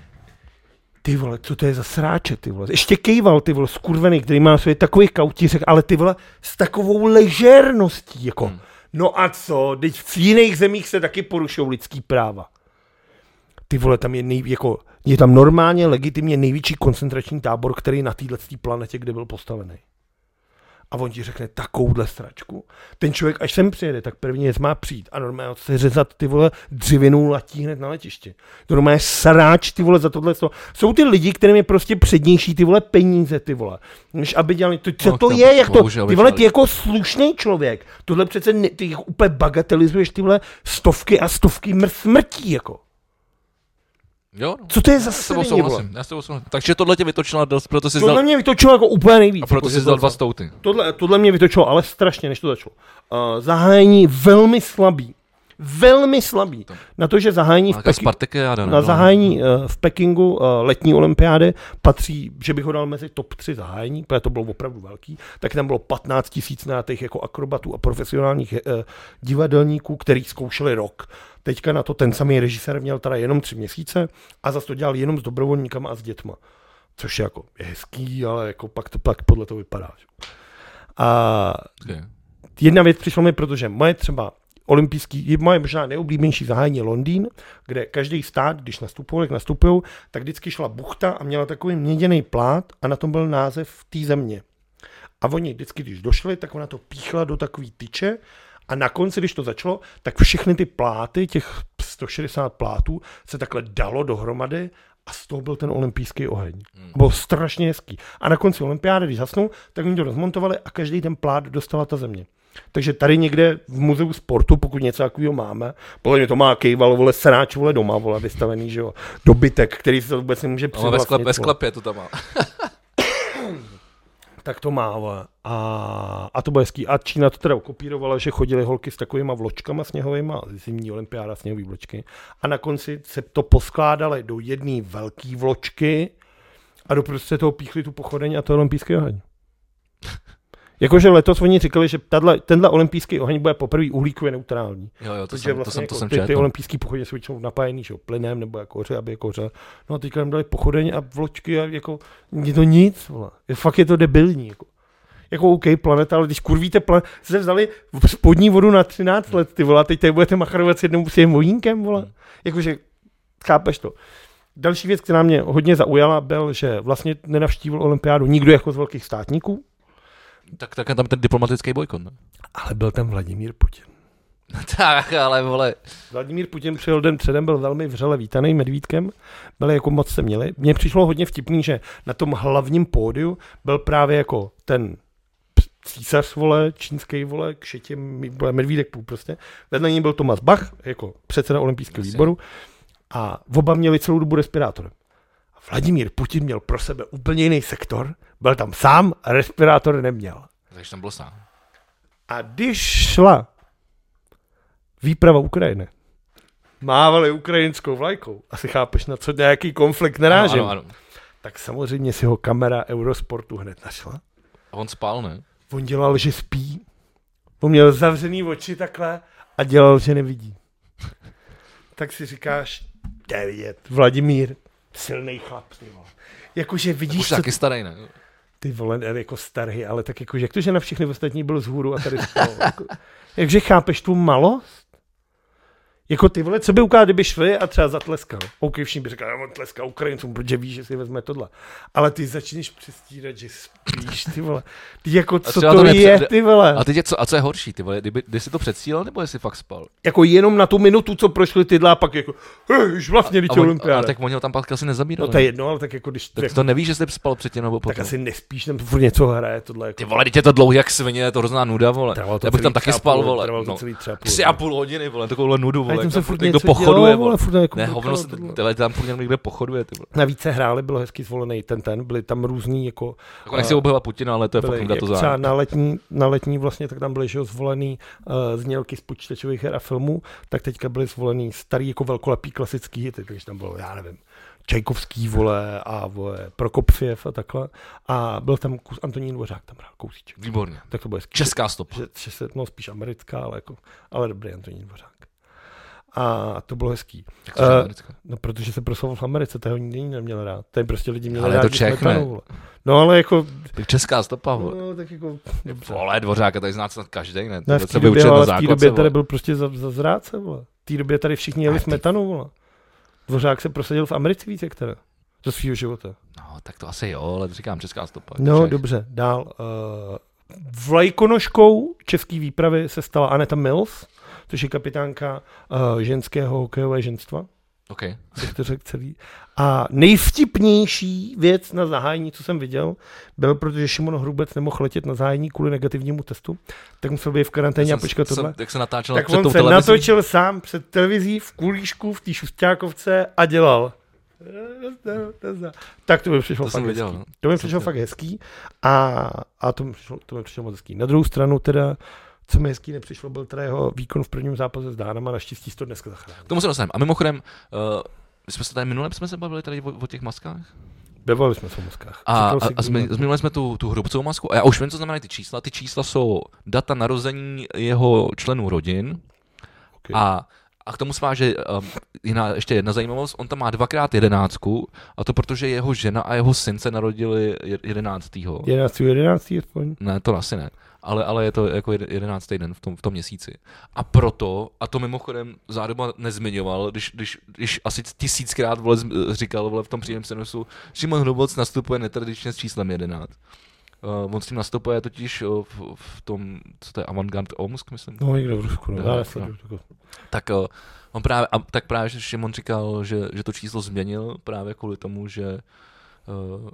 ty vole, co to je za sráče, ty vole. Ještě kejval, ty vole, skurvený, který má na sobě takový kautířek, ale ty vole, s takovou ležerností, jako. Hmm. No a co, teď v jiných zemích se taky porušují lidský práva. Ty vole, tam je, nej, jako, je tam normálně legitimně největší koncentrační tábor, který je na této planetě, kde byl postavený. A on ti řekne takovouhle stračku. Ten člověk, až sem přijede, tak první věc má přijít a normálně se řezat ty vole dřevěnou latí hned na letišti. To normálně je sráč ty vole za tohle. To. Jsou ty lidi, kterým je prostě přednější ty vole peníze ty vole. Než aby dělali, to, co No, to to je, jak to, bohužel ty vole, vyčali. ty jako slušný člověk. Tohle přece, ne, ty jako úplně bagatelizuješ ty vole stovky a stovky mr- smrtí jako. Jo, no. Co to je za Já s tebou svině, vole? souhlasím, já s tebou souhlasím. Takže tohle tě vytočila dost, proto jsi Tohle zdal, mě vytočilo jako úplně nejvíc. a proto jako, jsi že zdal to- dva stouty. Tohle, tohle mě vytočilo, ale strašně, než to začalo. Uh, zahájení velmi slabý. Velmi slabý. Na to, že zahájení v, Nějaká Peking, Spartakiáda, ne? na No. zahájení uh, v Pekingu uh, letní olympiády patří, že bych ho dal mezi top 3 zahájení, protože to bylo opravdu velký, tak tam bylo 15 tisíc nátech jako akrobatů a profesionálních uh, divadelníků, který zkoušeli rok. Teďka na to ten samý režisér měl teda jenom tři měsíce a zase to dělal jenom s dobrovolníkama a s dětma. Což je jako je hezký, ale jako pak to pak podle toho vypadá. Že? A Okay. jedna věc přišla mi, protože moje třeba olympijský, je moje možná nejoblíbenější zahájení Londýn, kde každý stát, když nastupoval, jak nastupují, tak vždycky šla buchta a měla takový měděný plát a na tom byl název té země. A oni vždycky, když došli, tak ona to píchla do takové tyče a na konci, když to začalo, tak všechny ty pláty, těch 160 plátů, se takhle dalo dohromady a z toho byl ten olympijský oheň. Byl strašně hezký. A na konci olympiády, když zasnou, tak oni to rozmontovali a každý ten plát dostala ta země. Takže tady někde v muzeu sportu, pokud něco takového máme, podle mě to má kejval, vole, sráč, vole, doma, vole, vystavený, že jo, dobytek, který se to vůbec nemůže Ale ve, přivlastnit. sklep, ve vole. sklepě to tam má. Tak to má, vole. A, a to bylo hezký. A Čína to teda kopírovala, že chodily holky s takovýma vločkama sněhovýma, zimní olympiáda sněhový vločky. A na konci se to poskládali do jedné velké vločky a doprostřed toho píchli tu pochodeň a to olympijský oheň. Jakože letos oni říkali, že tato, tenhle olympijský oheň bude poprvé uhlíkově neutrální. Jo, jo, to, Protože jsem, vlastně to jsem, jako to jsem ty, ty četl. olympijský pochodně jsou většinou napájený že, jo, plynem nebo jako hoře, aby jako hoře. No a teďka jim dali pochodeň a vločky a jako je to nic, vole. Je, fakt je to debilní. Jako. jako OK, planeta, ale když kurvíte planet, se vzali v spodní vodu na 13 let, ty vole, a teď tady budete machrovat s jednou s jedním vojínkem, Hmm. vole. Jakože, chápeš to. Další věc, která mě hodně zaujala, byl, že vlastně nenavštívil olympiádu nikdo jako z velkých státníků, Tak, tak je tam ten diplomatický bojkot, ne? ale byl tam Vladimír Putin. tak, ale vole. Vladimír Putin přijel den předem, byl velmi vřele vítaný medvídkem, byli jako moc se měli. Mně přišlo hodně vtipný, že na tom hlavním pódiu byl právě jako ten císař, vole, čínský, vole, kšetě, medvídek půl prostě. Vedle něj byl Tomas Bach, jako předseda olympijského Jasně. výboru a oba měli celou dobu respirátor. A Vladimír Putin měl pro sebe úplně jiný sektor, byl tam sám, respirátor neměl. Takže tam byl sám. A když šla výprava Ukrajiny, mávali ukrajinskou vlajkou, asi chápeš, na co nějaký konflikt narážím, ano, ano. tak samozřejmě si ho kamera Eurosportu hned našla. A on spal, ne? On dělal, že spí, on měl zavřený oči takhle a dělal, že nevidí. Tak si říkáš, to je vidět, Vladimír, silný chlap, ty vole. Jakože Už vidíš, co taky starý, ne? ty vole, ne, jako starý, ale tak jako, jak to, že na všechny ostatní byl z hůru a tady spal. jako, jakže chápeš tu malost? Jako ty vole, co by ukázal, kdyby šli a třeba zatleskal. OK, všichni by říkali, on tleská Ukrajincům, protože ví, že si vezme tohle. Ale ty začneš přestírat, že spíš, ty vole. Ty jako, co třeba to, to nepře- je, ty vole. A teď je co, a co je horší, ty vole, kdyby, kdy jsi to předstílel, nebo jsi fakt spal? Jako jenom na tu minutu, co prošli tyhle a pak jako, hej, už vlastně A lítě on, a, olympiáda. tak oni ho tam pak asi No nezabírali. to je jedno, ale tak jako když... tak jako, to nevíš, že jsi spal předtím nebo potom. tak asi nespíš, tam furt něco hraje, tohle Ty jako. vole, teď je to dlouhý jak svině, je to hrozná nuda, vole. Trvalo to Já bych tam celý taky tři a spal, půl- vole. trvalo to no. celý tři a půl, Tři a no. půl hodiny, vole, takovouhle nudu, Ale vole. tam se tam furt někdo něco pochoduje, dělo, vole. vole, furt jako Ne, brkalo hovno se, tohle. tyhle, tam furt někdo pochoduje, ty vole. Navíc se hráli, bylo hezky zvolený ten ten, byli tam různý jako... Jako nechci obhovat Putina, ale to je byly, fakt nuda, jak to třeba zájem. na letní, na letní vlastně, tak tam byly že jo, zvolený uh, znělky z počítačových her a filmů, tak teďka byly zvolený starý jako velkolepý klasický hity, takže tam bylo, já nevím, Čajkovský vole a vole, Prokopfiev a takhle. A byl tam kus Antonín Dvořák, tam hrál kousíček. Výborně. Tak to bude hezký. Česká stopa. Že, že se, no spíš americká, ale jako, ale dobrý Antonín Dvořák. A to bylo hezký. Jak Eh, to uh, No, protože se proslavil v Americe, to ho nikdy neměl rád. Tady prostě lidi měli Ale je rád. to že Čech, smetanu, ne? vole. No, ale jako, Tak česká stopa, vole. no, tak jako, dobře. Vole, Dvořáka tady zná snad každý, ne? To Ne, v se té době, vyučil na ale v té základce, době tady vole. byl prostě za, za zráce, vole. V té době tady všichni jeli Ale ty- smetanu, vole. Dvořák se prosadil v Americe víc, jak teda. Do svého života. No, tak to asi jo, ale říkám česká stopa. No, Čech. dobře, dál. Uh, vlajkonožkou české výpravy se stala Aneta Mills, což je kapitánka uh, ženského hokejového ženstva. OK. bych to řekl celý. A nejvtipnější věc na zahájení, co jsem viděl, byl, protože Šimon Hrubec nemohl letět na zahájení kvůli negativnímu testu, tak musel být v karanténě a Jsem- počkat jsem- tohle. Jak se natáčel Tak před on tou se televizí. natočil sám před televizí v kulíšku, v té šustákovce a dělal. Tak to mi přišlo To fakt jsem hezký. viděl, no. To mi přišlo jsem fakt hezký a, a to, mi přišlo, to mi přišlo moc hezký. Na druhou stranu teda, co mi hezký nepřišlo, byl teda jeho výkon v prvním zápase s Dánama, naštěstí se to dneska zachránil. K tomu se dostaneme. A mimochodem, uh, my jsme se tady minule jsme se bavili tady o, o těch maskách. Bavili jsme se o mozkách. A, a, Říkal si, a zmi, kdy- zmínili jsme tu, tu hrubcovou masku. A já už vím, co znamenají ty čísla. Ty čísla jsou data narození jeho členů rodin. Ok. A, a k tomu sváže um, jiná, ještě jedna zajímavost. On tam má dvakrát jedenáctku. A to protože jeho žena a jeho syn se narodili je- jedenáctýho. 11. 11. aspoň. Ne, to asi ne. Ale, ale je to jako jed- jedenáctý den v tom, v tom měsíci. A proto, a to mimochodem zádoba nezmiňoval, když, když, když asi tisíckrát vole, zm- říkal vole, v tom příjem přenosu, Šimon Hruboc nastupuje netradičně s číslem 11. Uh, on s tím nastupuje totiž eh, v, v tom, co to je, Avantgarde Omsk, myslím. No někde v Rusku, no. No, Já no. nesleduju to. Tak eh, on právě, a tak právě že Šimon říkal, že, že to číslo změnil právě kvůli tomu, že, eh,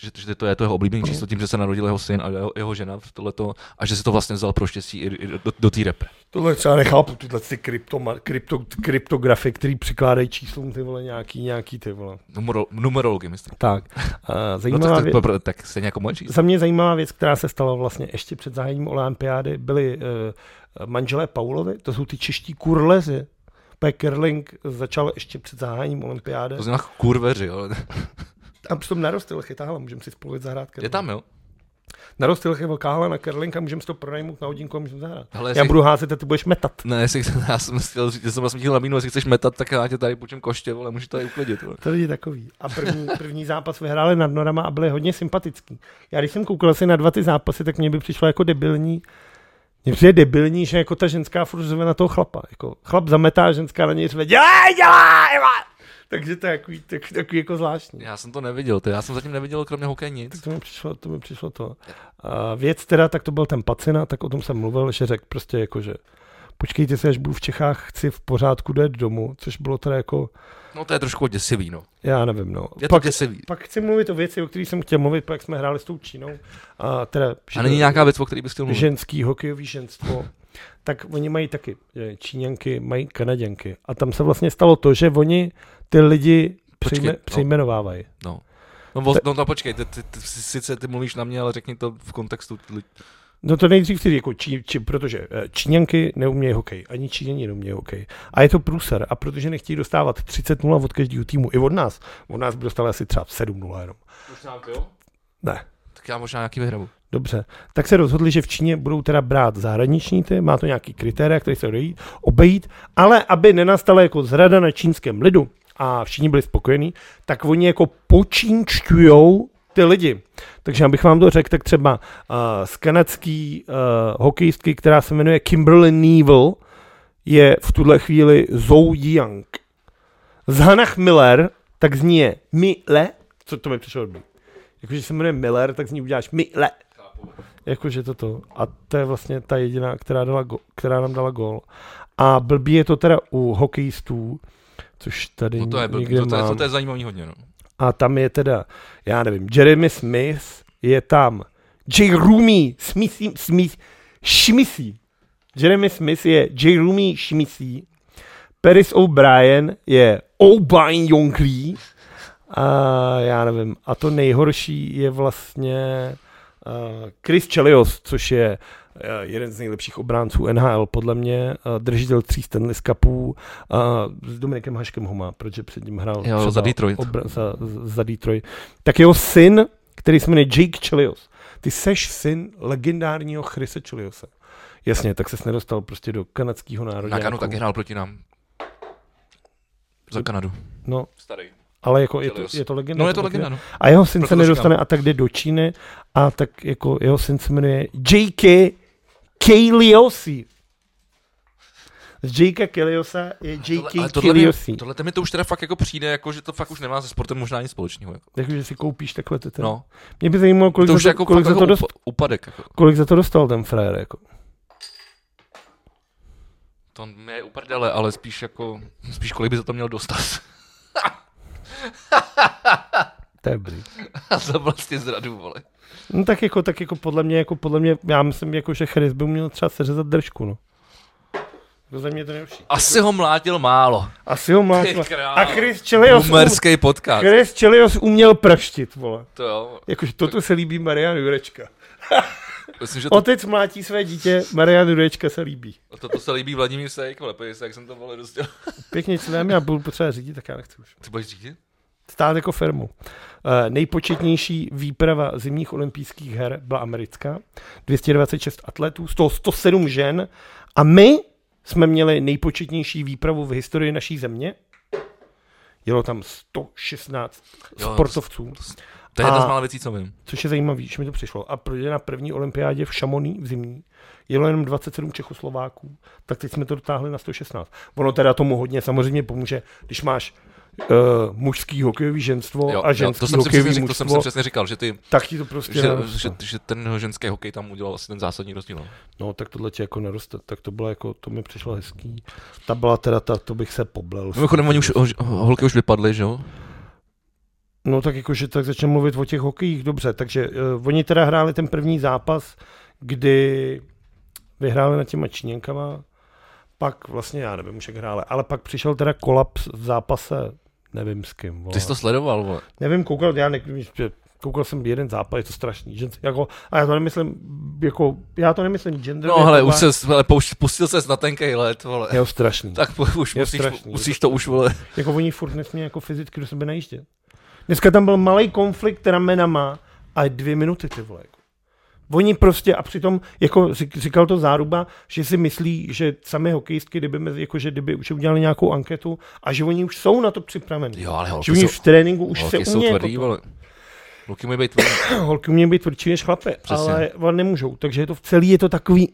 že, že to je to jeho oblíbené číslo tím, že se narodil jeho syn a jeho, jeho žena v tohleto a že si to vlastně vzal pro štěstí i, i do, do té repre. Tohle třeba nechápu, tyhle ty kryptoma, krypto, kryptografy, který přikládají číslům ty vole nějaký, nějaký ty vole. Numero, numerology, myslím. Tak, a No, zajímavá tak, věc. tak, tak, tak stejně jako moje číslo. Za mě zajímavá věc, která se stala vlastně ještě před zahájením olympiády, byly uh, manželé Paulovi, to jsou ty čeští kurleři. P. Kerling začal ještě před zahájením olympiády To znamená kurveři, jo. a přitom narostl chytáhle, můžeme si spolu jít zahrát. Je tam, jo. Narostl je velká hala na Kerlinga, můžeme si to pronajmout na hodinku a můžeme zahrát. Hele, Já jestli, budu házet a ty budeš metat. Ne, jestli, já jsem chtěl říct, že jsem vlastně chtěl nabídnout, jestli chceš metat, tak já tě tady půjčím koště, vole, můžu tady uklidit. Vole. To lidi takový. A první, první zápas vyhráli nad Norama a byli hodně sympatický. Já když jsem koukal si na dva ty zápasy, tak mě by přišlo jako debilní. Mně přijde debilní, že jako ta ženská furt řve na toho chlapa. Jako chlap zametá, ženská na něj řve, dělej, dělej, dělej! Takže to je takový, tak, takový jako zvláštní. Já jsem to neviděl, ty, já jsem zatím neviděl kromě hokeje nic. Tak to mi přišlo to. Mi přišlo to. A věc teda, tak to byl ten Pacina, tak o tom jsem mluvil, že řekl prostě jako, že počkejte se, až budu v Čechách, chci v pořádku dojet domů, což bylo teda jako, No to je trošku děsivý, no. já nevím, no. Je to Pak- děsivý. Pak chci mluvit o věci, o které jsem chtěl mluvit, pak jsme hráli s tou Čínou. A teda A není nějaká věc, o který bys chtěl mluvit? ženský hokejový ženstvo. tak oni mají taky eh, Číňanky, mají Kanaděnky. A tam se vlastně stalo to, že oni ty lidi Počkej, přejme, no. přejmenovávají. No. No, voz, no, no počkej, ty, ty, ty, sice ty mluvíš na mě, ale řekni to v kontextu. Ty, lidi. No to nejdřív si jako čí, či, protože eh, Číňanky neumějí hokej, ani Číňani neumějí hokej. A je to průser. A protože nechtějí dostávat 30-0 od každého týmu, i od nás, od nás by dostali asi třeba 7-0 jenom. Ne. tak já možná nějaký vyhrabu. Dobře, tak se rozhodli, že v Číně budou teda brát zahraniční ty, má to nějaký kritéria, které se dojít, obejít, ale aby nenastala jako zrada na čínském lidu a všichni byli spokojení, tak oni jako počínčtujou ty lidi. Takže abych vám to řekl, tak třeba uh, z kanadský uh, hokejistky, která se jmenuje Kimberly Neville, je v tuhle chvíli Zhou Yang. Z Hannah Miller, tak zní je Mile, co to mi přišlo dobrý. Jakože se jmenuje Miller, tak z ní uděláš Mile. Jakože toto. A to je vlastně ta jediná, která, dala go, která nám dala gol. A blbý je to teda u hokejistů, což tady No to je, blbý, někde to, to, je, mám. to, to je zajímavý hodně, no. A tam je teda, já nevím, Jeremy Smith, je tam J. Rumi, Smithy, Smith, Šmisí. Jeremy Smith je J. Rumi Šmisí. Paris O'Brien je O'Brien Young Lee. A já nevím. A to nejhorší je vlastně uh, Chris Chelios, což je uh, jeden z nejlepších obránců NHL, podle mě, uh, držitel tří Stanley Cupů. Uh, s Dominikem Haškem ho má, protože před ním hrál Jo, třeba za Detroit. Obra- za, za Detroit. Tak jeho syn, který se jmenuje Jake Chelios. Ty seš syn legendárního Chrise Cheliose. Jasně, tak ses nedostal prostě do kanadského jako- národního. Tak ano, taky hrál proti nám. Za Kanadu. No, Starý. ale jako je to, Chelios. je to legenda. No je to taky- legenda, no. A jeho syn Proto se to nedostane a tak jde do Číny a tak jako jeho syn se jmenuje J.K. Keliosi. Z J.K. Keliosa je Ale J.K. tohle, mi, Keliosi. tohle mi to už teda fakt jako přijde, jako že to fakt už nemá se sportem možná nic společného. Jako. Takže si koupíš takhle ty. No. No, Mě by zajímalo, kolik, to už za, to, jako fakt kolik, za jako to dost, upa- upadek. Jako. kolik za to dostal ten frajer. Jako. To je uprdele, ale spíš jako, spíš kolik by za to měl dostat. To je brý. za vlastně zradu, vole. No tak jako, tak jako podle mě, jako podle mě, já myslím, jako, že Chris by měl třeba seřezat držku, no. Jako za mě to nejlepší. Asi ho mlátil málo. Asi ho má. Ty král. A Chris Chelios, um, Boomerský podcast. Chris Chelios uměl praštit, vole. To jo, Jakože toto se líbí Marian Jurečka. myslím, že to, Otec mlátí své dítě, Marian Jurečka se líbí. to, to se líbí Vladimír Sejk, ale podívej se, jak jsem to vole dostal. Pěkně členem, já budu potřeba řídit, tak já nechci už. Ty budeš řídit? Stát jako firmu. Eh, nejpočetnější výprava zimních olympijských her byla americká. 226 atletů, z toho 107 žen. A my jsme měli nejpočetnější výpravu v historii naší země. Jelo tam 116 Jo, sportovců, To je jedna z A- mála věcí, co vím. což je zajímavé, že mi to přišlo. A protože na první olympiádě v Šamoní v zimní jelo jenom 27 Čechoslováků, tak teď jsme to dotáhli na 116. Ono teda tomu hodně samozřejmě pomůže, když máš uh, mužský hokejový ženstvo Jo, a jo, to, ženský jsem si přesně, hokejový řekl, to jsem si mužstvo, přesně říkal, že ty, tak ti to prostě že, naroste. že, že, ten ženský hokej tam udělal asi ten zásadní rozdíl. no. No, tak tohle ti jako naroste. Tak to bylo jako, to mi přišlo hezký. Ta byla teda, ta, to bych se poblel. Mimochodem, oni už, ho- holky už vypadly, že jo? No tak jakože tak začneme mluvit o těch hokejích, dobře. Takže uh, oni teda hráli ten první zápas, kdy vyhráli nad těma Číněnkama, pak vlastně, já nevím už jak hráli, ale pak přišel teda kolaps v zápase, nevím s kým. Vole. Ty jsi to sledoval, vole. Nevím, koukal, já nevím, že koukal jsem jeden zápas, je to strašný. Že, jako, a já to nemyslím, jako, já to nemyslím gender. No hele, už se, hele, pouš- pustil ses na tenkej let, vole. Jo, strašný. Tak po, už Je musíš, strašný. musíš to už, vole. Jako oni furt nesmí jako fyzicky do sebe najíždět. Dneska tam byl malý konflikt ramenama a dvě minuty ty vole. Jako. Oni prostě, a přitom, jako ři- říkal to Záruba, že si myslí, že samé hokejistky, kdyby, mezi- jako, že kdyby už udělali nějakou anketu a že oni už jsou na to připraveni. Jo, ale že holky oni jsou, už v tréninku už se holky jsou umějí. jako tvrdý, to. vole. Holky mají být tvrdý. Holky umějí být tvrdší než chlapy, Přesně. ale on nemůžou. Takže je to v celý, je to takový,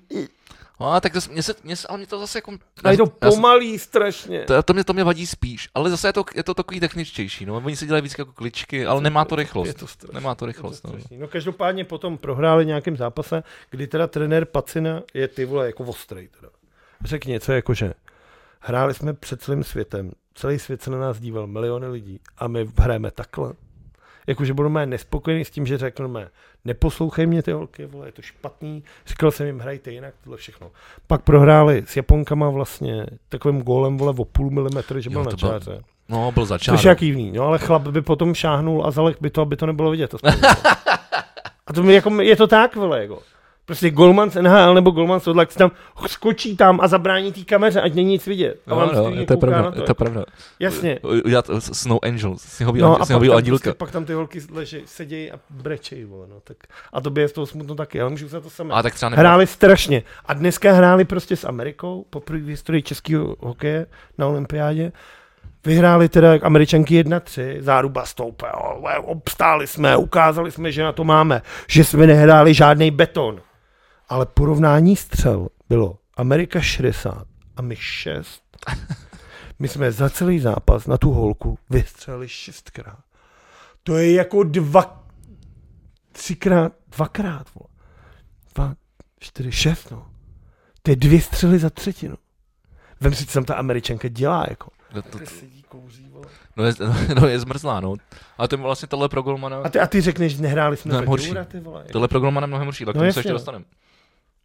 No, a tak zase, mě se, mě se, ale mě to zase jako... a je to já jsem- pomalý strašně. to, to, mě, to mě vadí spíš, ale zase je to, je to takový techničtější, no. Oni se dělají víc jako kličky, ale nemá to Je rychlost. to strašný. Nemá to To je rychlost, no. strašný. No každopádně potom prohráli nějakým zápase, kdy teda trenér Pacina je ty vole jako ostrý teda. Řekl něco jako, že hráli jsme před celým světem, celý svět se na nás díval, miliony lidí a my hrajeme takhle. Jakože budeme nespokojení s tím, že řekneme, neposlouchej mě ty holky, vole, je to špatný, říkal jsem jim, hrajte jinak, tohle všechno. Pak prohráli s Japonkama vlastně takovým gólem, vole, o půl milimetr, že Jo, byl to na byl- čáře. No, byl začátek. Což je jaký no ale chlap by potom šáhnul a zalek by to, aby to nebylo vidět. aspoň, jako. a to mi jako, je to tak, vole, jako. Prostě Goldman z NHL nebo Goldman z tohle, jak si tam skočí tam a zabrání té kameře, ať není nic vidět. A No, vám no, stejně je to kouká pravda, na je to jako. pravda. Jasně. Udělat Snow Angel, sněhový, No no, a pak sněhový tam, adílka. prostě, pak tam ty holky leží, sedějí a brečejí, vole, no, tak. A to by je z toho smutno taky, ale můžu za to samé. A tak třeba nemá. Hráli strašně. A dneska hráli prostě s Amerikou, poprvé v historii českého hokeje na olympiádě. Vyhráli teda američanky 1-3, záruba stoupá, ale obstáli jsme, ukázali jsme, že na to máme, že jsme nehráli žádný beton. Ale porovnání střel bylo Amerika 60 a my šest. My jsme za celý zápas na tu holku vystřelili šestkrát. To je jako dva, třikrát, dvakrát, vole. Dva, čtyři, šest, no. To je dvě střely za třetinu. Vem si, co tam ta američanka dělá, jako. No, to, to, Sedí, kouří, vole. no, je, no, je zmrzlá, no. A to je vlastně tohle pro Golmana, A ty, a ty řekneš, nehráli jsme No, za horší. Dura, ty vole. To... tohle pro Golmana je mnohem horší, tak No no, se jasně, ještě no. dostaneme.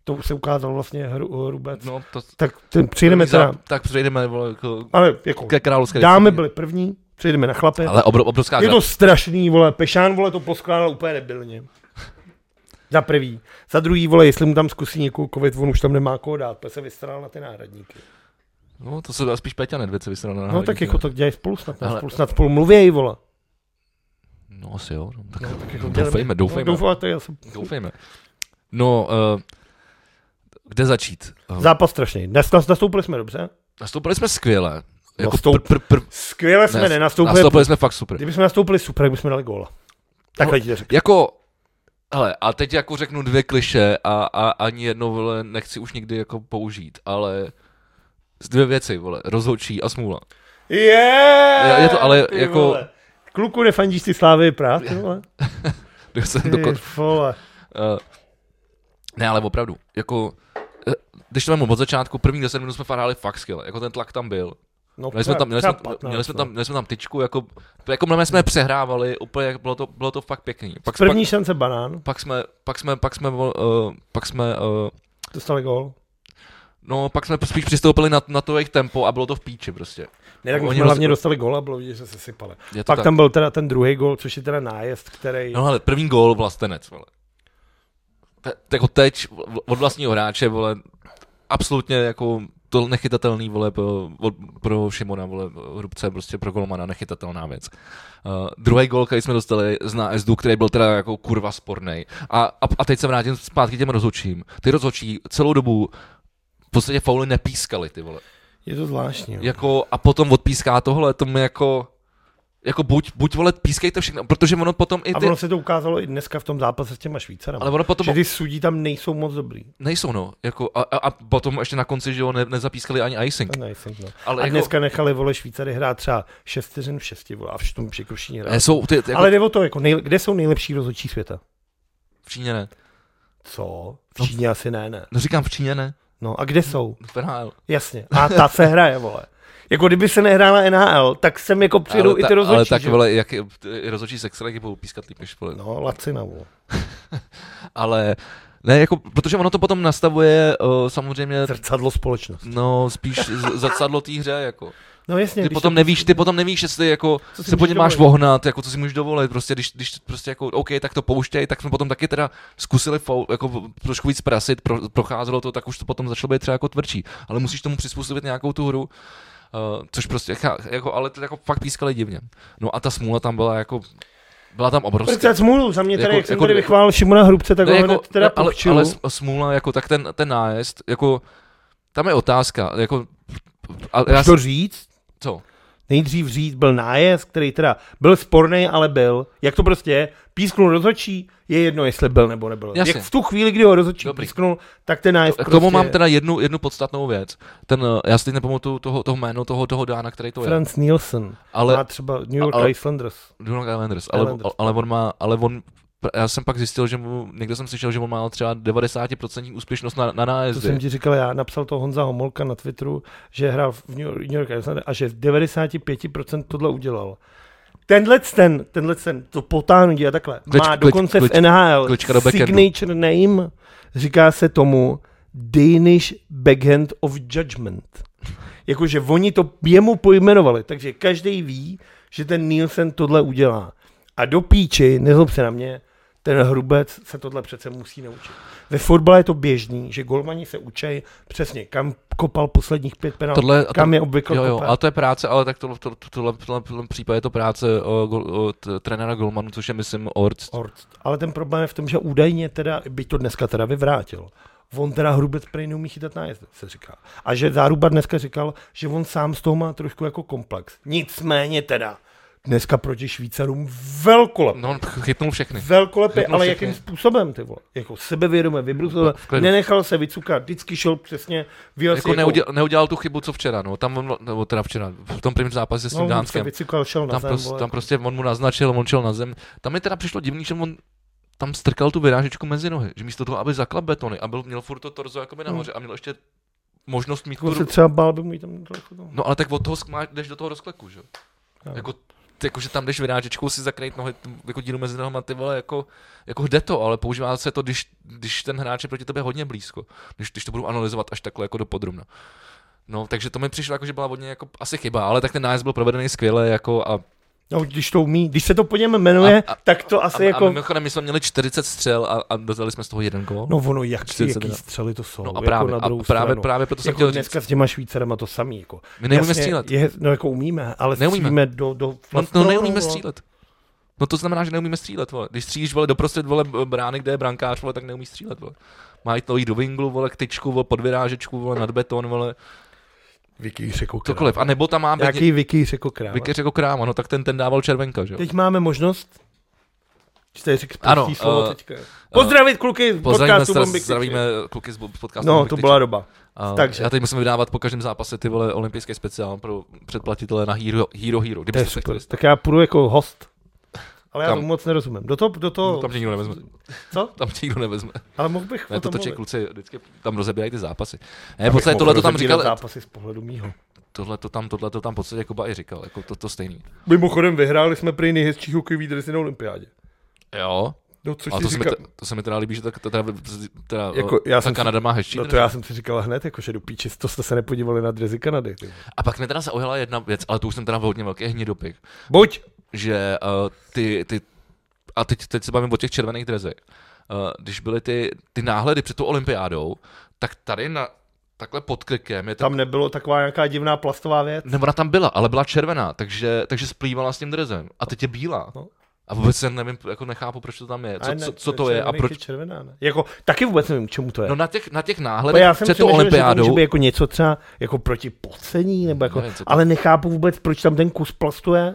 to se ukázalo vlastně hru, hrubec. No. No, to, Tak ten, přijdeme teda, za- tak přejdeme, vole, k, ale jako ke královské dámy disciplíně. byly první, přijdeme na chlapy. Ale obro, obrovská Je to strašný, vole, Pešán, vole, to poskládal úplně debilně. Za prvý. Za druhý, vole, jestli mu tam zkusí někoho kovit, on už tam nemá koho dát, protože se vystaral na ty náhradníky. No, to se dá spíš Peťa Nedvěd se vysral na No tak jako to dělají spolu snad, ne? Ale- spolu snad spolu mluvěj, vole. No asi jo, no, tak, No, tak jako doufejme, doufejme, No, doufám, to je asi... doufejme. No, uh, kde začít? Uh, Zápas strašný. Nas, nas, nastoupili jsme dobře. nastoupili jsme skvěle. Jako Nastoup- pr, pr, pr, Skvěle jsme ne, nenastoupili. nastoupili jsme fakt super. Kdyby jsme nastoupili super, kdyby jsme dali góla. Takhle ti to řekl. Jako, hele, a teď jako řeknu dvě kliše a, a ani jedno, vole, nechci už nikdy jako použít, ale z dvě věci, vole, rozhodčí a smůla. Yeah, Je- je to ale ty jako- vole. Kluku nefandíš ty slávy prát, ty vole. Když jsem Ty doko, vole. Eh, ne, ale opravdu, jako, eh, když to vemu od začátku, první 10 minut jsme fakt hráli fakt skvěle, jako ten tlak tam byl. No, Měli jsme tam, měli jsme, třeba 15, měli jsme no. tam, měli jsme tam tyčku, jako, jako mnohem jsme přehrávali, úplně, bylo to, bylo to fakt pěkný. Pak, První šance banán, pak, pak jsme, pak jsme, pak jsme, uh, pak jsme, uh, dostali gól. no, pak jsme spíš přistoupili na, na to jejich tempo a bylo to v píči prostě. Ne, tak my Oni jsme roz- hlavně dostali gól a bylo vidět, že se sypali. Je to Pak tak. tam byl teda ten druhý gól, což je teda nájezd, který... No ale první gól vlastenec, vole. Te, jako teď vl- od vlastního hráče, vole, absolutně jako to nechytatelný, vole, pro, od- pro Šimona, vole, Hrubce, prostě pro Golmana, nechytatelná věc. Uh, druhý gól, který jsme dostali z nájezdu, který byl teda jako kurva sporný. A, a, a, teď se vrátím zpátky těm rozhočím. Ty rozhočí celou dobu v podstatě fauly nepískali, ty vole. Je to zvláštní. Jo. Jako, a potom odpíská tohle, to mi jako... Jako buď, buď vole, pískejte všechno, protože ono potom i A ty... ono se to ukázalo i dneska v tom zápase s těma Švýcarama. Ale ono potom Že ty sudí tam nejsou moc dobrý. Nejsou, no. Jako, a, a, a potom ještě na konci, že jo, ne, nezapískali ani icing. Ten icing, no. Ale A jako- dneska nechali vole Švýcary hrát třeba 6 vteřin v 6 vole, a v tom jako všichni hráli. Ne, jsou ty, ty jako Ale jde o to, jako nej, kde jsou nejlepší rozhodčí světa? v Číně ne. Co? No. V Číně asi ne, ne. No říkám v Číně ne. No a kde jsou? V NHL. Jasně. A ta se hraje, vole. Jako kdyby se nehrála NHL, tak sem jako přijdou ale i ty ta- rozhodčí. Ale tak, že? vole, jak je- ty rozhodčí sex je budou pískat líp než vole. No. No, lacina, vole. Ale ne, jako, protože ono to potom nastavuje uh, samozřejmě Zrcadlo společnost. No, spíš z- zrcadlo té hře, jako. No jasně. Ty když potom to- nevíš, ty potom nevíš, jestli jako Co si se po můžeš něm máš dovolit? vohnat, jako co si můžeš dovolit, prostě když, když prostě jako OK, tak to pouštěj, tak jsme potom taky teda zkusili foul, jako trošku víc prasit, pro, procházelo to, tak už to potom začalo být třeba jako tvrdší, ale musíš tomu přizpůsobit nějakou tu hru, uh, což prostě, chá- jako, ale to jako fakt pískali divně. No a ta smůla tam byla jako, byla tam obrovská. Prostě smůlu, za mě tady, Jako- jak jsem jako- tady vychválil Šimona Hrubce, tak Ne, ho jako, hned teda ale, pučil. ale s- smůla, jako tak ten, ten nájezd, jako tam je otázka, jako a já, to říct? co? Nejdřív říct byl nájezd, který teda byl sporný, ale byl. Jak to prostě je? Písknul rozhodčí, je jedno, jestli byl nebo nebyl. Jasně. Jak v tu chvíli, kdy ho rozhodčí Dobrý. písknul, tak ten nájezd K tomu prostě... mám teda jednu, jednu podstatnou věc. Ten, eh, já si teď nepamatuju toho, toho jméno toho, toho Dána, který to je. Franz Nielsen ale, má Ale, třeba New York ale- Islanders. Dunlop Islanders, ale, Islanders. ale, on má, ale on, já jsem pak zjistil, že mu, někde jsem slyšel, že on má třeba 90% úspěšnost na, na To nájezdy. jsem ti říkal, já napsal to Honza Homolka na Twitteru, že hrál v New York, New York Islanders a že v 95% tohle udělal. Tenhle ten, tenhle ten, to potánutí a takhle, Klič- má klič- dokonce klič- v NHL klička do backendu. signature name, říká se tomu Danish Backhand of Judgment. Jakože oni to jemu pojmenovali, takže každý ví, že ten Nielsen tohle udělá. A do píči, nezlob se na mě, ten hrubec se tohle přece musí naučit. Ve fotbale je to běžný, že golmani se učí přesně, kam kopal posledních pět penalt, Tohle- a to- kam jako je obvykle Jo, jo, kopal. ale to je práce, ale tak tohle, tohle, tohle, tohle, tohle případě je to práce o, gol- o, t, trenéra Golmanu, což je, myslím, Orc. Horst. Ale ten problém je v tom, že údajně teda, byť to dneska teda vyvrátil, on teda hrubec prej neumí chytat nájezd, se říká. A že Záruba dneska říkal, že on sám z toho má trošku jako komplex. Nicméně teda, dneska proti Švýcarům velkolepě. No on chytnul všechny. Velkolepě, Chytnul ale všechny. jakým způsobem, ty vole? Jako sebevědomě, vybrusil, V klidu. nenechal se vycukat, vždycky šel přesně, vyjel Jako neudělal, neudělal, tu chybu, co včera, no. Tam on, nebo teda včera, v tom prvním zápase s tím no, on se Dánskem. vycukal, šel na Tam, zem, pros, vole. tam prostě on mu naznačil, on šel na zem. Tam mi teda přišlo divný, že on tam strkal tu vyrážečku mezi nohy. Že místo toho, aby zaklap betony a byl, měl furt to torzo jakoby nahoře a měl ještě možnost mít tu... On Hmm. Jako se ru- třeba bál, by mu jí tam trochu- no. No ale tak od toho skmá, jdeš do toho rozkleku, že? jo? Jo. Jako, ty, jako, že tam jdeš vyrážečkou si zakrýt nohy, t- jako díru mezi nohama, ty vole, jako, jako jde to, ale používá se to, když, když ten hráč je proti tobě hodně blízko, když, když to budu analyzovat až takhle jako do podrobna. No, takže to mi přišlo jako, že byla hodně jako asi chyba, ale tak ten nájezd byl provedený skvěle jako a no, když to umí, když se to po něm jmenuje, A- a- tak to asi a, jako... a mimochodem, my jsme měli 40 střel a, a dozali jsme z toho jeden gól. No ono, jak, 40 jaký teda. střely to jsou, No a jako právě, na a druhou právě, stranu. právě proto jsem jako chtěl říct, dneska s těma Švýcarama to samý. Jako. my neumíme Jasně, střílet. Je, no jako umíme, ale Neumíme. neumíme. stříme do, do No, vlastního no neumíme rohu, střílet. No to znamená, že neumíme střílet, vole. Když střílíš, vole, doprostřed, vole, b- brány, kde je brankář, vole, tak neumí střílet, vole. Má jít to jít do vinglu, vole, k tyčku, vole, pod vyrážečku, vole, nad beton, vole, Vikýř jako kráva. cokoliv. A nebo tam má být Jaký vikýř jako kráva. Viker jako kráma, no tak ten, ten dával červenka, že jo? Teď máme možnost Čte řekl Ano, ano, slovo eh, teďka. Pozdravit kluky z Pozdravíme, podcastu stres, Bomby Křiče. zdravíme kluky z bo- z podcastu. No, Bombik to Tyče. byla doba. A takže. Já teď musím vydávat po každém zápase ty vole olympijský speciál pro předplatitele na Hero Hero. Hero To je kdybyste se super. chtěli Tak já půjdu jako host. Ale já Kam? tomu moc nerozumím. Do toho, do toho, No, tam tě nikdo nevezme. co? Tam tě nikdo nevezme. Ale mohl bych Ne, o to tom točí mluvit. kluci, vždycky tam rozebírají ty zápasy. Ne, v Abych podstatě mohl tohle to tam rozebírat říkal, zápasy z pohledu mýho. tohle to tam, tohle to tam v podstatě Kuba i říkal, jako to, to stejný. Mimochodem vyhráli jsme prý nejhezčí hokejový dres na olympiádě. Jo, No, což ale si to se, mi, říkám, te- to se mi teda líbí, že tak, to teda, teda eh, Jako, já ta jsem si- Kanada má hezčí. no to já jsem si říkal hned, jako, že do píči, to jste se nepodívali na dresy Kanady. Ty. A pak mě teda zaujala jedna věc, ale to už jsem teda hodně velký hnidopik, Buď! že uh, ty, ty, a teď, teď se bavím o těch červených drezech, uh, když byly ty, ty náhledy před tou olympiádou, tak tady na, takhle pod krkem je ten Tam nebylo taková nějaká divná plastová věc. Nebo ona tam byla, ale byla červená, takže, takže splývala s tím drezem. A teď je bílá. No. A vůbec já nevím, jako nechápu, proč to tam je. Co, Ale ne, co, co to je a červených proč... Je červená, ne? Jako, taky vůbec nevím, k čemu to je. No na těch, na těch Ale náhledech já jsem před před tou že to může olympiádou... být jako něco třeba jako proti pocení, nebo jako, Nevím, co to- ale nechápu vůbec, proč tam ten kus plastu je.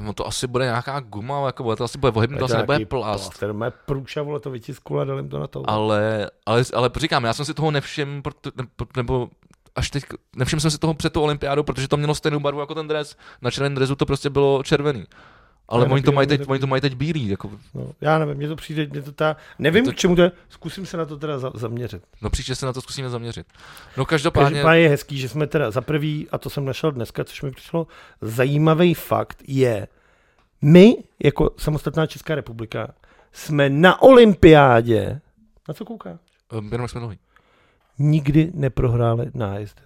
No to asi bude nějaká guma, jako bude, to asi bude vohyb, to asi nebude plast. Ten má průša, vole, to vytiskul a dal jim to na to. Ale, ale, ale říkám, já jsem si toho nevšiml, proto- ne- pro- nebo až teď, nevšiml jsem si toho před tou olympiádou, protože to mělo stejnou barvu jako ten dres. Na červeném dresu to prostě bylo červený. Ale Ale na oni to, mají bílém teď, to- oni to mají teď bílý, jako, No, já nevím, mně to přijde, mě to ta, nevím, Je to- to... k čemu to je, zkusím se na to teda za, zaměřit. no příště se na to zkusíme zaměřit. No každopádně, Každopádně je hezký, že jsme teda za prvý, a to jsem našel dneska, což mi přišlo zajímavý fakt, je, my jako samostatná Česká republika jsme na olympiádě, na co kouká, ehm, jenom jak jsme dlouhý. nikdy neprohráli nájezd.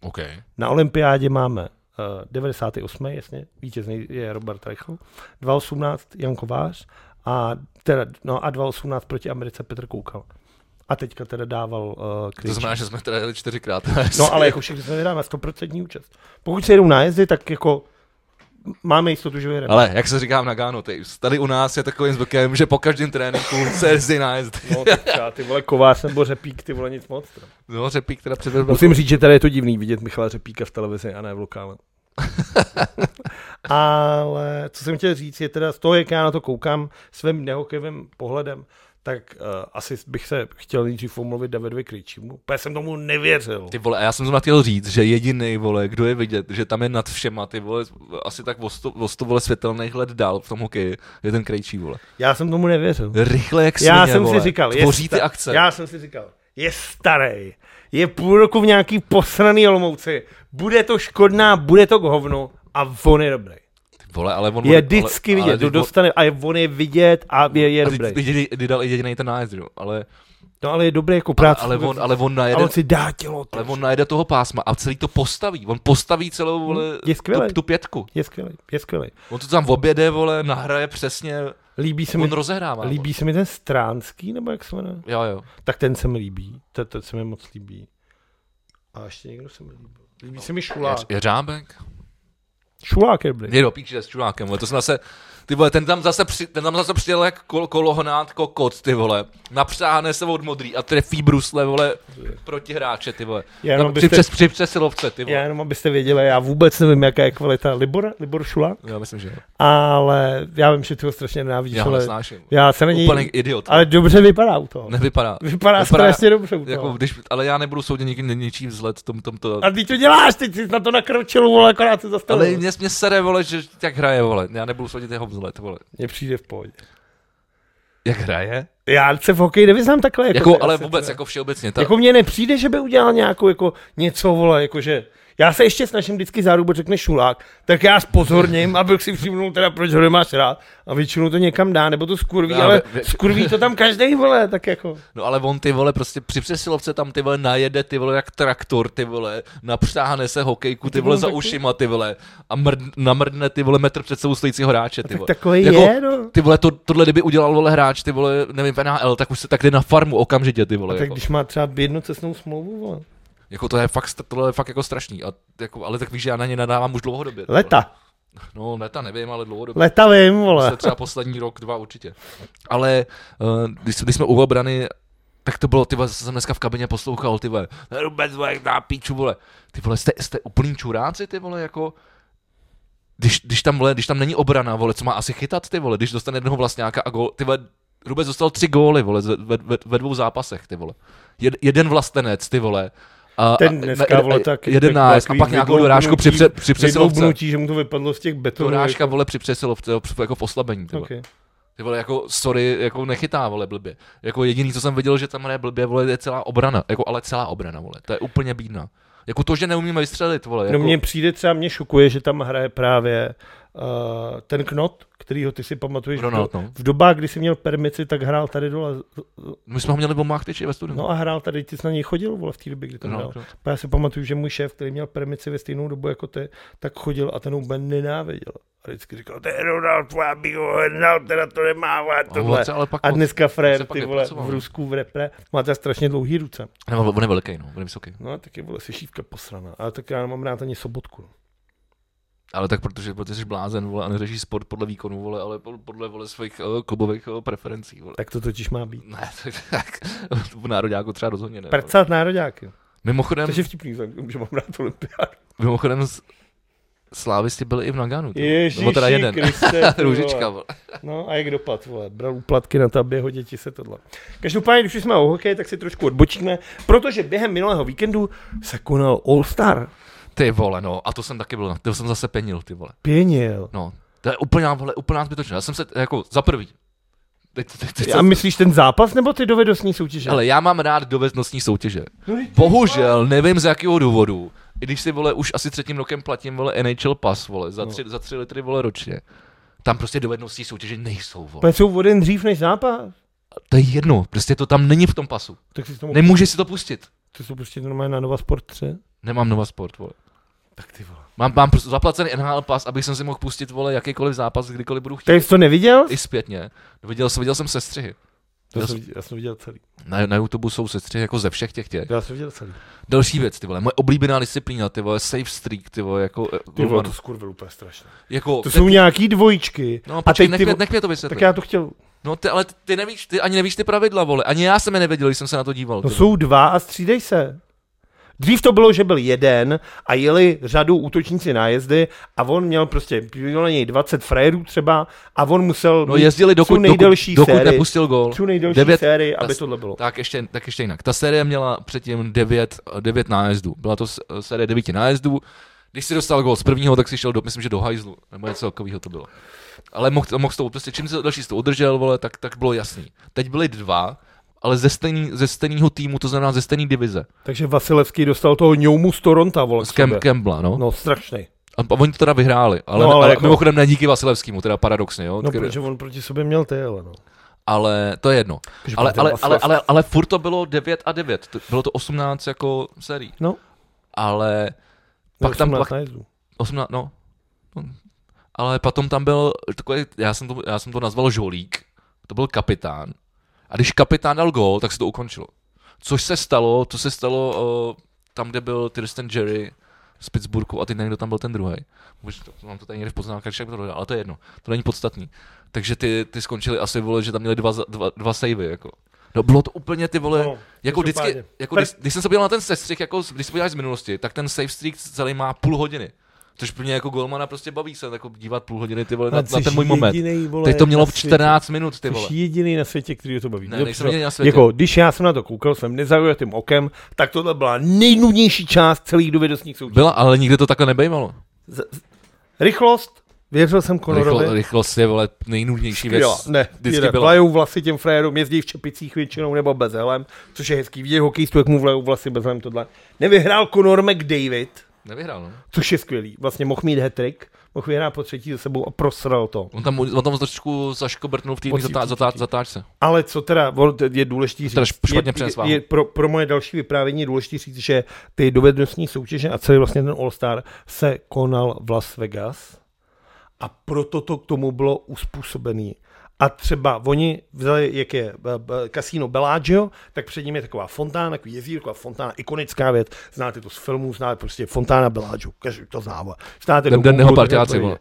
OK. Na olympiádě máme eh, 98, jasně, vítězný je Robert Reichl, 2018 Jan Kovář a, teda, no a 2018 proti Americe Petr Koukal. A teďka teda dával uh, To Krejčí. znamená, že jsme teda jeli čtyřikrát. No ale jako všechny jsme vyhráli na 100% účast. Pokud se jedou nájezdy, tak jako máme jistotu, že vyhráme. ale jak se říká na Gáno Tapes, tady u nás je takovým zvykem, že po každém tréninku se jezdí nájezd. No, tak třeba ty vole kovář nebo řepík, ty vole nic moc. teda. No, řepík teda předvedl. Musím říct, že tady je to divný vidět Michala Řepíka v televizi a ne v lokále. Ale co jsem chtěl říct, je teda z toho, jak já na to koukám svým nehokejovým pohledem, tak uh, asi bych se chtěl nejdřív omluvit Davidovi Krejčímu. Já jsem tomu nevěřil. Ty vole, a já jsem zrovna chtěl říct, že jediný vole, kdo je vidět, že tam je nad všema, ty vole, asi tak o 100, o 100 vole světelných let dál v tom hokeji, je ten krejčí, vole. Já jsem tomu nevěřil. Rychle jak svině, Já jsem vole. si říkal, tvoří ty sta- akce. Já jsem si říkal, je starý, je půl roku v nějaký posraný Olomouci, bude to škodná, bude to k hovnu a on je dobrý. Ty vole, ale on Je vždycky vidět, když kdo dostane a je, on je vidět a je, je on- a dobrý. teď jediný- kdy dal jediný ten nájezd, jo, ale, No ale je dobrý jako práce. ale, on, ale on a najede, on si dá tělo. ale Ale on najede toho pásma a celý to postaví. On postaví celou, vole, Mm, je tu, skvělej. tu pětku. Je skvělý, je skvělý. On to tam objede, vole, nahraje přesně, Líbí se mi, on rozehrává. vole. líbí se mi ten Stránský, nebo jak se jmenuje? Jo, jo. Tak ten se mi líbí, ten, ten se mi moc líbí. A ještě někdo se mi líbí. Líbí se mi Šulák. Je, je řábek. Šulákem, ne? Jdi do píči s čurákem, vole, to jsem zase, ty vole, ten tam zase, při, ten tam zase přijel jak kol, kolohonát kokot, ty vole, napřáhne se od modrý a trefí brusle, vole, proti hráče, ty vole, Já já, jenom no, při, byste- přes, při přesilovce, ty vole. No. Já jenom, abyste věděli, já vůbec nevím, jaká je kvalita Libor, Libor Šula, Já, myslím, že jo. ale já vím, že ty ho strašně nenávidíš, já ho ale nesnáším. já se na něj, Úplně idiot. ale dobře vypadá u toho. Nevypadá. Vypadá, Vypadá strašně no. dobře u toho. Jako, když, ale já nebudu soudit nikdy ni- ničí vzhled tom, tomto. A ty to děláš, teď jsi na to nakročil, vole, akorát se zastavil. Ale mě, mě sere, vole, že jak hraje, vole. Já nebudu soudit jeho vzhled, vole. Mně přijde v pohodě. Jak hraje? Já se v hokeji nevyznám takhle. Jako, Jako, ale asi vůbec, teda. jako všeobecně. Ta, Ta... Jako mně nepřijde, že by udělal nějakou, jako něco, vole, jakože... Já se ještě snažím vždycky zárubu, řekne šulák, tak já spozorním, abych si všimnul teda, proč ho nemáš rád. A většinou to někam dá, nebo to skurví, No, ale ve- ve- skurví to tam každý vole, tak jako. No ale on ty vole prostě při přesilovce tam ty vole najede ty vole jak traktor ty vole, napřáhne se hokejku ty vole on za taky- ušima ty vole a mrd, namrdne ty vole metr před sebou stojícího hráče ty Tak vole. takový Jako- je, no. Ty vole, to, tohle kdyby udělal vole hráč, ty vole, nevím, v NHL, tak už se tak jde na farmu okamžitě, ty vole. Tak Jako, když má třeba jednocestnou smlouvu, vole. jako, to je fakt, str- tohle je fakt jako strašný, a, jako, ale tak víš, že já na ně nadávám už dlouhodobě. ty vole. Leta, No, leta nevím, ale dlouhodobě. leta vím, se vole. třeba poslední rok, dva určitě. Ale uh, když, když jsme u obrany, tak to bylo, ty vole, zase jsem dneska v kabině poslouchal, ty vole, vůbec, vole, na píču, vole. Ty vole, jste, jste úplný čuráci, ty vole, jako, když, když, tam, vole, když tam není obrana, vole, co má asi chytat, ty vole, když dostane jednoho vlastňáka a gól, ty vole, Rubec dostal tři góly, vole, ze- ve, ve, ve dvou zápasech, ty vole. Jed, jeden vlastenec, ty vole. A, Ten dneska, a- vole, tak... jako Jedenáct, a takový pak nějakou vydloubnutí- dorážku při, pře- při přesilovce. vydloubnutí, že mu to vypadlo z těch betonů. Dorážka, vole, při přesilovce, jo, jako v oslabení, ty vole. Okay. Ty vole, jako, sorry, jako nechytá, vole, blbě. Jako jediný, co jsem viděl, že tam hraje blbě, vole, je celá obrana. Jako, ale celá obrana, vole. To je úplně bídna. Jako to, že neumíme vystřelit, vole. Jako, No mně přijde třeba, mě šokuje, že tam hraje právě uh, ten knot, kterýho ty si pamatuješ. Ronald, v, do, no. v dobách, kdy jsi měl permici, tak hrál tady dole. My jsme ho měli bomák tyči ve studiu. No a hrál tady, ty jsi na něj chodil vole, v té době, kdy to No, hrál. no. A já si pamatuju, že můj šéf, který měl permici ve stejnou dobu jako ty, tak chodil a ten úplně nenáviděl. A vždycky říkal, to je Ronald, já bych ho hnal, teda to nemá, vole, A tohle. on se ale No, pak A dneska se frér, pak ty vole, nepracoval, v no. Rusku, v repre, má teda strašně dlouhý ruce. Nebo, on je velký, no, on je vysoký. No a taky, vole, si šívka posraná. Ale tak já nemám rád ani sobotku. no. Ale tak protože, protože jsi blázen, vole, a neřešíš sport podle výkonu, vole, ale po- podle, vole, svých uh, klubových uh, preferencí, vole. Tak to totiž má být. Ne, tak, tak v nároďáku třeba rozhodně ne. vole. Prcat nároďáky. Mimochodem, Takže vtipný, vzhledem k tomu, že mám rád olympiádu. mimochodem, s- slávisti byli i v Naganu. ty vole. Ježiši Nebo teda jeden. Kriste, ty Růžička, vole. vole. No a jak dopad, vole. Bral úplatky na to, aby jeho děti se tohle. Každopádně, když už jsme o hokeji, tak si trošku odbočíme, protože během minulého víkendu se konal All-Star Ty vole, no, a to jsem taky byl, na- to jsem zase penil, ty vole. pěnil. No, to je úplná, vole, úplná zbytočná. Já jsem se, jako, za prvý. Teď, teď, teď A jsem, myslíš ten zápas nebo ty dovednostní soutěže? ale já mám rád dovednostní soutěže. No, ty- Bohužel, nevím z jakého důvodu, i když si, vole, už asi třetím rokem platím, vole, NHL pas, vole, za tři, za tři litry, vole, ročně. Tam prostě dovednostní soutěže nejsou, vole. Úplně jsou jeden dřív než zápas. To je jedno, prostě to tam není v tom pasu. Tak si tomu, ne... Nemůžeš si to pustit. to jsou prostě normálně na Nova Sport 3. Nemám Nova Sport, vole. Tak ty vole. Mám, mám prostě zaplacený NHL pas, abych jsem si mohl pustit, vole, jakýkoliv zápas, kdykoliv budu chtít. Tak jsi to neviděl? I zpětně. Viděl, jsem- viděl jsem sestřihy. To Já jsem, já jsem viděl celý. Na, na YouTube jsou sestřihy jako ze všech těch těch. Já jsem viděl celý. Další věc, ty vole, moje oblíbená disciplína, ty vole, safe streak, ty vole, jako... eh, Ty vole, golman. to skurvil úplně strašně. jako To jsou nějaký dvojičky. No, počkej, teď nech, ty mě, vo- nech mě to Tak vysvětlit. Já... já to chtěl. No, ty, ale ty nevíš, ty ani nevíš ty pravidla, vole. Ani já jsem je nevěděl, když jsem se na to díval. No ty jsou dva a střídej se. Dřív to bylo, že byl jeden a jeli řadu útočníci nájezdy a on měl prostě, bylo na něj 20 frajerů třeba a on musel vole. no jezdili dokud, co nejdelší dokud, dokud sérii. nepustil gól. tu nejdelší devět- sérii, aby tas- tohle bylo. Tak ještě, tak ještě jinak. Ta série měla předtím 9, 9 nájezdů. Byla to s- série 9 nájezdů. Když si dostal gol z prvního, tak si šel, do, myslím, že do hajzlu, nebo něco takového to bylo. Ale mohl, mohl s tou, prostě čím se další s tou udržel, vole, tak, tak bylo jasný. Teď byly dva, ale ze, stejný, ze stejného týmu, to znamená ze stejné divize. Takže Vasilevský dostal toho ňoumu z Toronta, vole, Z k sobě. Kem, Kembla, no. no. No strašný. A, a oni to teda vyhráli, ale, No, no, ale, ale ale jako- jako... mimochodem ne díky Vasilevskému, teda paradoxně, jo. No, který- protože on proti sobě měl ty, ale no. Ale to je jedno. Protože Ale, ten ale, ale, Vasilevský- ale, ale furt to bylo 9 a 9, to, bylo to 18 jako sérií. No, ale pak tam, 18 pak, nájezdů. 18, no, No. ale potom tam byl takový, já jsem to, já jsem to nazval žolík, to byl kapitán. A když kapitán dal gól, tak se eh, to ukončilo. Což se stalo, to se stalo uh, tam, kde byl Tristan Jerry z Pittsburghu a teď nevím, kdo tam byl ten druhý. Mám to tady někde v poznámkách, však to dodal, ale to je jedno, to není podstatný. Takže ty, ty skončili asi, vole, že tam měli dva, za- dva, dva savey, jako. No bylo to úplně ty vole, No, no, jako každopádně. vždycky, jako když, když, jsem se podíval na ten sestřih, jako když se podíváš z minulosti, tak ten save streak celý má půl hodiny. Což pro mě jako golmana prostě baví se jako dívat půl hodiny ty vole, na, Ale na jsi ten můj moment. jedinej, vole, Teď to mělo na světě. 14 minut, ty Jsi vole. jediný na světě, který to baví. Ne, Dobře, nejsem jediný na světě. Jako, když já jsem na to koukal, jsem nezaujatým okem, tak tohle byla nejnudnější část celých dovednostních soutěží. Byla, ale nikdy to takhle nebejvalo. Z- z- Rychlost, věřil jsem Conorovi. Rychlo, rychlost je vole nejnudnější věc. Jo, ne, vždycky byla. Vlajou vlasy těm frajerům, jezdí v čepicích většinou nebo bez helem, což je hezký. Vidět hokejistů, jak mu vlejou vlasy bez helem tohle. Nevyhrál Conor McDavid, Nevyhrál, no. což je skvělý. Vlastně mohl mít hat-trick, mohl vyhrát po třetí za sebou a prosral to. On tam, on tam trošku zaškobrtnul v té jedné Pocit, zatá, zatá, zatáčce. Ale co teda on- je důležitý říct, Teda špatně je, přenesl váhu. je, je pro, pro moje další vyprávění je důležitý říct, že ty dovednostní soutěže a celý vlastně ten All-Star se konal v Las Vegas a proto to k tomu bylo uspůsobený. A třeba oni vzali, jak je b- b- kasíno Bellagio, tak před ním je taková fontána, takový jezírko a fontána, ikonická věc. Znáte to z filmů, znáte prostě fontána Bellagio, každý to zná. vole. Vstáte Ten do den jeho Googlu, tak to partiáci, je. vole.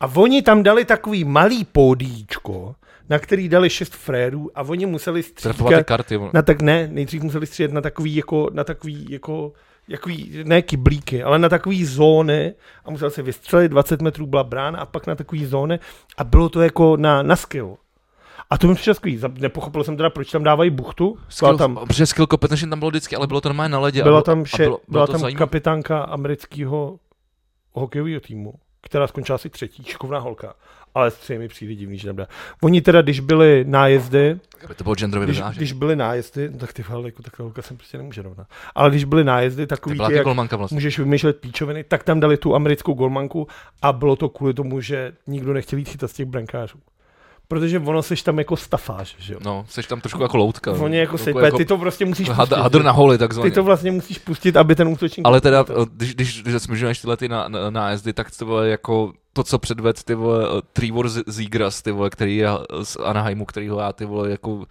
A oni tam dali takový malý pódíčko, na který dali šest frérů a oni museli Trefovat ty stříkat, karty, vole. na tak ne, nejdřív museli střídat na takový jako, na takový jako, jakový, ne kyblíky, ale na takový zóny a musel se vystřelit, 20 metrů byla brána a pak na takový zóny a bylo to jako na, na skill. A to mi přišlo skvělý. Za- Nepochopil jsem teda, proč tam dávají buchtu. Byla Skill, tam, tam. Protože skill competition tam bylo vždycky, ale bylo to normálně na ledě. a byla bylo- tam, a vše, bylo, byla bylo to tam zajímavé. kapitánka amerického hokejového týmu, která skončila asi třetí, šikovná holka. Ale stejně mi přijde divný, že nebude. Oni teda, když byli nájezdy, Aby to bylo genderově když, vyvážené. když byly nájezdy, no tak ty vole, jako taková holka jsem prostě nemůže rovna. Ale když byly nájezdy, To takový byla ty, ty jak golmanka vlastně. můžeš vymýšlet píčoviny, tak tam dali tu americkou golmanku a bylo to kvůli tomu, že nikdo nechtěl jít chytat z těch brankářů. Protože ono seš tam jako stafář, že jo? No, jsi tam trošku jako loutka. no. Oni jako, Trošku jako sejpe, ty to prostě musíš had- pustit, hadr že? na holi Ty takzvaně. to vlastně musíš pustit, aby ten útočník... Ale teda, když, když, když smižuješ tyhle ty na- na- nájezdy, tak to bylo jako to, co předved ty vole eh, Trevor Z- Zegras, ty vole, který je z Anaheimu, který ho já ty vole jako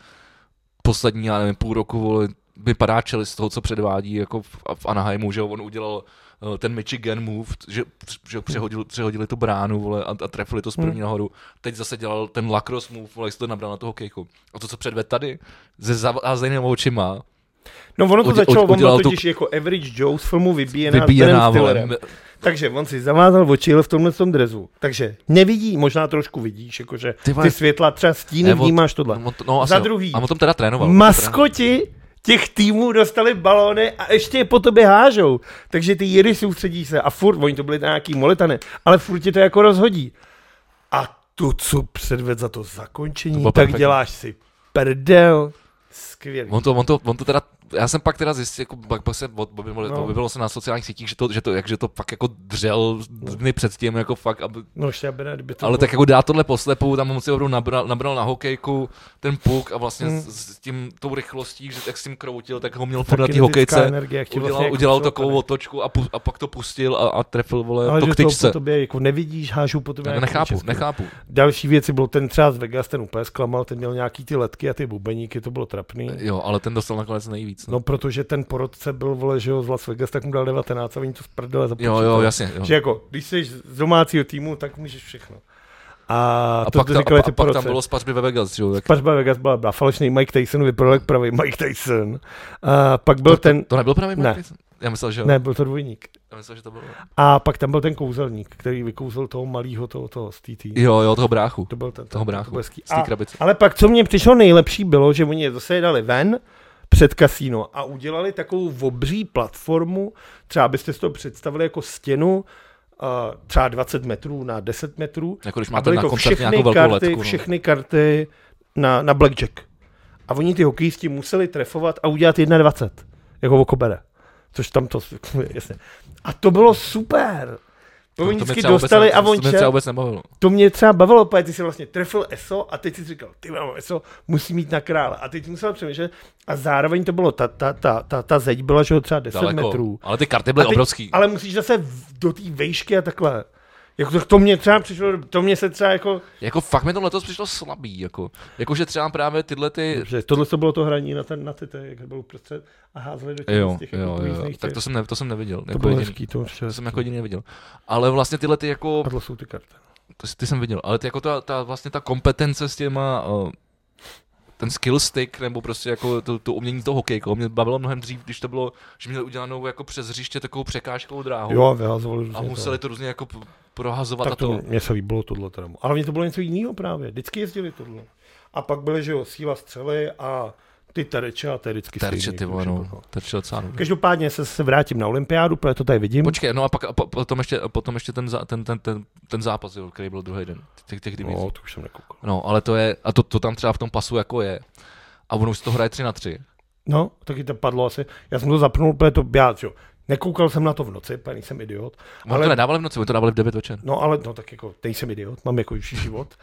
poslední, já nevím, půl roku vole, vypadá čeli z toho, co předvádí jako v, v Anaheimu, že jo, on udělal eh, ten Michigan move, že, že ho přehodil, přehodili tu bránu vole, a, a trefili to z první nahoru. Teď zase dělal ten lacrosse move, vole, jak se to nabral na toho kejku. A to, co předved tady, se zavázenýma očima, No ono to Udě- začalo, ud- on byl udělal tu- totiž jako Average Joe z filmu Vybíjená, vybíjená, s Benem Stillerem. vole, Takže on si zavázal oči, ale v tomhle tom drezu. Takže nevidí, možná trošku vidíš, jakože Ty ty, vole- ty světla třeba stíny Ne, on- vnímáš tohle. On to, no, asi Za jo. druhý. A on tom teda trénoval. Maskoti těch týmů dostali balóny a ještě je po tobě hážou. Takže ty jiry soustředí se a furt, oni to byli nějaký moletany, ale furt tě to jako rozhodí. A to, co předved za to zakončení, To bylo to tak perfektní. děláš si prdel. Skvělý. On to, on to, on to teda, já jsem pak teda zjistil, jako, pak, pak se objevilo, No. no. objevilo se na sociálních sítích, že to, že to, jak, že to fakt jako dřel dny předtím, jako fakt, aby, No, ještě já bych, kdyby No. to ale bylo- tak jako dá tohle poslepu, tam on si opravdu nabral, nabral na hokejku ten puk a vlastně Hmm. mm. s, s tím, tou rychlostí, že jak s tím kroutil, tak ho měl furt na té kinetická hokejce, energie, jak ti udělal, vlastně jako udělal celou takovou tady. otočku a, pu, a pak to pustil a, a trefil, vole, Ale to že k to po tyčce. tobě jako nevidíš, hážu po tobě. Tak nějakou nechápu, českou. nechápu. Další věci bylo ten třeba z Vegas, ten úplně zklamal, ten měl nějaký ty letky a ty bubeníky, to bylo trapný. Jo, ale ten dostal nakonec nejvíc. No. No, protože ten porodce byl, vole, že jo, z Las Vegas, tak mu dal 19 a oni to z prdele Jo, započítali. jo, jasně. Jo. Že jako, když jsi z domácího týmu, tak můžeš všechno. A, A, to pak, to ta, říkali a, a ty pak porodce. tam bylo spařby ve Vegas, že jo, jak Pařba Vegas byla, byla falešný Mike Tyson, vypadal jak pravý Mike Tyson. A pak byl to, ten, To, to nebyl právě Ne. ne. Já myslel, že jo. ne, byl to dvojník. Já myslel, že to bylo. A pak tam byl ten kouzelník, který vykouzel toho malého toho, toho z TT. Jo, jo, toho bráchu. To byl ten, Toho ten- to bráchu. byl Z hezký. té A krabice. Ale pak, co mně přišlo nejlepší, bylo, že oni je zase je dali ven před kasíno a udělali takovou obří platformu, třeba byste si to představili jako stěnu, uh, třeba 20 metrů na 10 metrů. Jako když A máte byly na to koncert všechny nějakou velkou karty, letku. no. všechny karty na, na blackjack. A oni ty hokejisti museli trefovat a udělat 21, jako o kobere. Což tam to, jasně. A to bylo super. To oni No, mě vždycky třeba vůbec dostali ne- a on To mě čet, třeba vůbec nebavilo. to mě třeba bavilo, protože ty jsi vlastně trefil ESO a teď jsi říkal, ty mám ESO, musím mít na krále. A teď jsi musel přemýšlet a zároveň to bylo, ta, ta, ta, ta, ta zeď byla, že jo, třeba 10 Daleko. metrů. Ale ty karty A byly teď, obrovský. Ale musíš zase v- do té vejšky a takhle. Jako to, to mě třeba přišlo, to mě se třeba jako... Jako fakt mi to letos přišlo slabý, jako. Jako, že třeba právě tyhle ty... Že tohle to bylo to hraní na ten, na ty, ty jak byl uprostřed a házeli do těch, Jo, z těch jako jo, jo, pojízdných tak těch. to jsem, ne, to jsem neviděl. to Jako bylo jediný, hezký, to určitě. to jsem jako jediný neviděl. Ale vlastně tyhle ty jako, Padlo jsou ty karty. to si- ty jsem viděl, ale ty jako ta, ta vlastně ta kompetence s těma, eh, ten skill stick, nebo prostě jako to, to umění toho hokejku, mě bavilo mnohem dřív, když to bylo, že měli udělanou jako přes hřiště takovou překážkovou dráhu. Jo, a vyhazovali a různě museli to různě jako p- prohazovat tak a to. to, mně se líbilo tohle teda. Ale mně to bylo něco jiného právě. Vždycky jezdili tohle. A pak byly, že jo, síla střely a ty terče a to je vždycky Terče, stejný, ty jako vole, všechno. no. Terče docela dobře. Každopádně se, se vrátím na olympiádu, protože to tady vidím. Počkej, no a pak a po, potom, ještě, potom ještě ten, zá- ten, ten, ten, ten zápas, jo, který byl druhý den, těch, těch divizí. no, No. to už jsem nekoukal. no, ale to je, a to, to tam třeba v tom pasu jako je. A ono už se to hraje 3 na 3. No, taky to padlo asi. Já jsem to zapnul, protože to já, že jo. Nekoukal jsem na to v noci, paní jsem idiot. Oni ale... No, to Ale, nedávali v noci, oni to dávali v 9 večer. no ale, no tak jako, teď jsem idiot, mám jako užší život.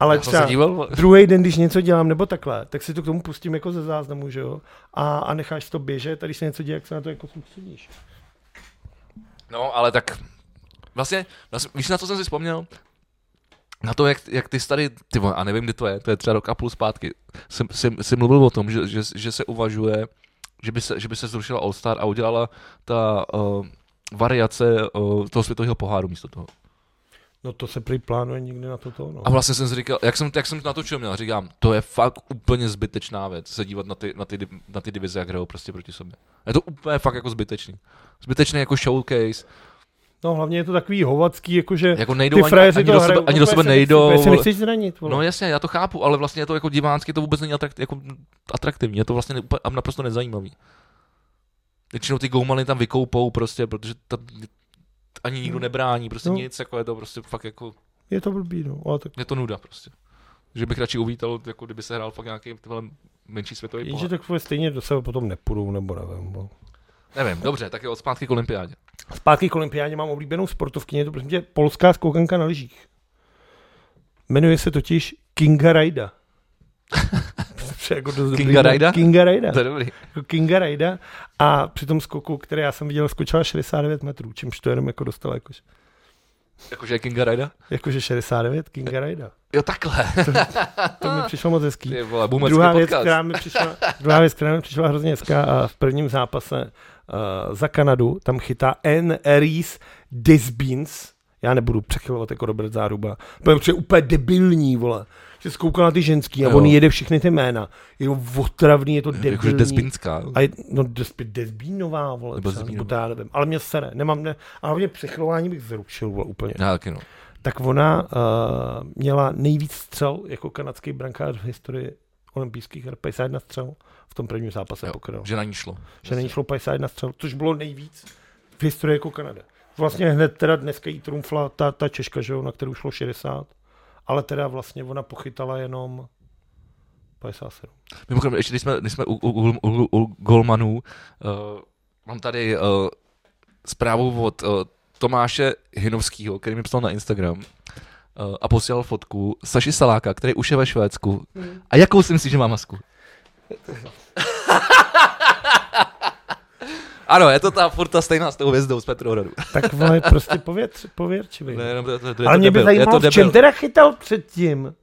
Ale Já jsem se třeba díval, druhý den, když něco dělám nebo takhle, tak si to k tomu pustím jako ze záznamu, že jo. A, a necháš to běžet, a když se něco děje, jak se na to jako soustředíš. no ale tak vlastně, vlastně, víš na co jsem si vzpomněl? Na to, jak, jak ty jsi tady, ty vole, a nevím, kdy to je, to je třeba rok a půl zpátky, jsem, jsem, jsem mluvil o tom, že, že, že se uvažuje, že by se, že by se zrušila All Star a udělala ta uh, variace uh, toho světového poháru místo toho. No to se prý plánuje nikdy na toto, no. A vlastně jsem si říkal, jak jsem, jak jsem na to měl, říkám, to je fakt úplně zbytečná věc, se dívat na ty, na ty, di- na ty divize, jak hrajou prostě proti sobě. Je to úplně fakt jako zbytečný. Zbytečný jako showcase, No hlavně je to takový hovacký, jakože jako ty nejdou ani, frajeři ani, to do hrajou, sebe, ani do úplně sebe se nechci- nejdou. úplně se vole. nechceš zranit, vole. No jasně, já to chápu, ale vlastně je to jako divánsky, to vůbec není atraktiv, jako atraktivní, je to vlastně ne- úplně, naprosto nezajímavý. Většinou ty goumany tam vykoupou prostě, protože tam ani nikdo nebrání, prostě No. nic, jako je to prostě fakt jako Je to blbý, no, ale tak je to nuda prostě. Že bych radši uvítal, jako kdyby se hrál fakt nějaký tyhle menší světový pohár. jenže takové stejně do sebe potom nepůjdou, nebo nevím, no. Nevím, dobře, tak je od zpátky k olympiádě. Zpátky k olympiádě mám oblíbenou sportovkyni, je to prostě polská skokanka na lyžích. Jmenuje se totiž Kinga Rajda. Prostě jako dost dobrý Kinga jméno. Rajda? Kinga Rajda. To je dobrý. Jako Kinga Rajda. A při tom skoku, který já jsem viděl, skočila 69 metrů, čímž to jenom jako dostala jakože, Jakože je Kinga Rida? jakože 69 Kinga Rajda. Jo, takhle. To mi přišlo moc hezký. Ty vole, boomerský Druhá věc, podcast. která mi přišla, druhá věc, která mi přišla hrozně hezká a v prvním zápase uh, za Kanadu, tam chytá N. Rees Desbeans. Já nebudu přechylovat jako Robert Záruba. Protože je úplně debilní, vole. Že zkoukal na ty ženský a Jo. on jede všechny ty jména. Je to otravný, je to Jakože debilní. Despínská. A je, no Despi, Desbínová, vole, Nebo třeba, nebo Desbínová. to já nevím. Ale mě sere, nemám, ne, a hlavně přechylování bych zrušil, vole, úplně Já taky no. tak ona uh, měla nejvíc střel jako kanadský brankář v historii olympijských her, 51 střel v tom prvním zápase Jo, pokryl. Že na ní šlo. Že není šlo 51 střel, což bylo nejvíc v historii jako Kanada. Vlastně hned teda dneska jí trumfla ta, ta Češka, že jo, na kterou šlo 60, ale teda vlastně ona pochytala jenom 57. Mimochodem, ještě když jsme, když jsme u, u, u, u, u Golmanů, uh, mám tady uh, zprávu od uh, Tomáše Hinovského, který mi psal na Instagram uh, a posílal fotku Saši Saláka, který už je ve Švédsku. A jakou si myslíš, že má masku? ano, je to ta furt ta stejná s tou hvězdou z Petrohradu. Tak ona je prostě pověř, pověrčivý. Ne, no, to, to, to, je ale to mě by debil, je to zajímalo, v čem debil. teda chytal předtím.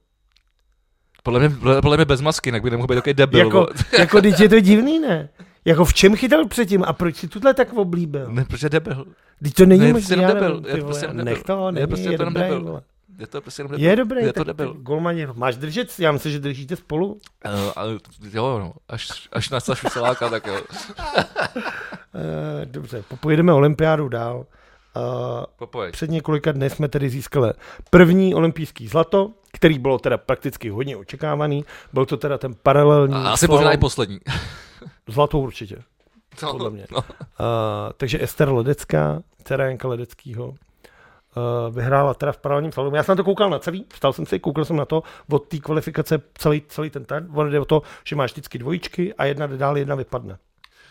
Podle mě, podle mě bez masky, jinak by nemohl být takový debil. Jako, vole. jako teď je to divný, ne? Jako v čem chytal předtím a proč si tuhle tak oblíbil? Ne, protože je debil. Teď to není Ne, možný, prostě jenom já debil, nevím, je ty to prostě vole, jenom debil. nech toho, Je není, je, prostě prostě to jenom dobrý, debil. vole. Je to prostě jenom debil. Je dobrý, Je to tak- debil. tak Golmani, máš držet, já myslím, že držíte spolu. Eh, ale, jo, no, až, až na Sašu Saláka, tak jo. Eh, dobře, popojedeme olympiádu dál. Eh, Popojď. před několika dny jsme tedy získali první olympijský zlato, který bylo teda prakticky hodně očekávaný. Byl to teda ten paralelní A asi slalom. možná i poslední. zlato určitě. No, Podle mě. No. Uh, takže Ester Ledecká, dcera Janka Ledeckýho, uh, vyhrála teda v paralelním slalomu. Já jsem na to koukal na celý, vstal jsem si, koukal jsem na to od té kvalifikace celý, celý ten ten. Ono jde o to, že máš vždycky dvojičky a jedna jde dál, jedna vypadne.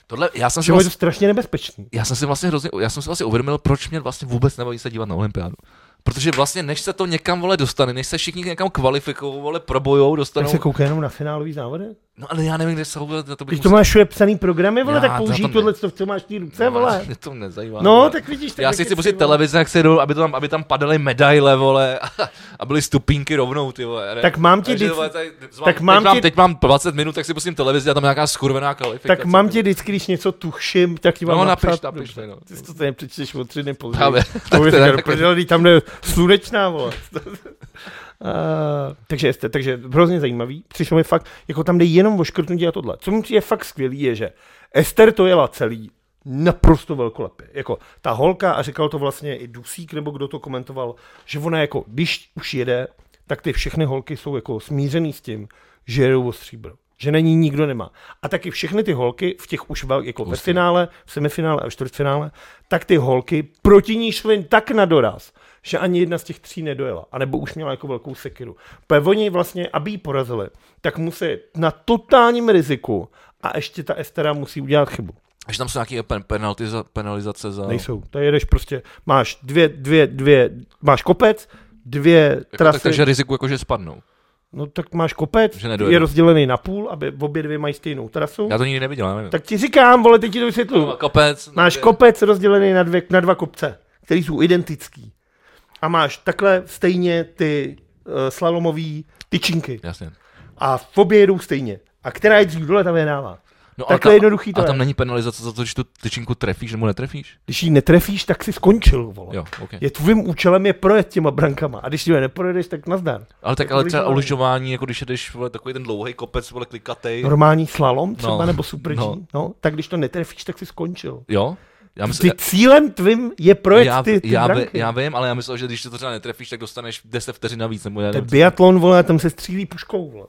Tohle, já jsem si Že je to vlastně, strašně nebezpečný. já jsem si vlastně hrozně, já jsem si vlastně uvědomil, proč mě vlastně vůbec nebaví se dívat na olympiádu. Protože vlastně, než se to někam, vole, dostane, než se všichni někam kvalifikují, vole, probojou, Tak dostanou, se koukej jenom na finálový závody. No ale já nevím, kde jsou, vole, na to bych Když to máš všude psaný programy, vole, Já tak to použij tam ne- tohle, co co máš v té ruce, vole. Mě to nezajímá. No, vole. tak vidíš. tak Já jak si chci jsi, pustit vole. televizi, jak se jdu, aby tam, aby tam padaly medaile, vole, a byly stupínky rovnou, ty vole. ne? Tak mám ti Takže, vždycky- vole, tady- mám, tak teď, mám mám, ti- teď mám 20 minut, tak si pustím televizi a tam je nějaká skurvená kalifikace. Tak mám tě vždycky, když něco tuším, tak ti mám No, napsat. napiš, napiš mi, no. Ty si to tady přečteš o tři dny později. Právě. To Tak je to je tak, takhle. prdel, tam jde slunečná, vole. A, Eh, takže, jste, takže hrozně zajímavý. Přišlo mi fakt, jako tam jde jenom o škrtnutí a tohle. Co mi je fakt skvělý, je, že Ester to jela celý naprosto velkolepě. Jako ta holka, a říkal to vlastně i Dusík, nebo kdo to komentoval, že ona jako, když už jede, tak ty všechny holky jsou jako smířený s tím, že jedou o stříbro. Že na ní nikdo nemá. A taky všechny ty holky v těch už vel, jako ve finále, v semifinále a v čtvrtfinále, tak ty holky proti ní šly tak na doraz, že ani jedna z těch tří nedojela, anebo už měla jako velkou sekiru. Protože oni vlastně, aby ji porazili, tak musí na totálním riziku a ještě ta Estera musí udělat chybu. Až tam jsou nějaké pen, penalty za, penalizace za... Nejsou. To jedeš prostě, máš dvě, dvě, dvě, máš kopec, dvě Jako, trasy, tak, takže riziku jako, že spadnou. no tak máš kopec, Že nedojedou. je rozdělený na půl, aby obě dvě mají stejnou trasu. Já to nikdy neviděl, já nevím. No, Tak ti říkám, vole, teď ti to vysvětluju. Kopec. Máš je- kopec rozdělený na, dvě, na dva kopce, který jsou identický. A máš takhle stejně ty uh, slalomové tyčinky. Jasně. A v obě jedou stejně. A která je dřív dole, tam je dává. No, Takhle jednoduchý to A je. tam není penalizace za to, že tu tyčinku trefíš nebo netrefíš? Když ji netrefíš, tak si skončil, vole. Jo, ok. Je tvým účelem je projet těma brankama. A když je neprojedeš, tak nazdar. Ale tak ale třeba u lyžování. lyžování, jako když jedeš vole, takový ten dlouhý kopec, vole klikatej. Normální slalom třeba, No, nebo super G, no. no. tak když to netrefíš, tak si skončil. Jo? Já myslím, Ty cílem tvým je projet já, ty, ty já, by, branky. já, vím, ale já myslel, že když to třeba netrefíš, tak dostaneš 10 vteřin navíc. Nebo já To je nevím, biatlon, vole, tam se střílí puškou, vole.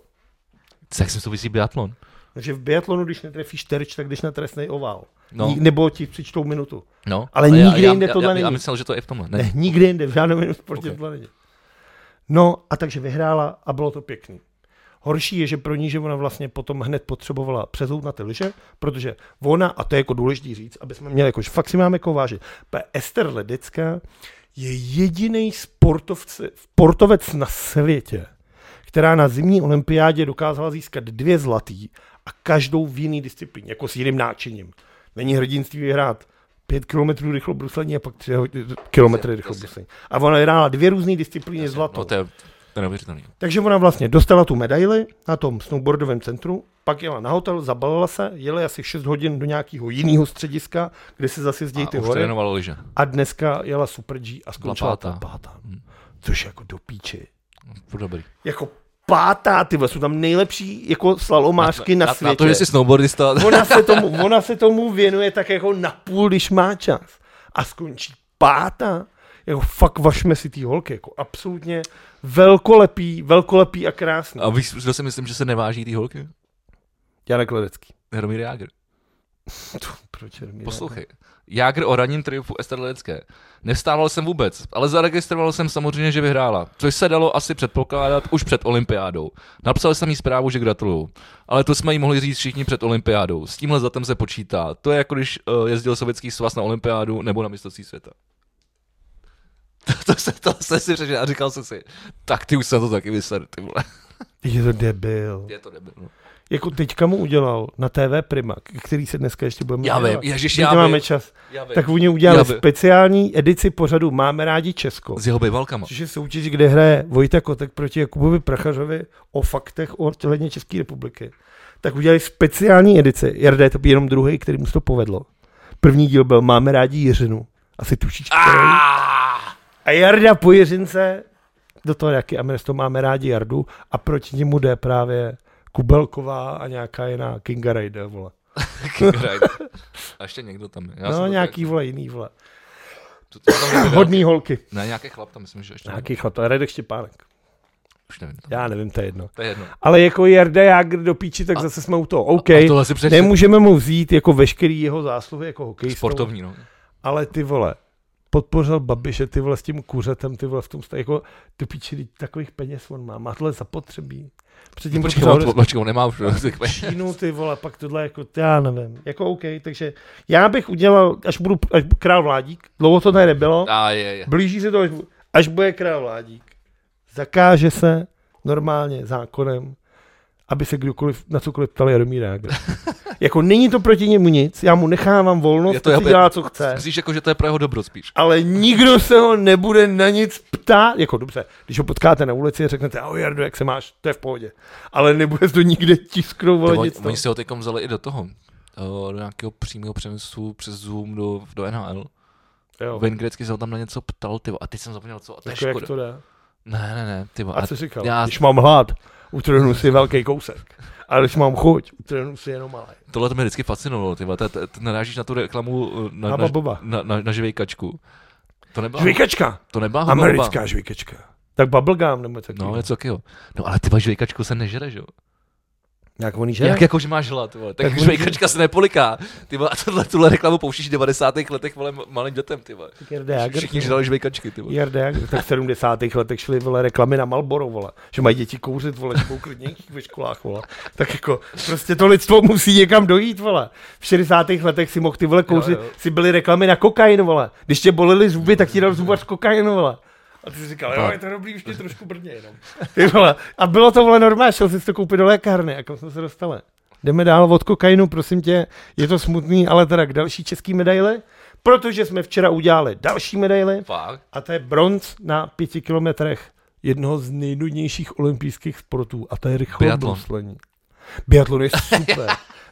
co- jak se souvisí biatlon? Takže v biatlonu, když netrefíš terč, tak když na trestný ovál. No. No. Nebo ti přičtou minutu. No, Ale já- nikdy já, jinde já, tohle já, já, není. myslel, že to je v tomhle. Ne, Ne. nikdy jinde, v žádném jiném sportě Ok. okay. není. No a takže vyhrála a bylo to pěkný. Horší je, že pro ní, že ona vlastně potom hned potřebovala přezout na ty liže, protože ona, a to je jako důležitý říct, aby jsme měli, jako, že fakt si máme jako vážit, protože Ester Ledecká je jediný sportovce, sportovec na světě, která na zimní olympiádě dokázala získat dvě zlatý a každou v jiný disciplíně, jako s jiným náčiním. Není hrdinství vyhrát pět kilometrů rychlobruslení a pak tři kilometry rychlobruslení. A ona vyhrála dvě různé disciplíny zlatou. No, to je, to je neuvěřitelný. Takže ona vlastně dostala tu medaili na tom snowboardovém centru, pak jela na hotel, zabalila se, jeli asi 6 hodin do nějakého jiného střediska, kde se zase jezdí A ty už hory. trénoval lyže. A dneska jela Super G a skončila pátá. ta pátá. Což je jako do píči. Furt dobrý. Jako pátá, ty vole, jsou tam nejlepší jako slalomářky na, na, světě. na to, že jsi snowboardista. ona, se tomu, ona se tomu věnuje tak jako na půl, když má čas. A skončí pátá. Jako fakt vašme si ty holky, jako absolutně velkolepý, velkolepý a krásný. A víš, kdo si myslím, že se neváží ty holky? Jarek Ledecký. Hromír Jágr. Proč je Poslouchej. Jágr o ranním triumfu Ester Ledecké. Nevstával jsem vůbec, ale zaregistroval jsem samozřejmě, že vyhrála, což se dalo asi předpokládat už před olympiádou. Napsal jsem jí zprávu, že gratuluju. Ale to jsme jí mohli říct všichni před olympiádou. S tímhle datem se počítá. To je jako když eh, jezdil sovětský svaz na olympiádu nebo na mistrovství světa. To, to, se, to se si přečetl a říkal jsem si, tak ty už se to taky vyser, ty vole. Je to debil. Je to debil. no. Jako teďka mu udělal na TV Prima, k- který se dneska ještě budeme Já vím, věnovat. ježiš, Teď já máme vím. čas. Já vím. Tak oni udělali Já vím. speciální edici pořadu Máme rádi Česko. S jeho bejvalkama. Což je soutěž, kde hraje Vojta Kotek proti Jakubovi Prachařovi o faktech o těleně České republiky. Tak udělali speciální edici. Jarda je to jenom druhý, který mu to povedlo. První díl byl Máme rádi Jiřinu. Asi tušíš, Ah! který. A Jarda po Jiřince do toho jaký a my to máme rádi Jardu a proti němu jde právě Kubelková a nějaká jiná Kinga Raider, vole. King Rider. A ještě někdo tam je. Já jsem to no nějaký, vole, jiný, vole. To, to tam nebyl. Hodný holky. Ne, nějaký chlap tam, myslím, že ještě nějaký... Nějaký chlap, Radek Štěpánek. Už nevím. To, Já nevím, to je jedno. to je jedno. Ale jako Jarda Jágr do píči, tak zase jsme u toho. OK, a tohle si přečte. nemůžeme mu vzít jako veškerý jeho zásluhy jako hokejistu. Sportovní, no. Ale ty vole, podpořil Babiše, ty vole s tím kuřetem, ty vole v tom stavu, jako do píči, teď takových peněz on má, má tohle zapotřebí. Předtím Počkej, podpořil- on, po- počkej, on nemá už. Čínu, ty vole, pak tohle jako, t- já nevím, jako OK, takže já bych udělal, až budu, až bu- král vládík, dlouho to tady nebylo, A je, je. blíží se to, až, bu- až bude král vládík, zakáže se normálně zákonem aby se kdokoliv na cokoliv ptal Jaromíra Jágra. jako není to proti němu nic, já mu nechávám volnost, to si dělá, co chce. Myslíš, jako, že to je pro jeho dobro spíš. Ale nikdo se ho nebude na nic ptát. Jako dobře, když ho potkáte na ulici a řeknete, ahoj Jardo, jak se máš, to je v pohodě. Ale nebude to nikde tisknout, vole, Ty oni- nic to. Oni si ho teď vzali i do toho, eh, do nějakého přímého přenosu přes Zoom do, do NHL. Jo. Vin Gretzky se ho tam na něco ptal, ty vole, a teď jsem zapomněl co, a to je Jako, jak škoda. to dá? Ne, ne, ne, ty vole, A a co říkal? Já... já- Když mám hlad, utrhnu si velký kousek. Ale když mám chuť, utrhnu si jenom malý. tohle to mě vždycky fascinovalo, ty vole, to- to- to narážíš na tu reklamu eh, na, Na na, baboba. na, na, na žvejkačku. To nebyla, Žvýkačka! to nebyla huboba. Americká žvýkačka. Tak bubblegum nebo co? No, něco takového. No ale ty vole, žvejkačku se nežere, že jo? Jak on jí žere? Jak jako, že máš hlad, vole. Tak, Tak tak oni- žvejkačka se nepoliká. Ty vole, a tohle, tuhle reklamu pouštíš v 90. letech, vole, ma- malým dětem, ty vole. Jarda Jager. Všichni žrali žvejkačky, ty vole. Jarda Jager. Tak v 70. letech šly vole, reklamy na Malboro, vole. Že mají děti kouřit, vole, že budou klidnější ve školách, vole. Tak jako, prostě to lidstvo musí někam dojít, vole. V 60. letech si mohl ty vole kouřit, Jo, jo. si byly reklamy na kokain, vole. Když tě bolely zuby, tak ti dal zubař kokain, vole. A ty jsi říkal, jo, je to dobrý, už mě trošku brně jenom. Ty vole. A bylo to vole normálně, šel jsi to koupit do lékárny a kam jsme se dostali. Jdeme dál od kokainu, prosím tě. Je to smutný, ale teda k další český medaili, protože jsme včera udělali další medaili Fakt? a to je bronz na pěti kilometrech jednoho z nejnudnějších olympijských sportů a to je Biatlon. rychlobruslení. Biatlon je super.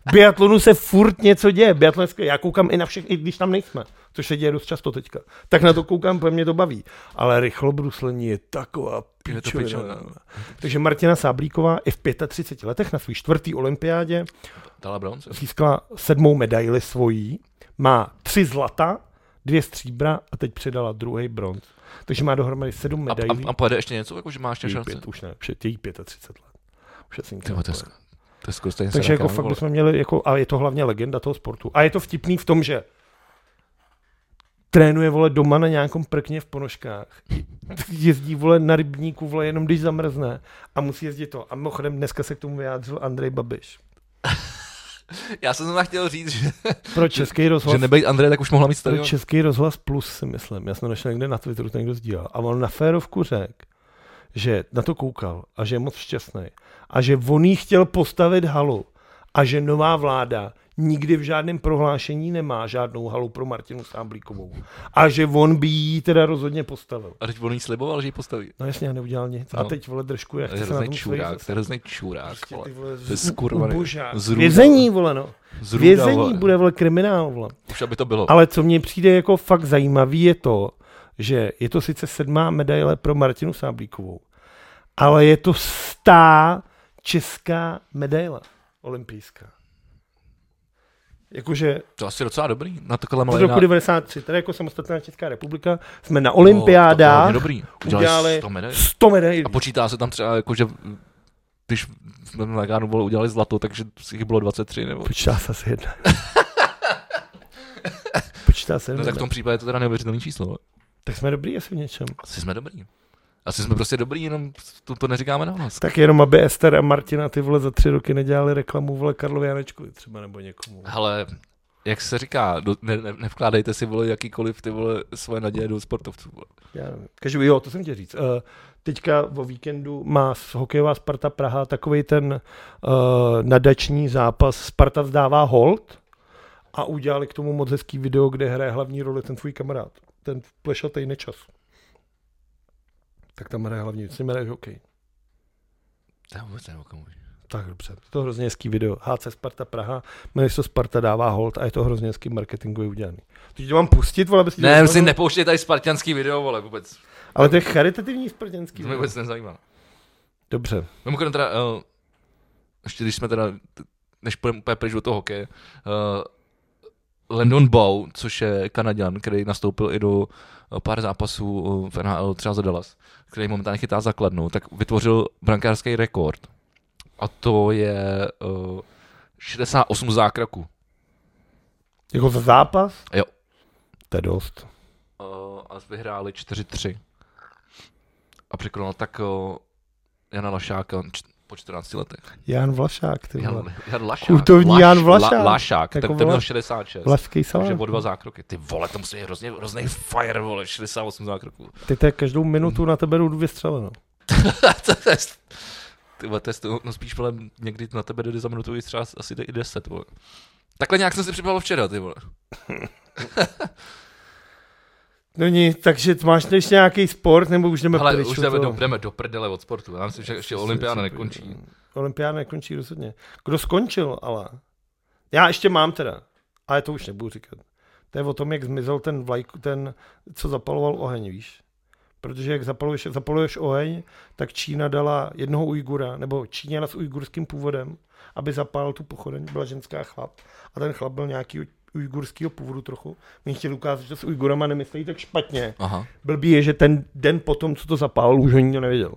V biatlonu se furt něco děje. Biatlon je skvělý. Já koukám i na všech, i když tam nejsme, což se děje dost často teďka. Tak na to koukám, protože mě to baví. Ale rychlobruslení je taková Je to pičovina. pičovina. Takže Martina Sáblíková i v 35 letech na své čtvrtý olympiádě Dala bronz? získala sedmou medaili svojí, má tři zlata, dvě stříbra a teď přidala druhý bronz. Takže má dohromady sedm A, medailí. a, a pojede ještě něco, jako, že máš ještě její šance? pět, už ne, už je její 35 let. Už asi Ty nikam vole, to je nepojede. sk- to je skoro stejně Takže sračka, jako no, fakt vole. bychom měli, jako, a je to hlavně legenda toho sportu. A je to vtipný v tom, že trénuje, vole, doma na nějakom prkně v ponožkách. Jezdí, vole, na rybníku, vole, jenom když zamrzne. A musí jezdit to. A mimochodem dneska se k tomu vyjádřil Andrej Babiš. Já jsem zrovna chtěl říct, že, Pro český rozhlas že nebejt Andrej, tak už mohla mít Pro stadion. Český rozhlas plus si myslím. Já jsem to našel někde na Twitteru, to někdo sdílel. A on na férovku řekl, že na to koukal a že je moc šťastný. A že on jí chtěl postavit halu. A že nová vláda nikdy v žádném prohlášení nemá žádnou halu pro Martinu Sáblíkovou. A že on by jí teda rozhodně postavil. A teď on jí sliboval, že ji postaví. No jasně, já neudělal nic. No. A No. teď vole držku, jak To je chce se na hrozný tom svojí čurák, to je hrozný čurák, prostě vole. ty vole, To je skurvaný. ubožák. Zrůda, Vězení, vole, no. Zrůda, Vězení vole. bude, vole, kriminál, vole. Už aby to bylo. Ale co mně přijde jako fakt zajímavý je to, že je to sice sedmá medaile pro Martinu Sáblíkovou, ale je to stá česká medaile olympijská. Jakože To asi docela dobrý. Na takhle z malé roku 93, teda jako samostatná Česká republika, jsme na olympiádách dobrý. udělali Udělali 100 medailí. 100 medailí. A počítá se tam třeba, jako, že když jsme na Gánu bylo udělali zlato, takže jich bylo 23 nebo... Počítá se asi jedna. Počítá se No, jedna. tak v tom případě je to teda neuvěřitelné číslo. vole. tak jsme dobrý asi v něčem. Asi jsme dobrý. Asi jsme prostě dobrý, jenom to, to neříkáme nahlas. Tak jenom, aby Ester a Martina ty vole za tři roky nedělali reklamu vole Karlovi Janečkovi třeba nebo někomu. Hele, jak se říká, do, ne, ne, nevkládejte si vole jakýkoliv ty vole svoje naděje do sportovců. Vole. Já nevím. Každopádně, jo, to jsem chtěl říct. Uh, teďka o víkendu má s- hokejová Sparta Praha takový ten uh, nadační zápas Sparta vzdává hold a udělali k tomu moc hezký video, kde hraje hlavní roli ten tvůj kamarád, ten plešatej nečas. Tak tam hraje hlavní, s ním hraje hokej. To já vůbec nevím, o komu. Tak dobře, to je hrozně hezký video. HC Sparta Praha, město Sparta dává hold a je to hrozně hezký marketingově udělaný. Teď to mám pustit, vole, aby si Ne, si dostal- nepouštěj tady spartianský video, vole, vůbec. no? Ale to je charitativní To spartanský. mě video. vůbec nezajímá. Dobře. Mimochodem teda, uh, ještě když jsme teda, t- než půjdeme úplně pryč od toho hokeje, uh, Landon Bow, což je Kanaďan, který nastoupil i do eh, pár zápasů eh, v NHL, třeba za Dallas, který momentálně chytá základnou, tak vytvořil brankářský rekord. A to je uh, 68 zákroků. Jako za zápas? Jo. To je dost. Uh, a vyhráli 4-3. A překonal tak uh, Jana Lašáka čt- po 14 letech. Jan Vlašák, ty vole. Jan, Jan Lašák. Kultovní Jan Vlašák. La, Lašák, Jako ten, ten vole- měl 66. Vlašský Takže salám. o dva zákroky. Ty vole, to musí být hrozně, hrozný fire, vole, 68 zákroků. Hmm. no. Ty to je každou minutu na tebe jdu dvě střeleno. To je- Ty vole, to je stu- no spíš vole, někdy na tebe jde za minutu i třeba asi i 10, vole. Takhle nějak jsem si připravil včera, ty vole. No nic, takže t- máš než nějaký sport, nebo už jdeme Ale pryč už od jdeme toho? do, jdeme do prdele od sportu. Já myslím, že ještě olympiáda nekončí. Olympiáda nekončí rozhodně. Kdo skončil, ale? Já ještě mám teda, ale to už nebudu říkat. To je o tom, jak zmizel ten vlajk, ten, co zapaloval oheň, víš? Protože jak zapaluješ, zapaluješ oheň, tak Čína dala jednoho Ujgura, nebo Číňana s ujgurským původem, aby zapálil tu pochodeň, byla ženská chlap. A ten chlap byl nějaký ujgurského původu trochu. Mě chtěli ukázat, že s Ujgurama nemyslí tak špatně. Aha. Blbý je, že ten den potom, co to zapálil, už ho nikdo nevěděl.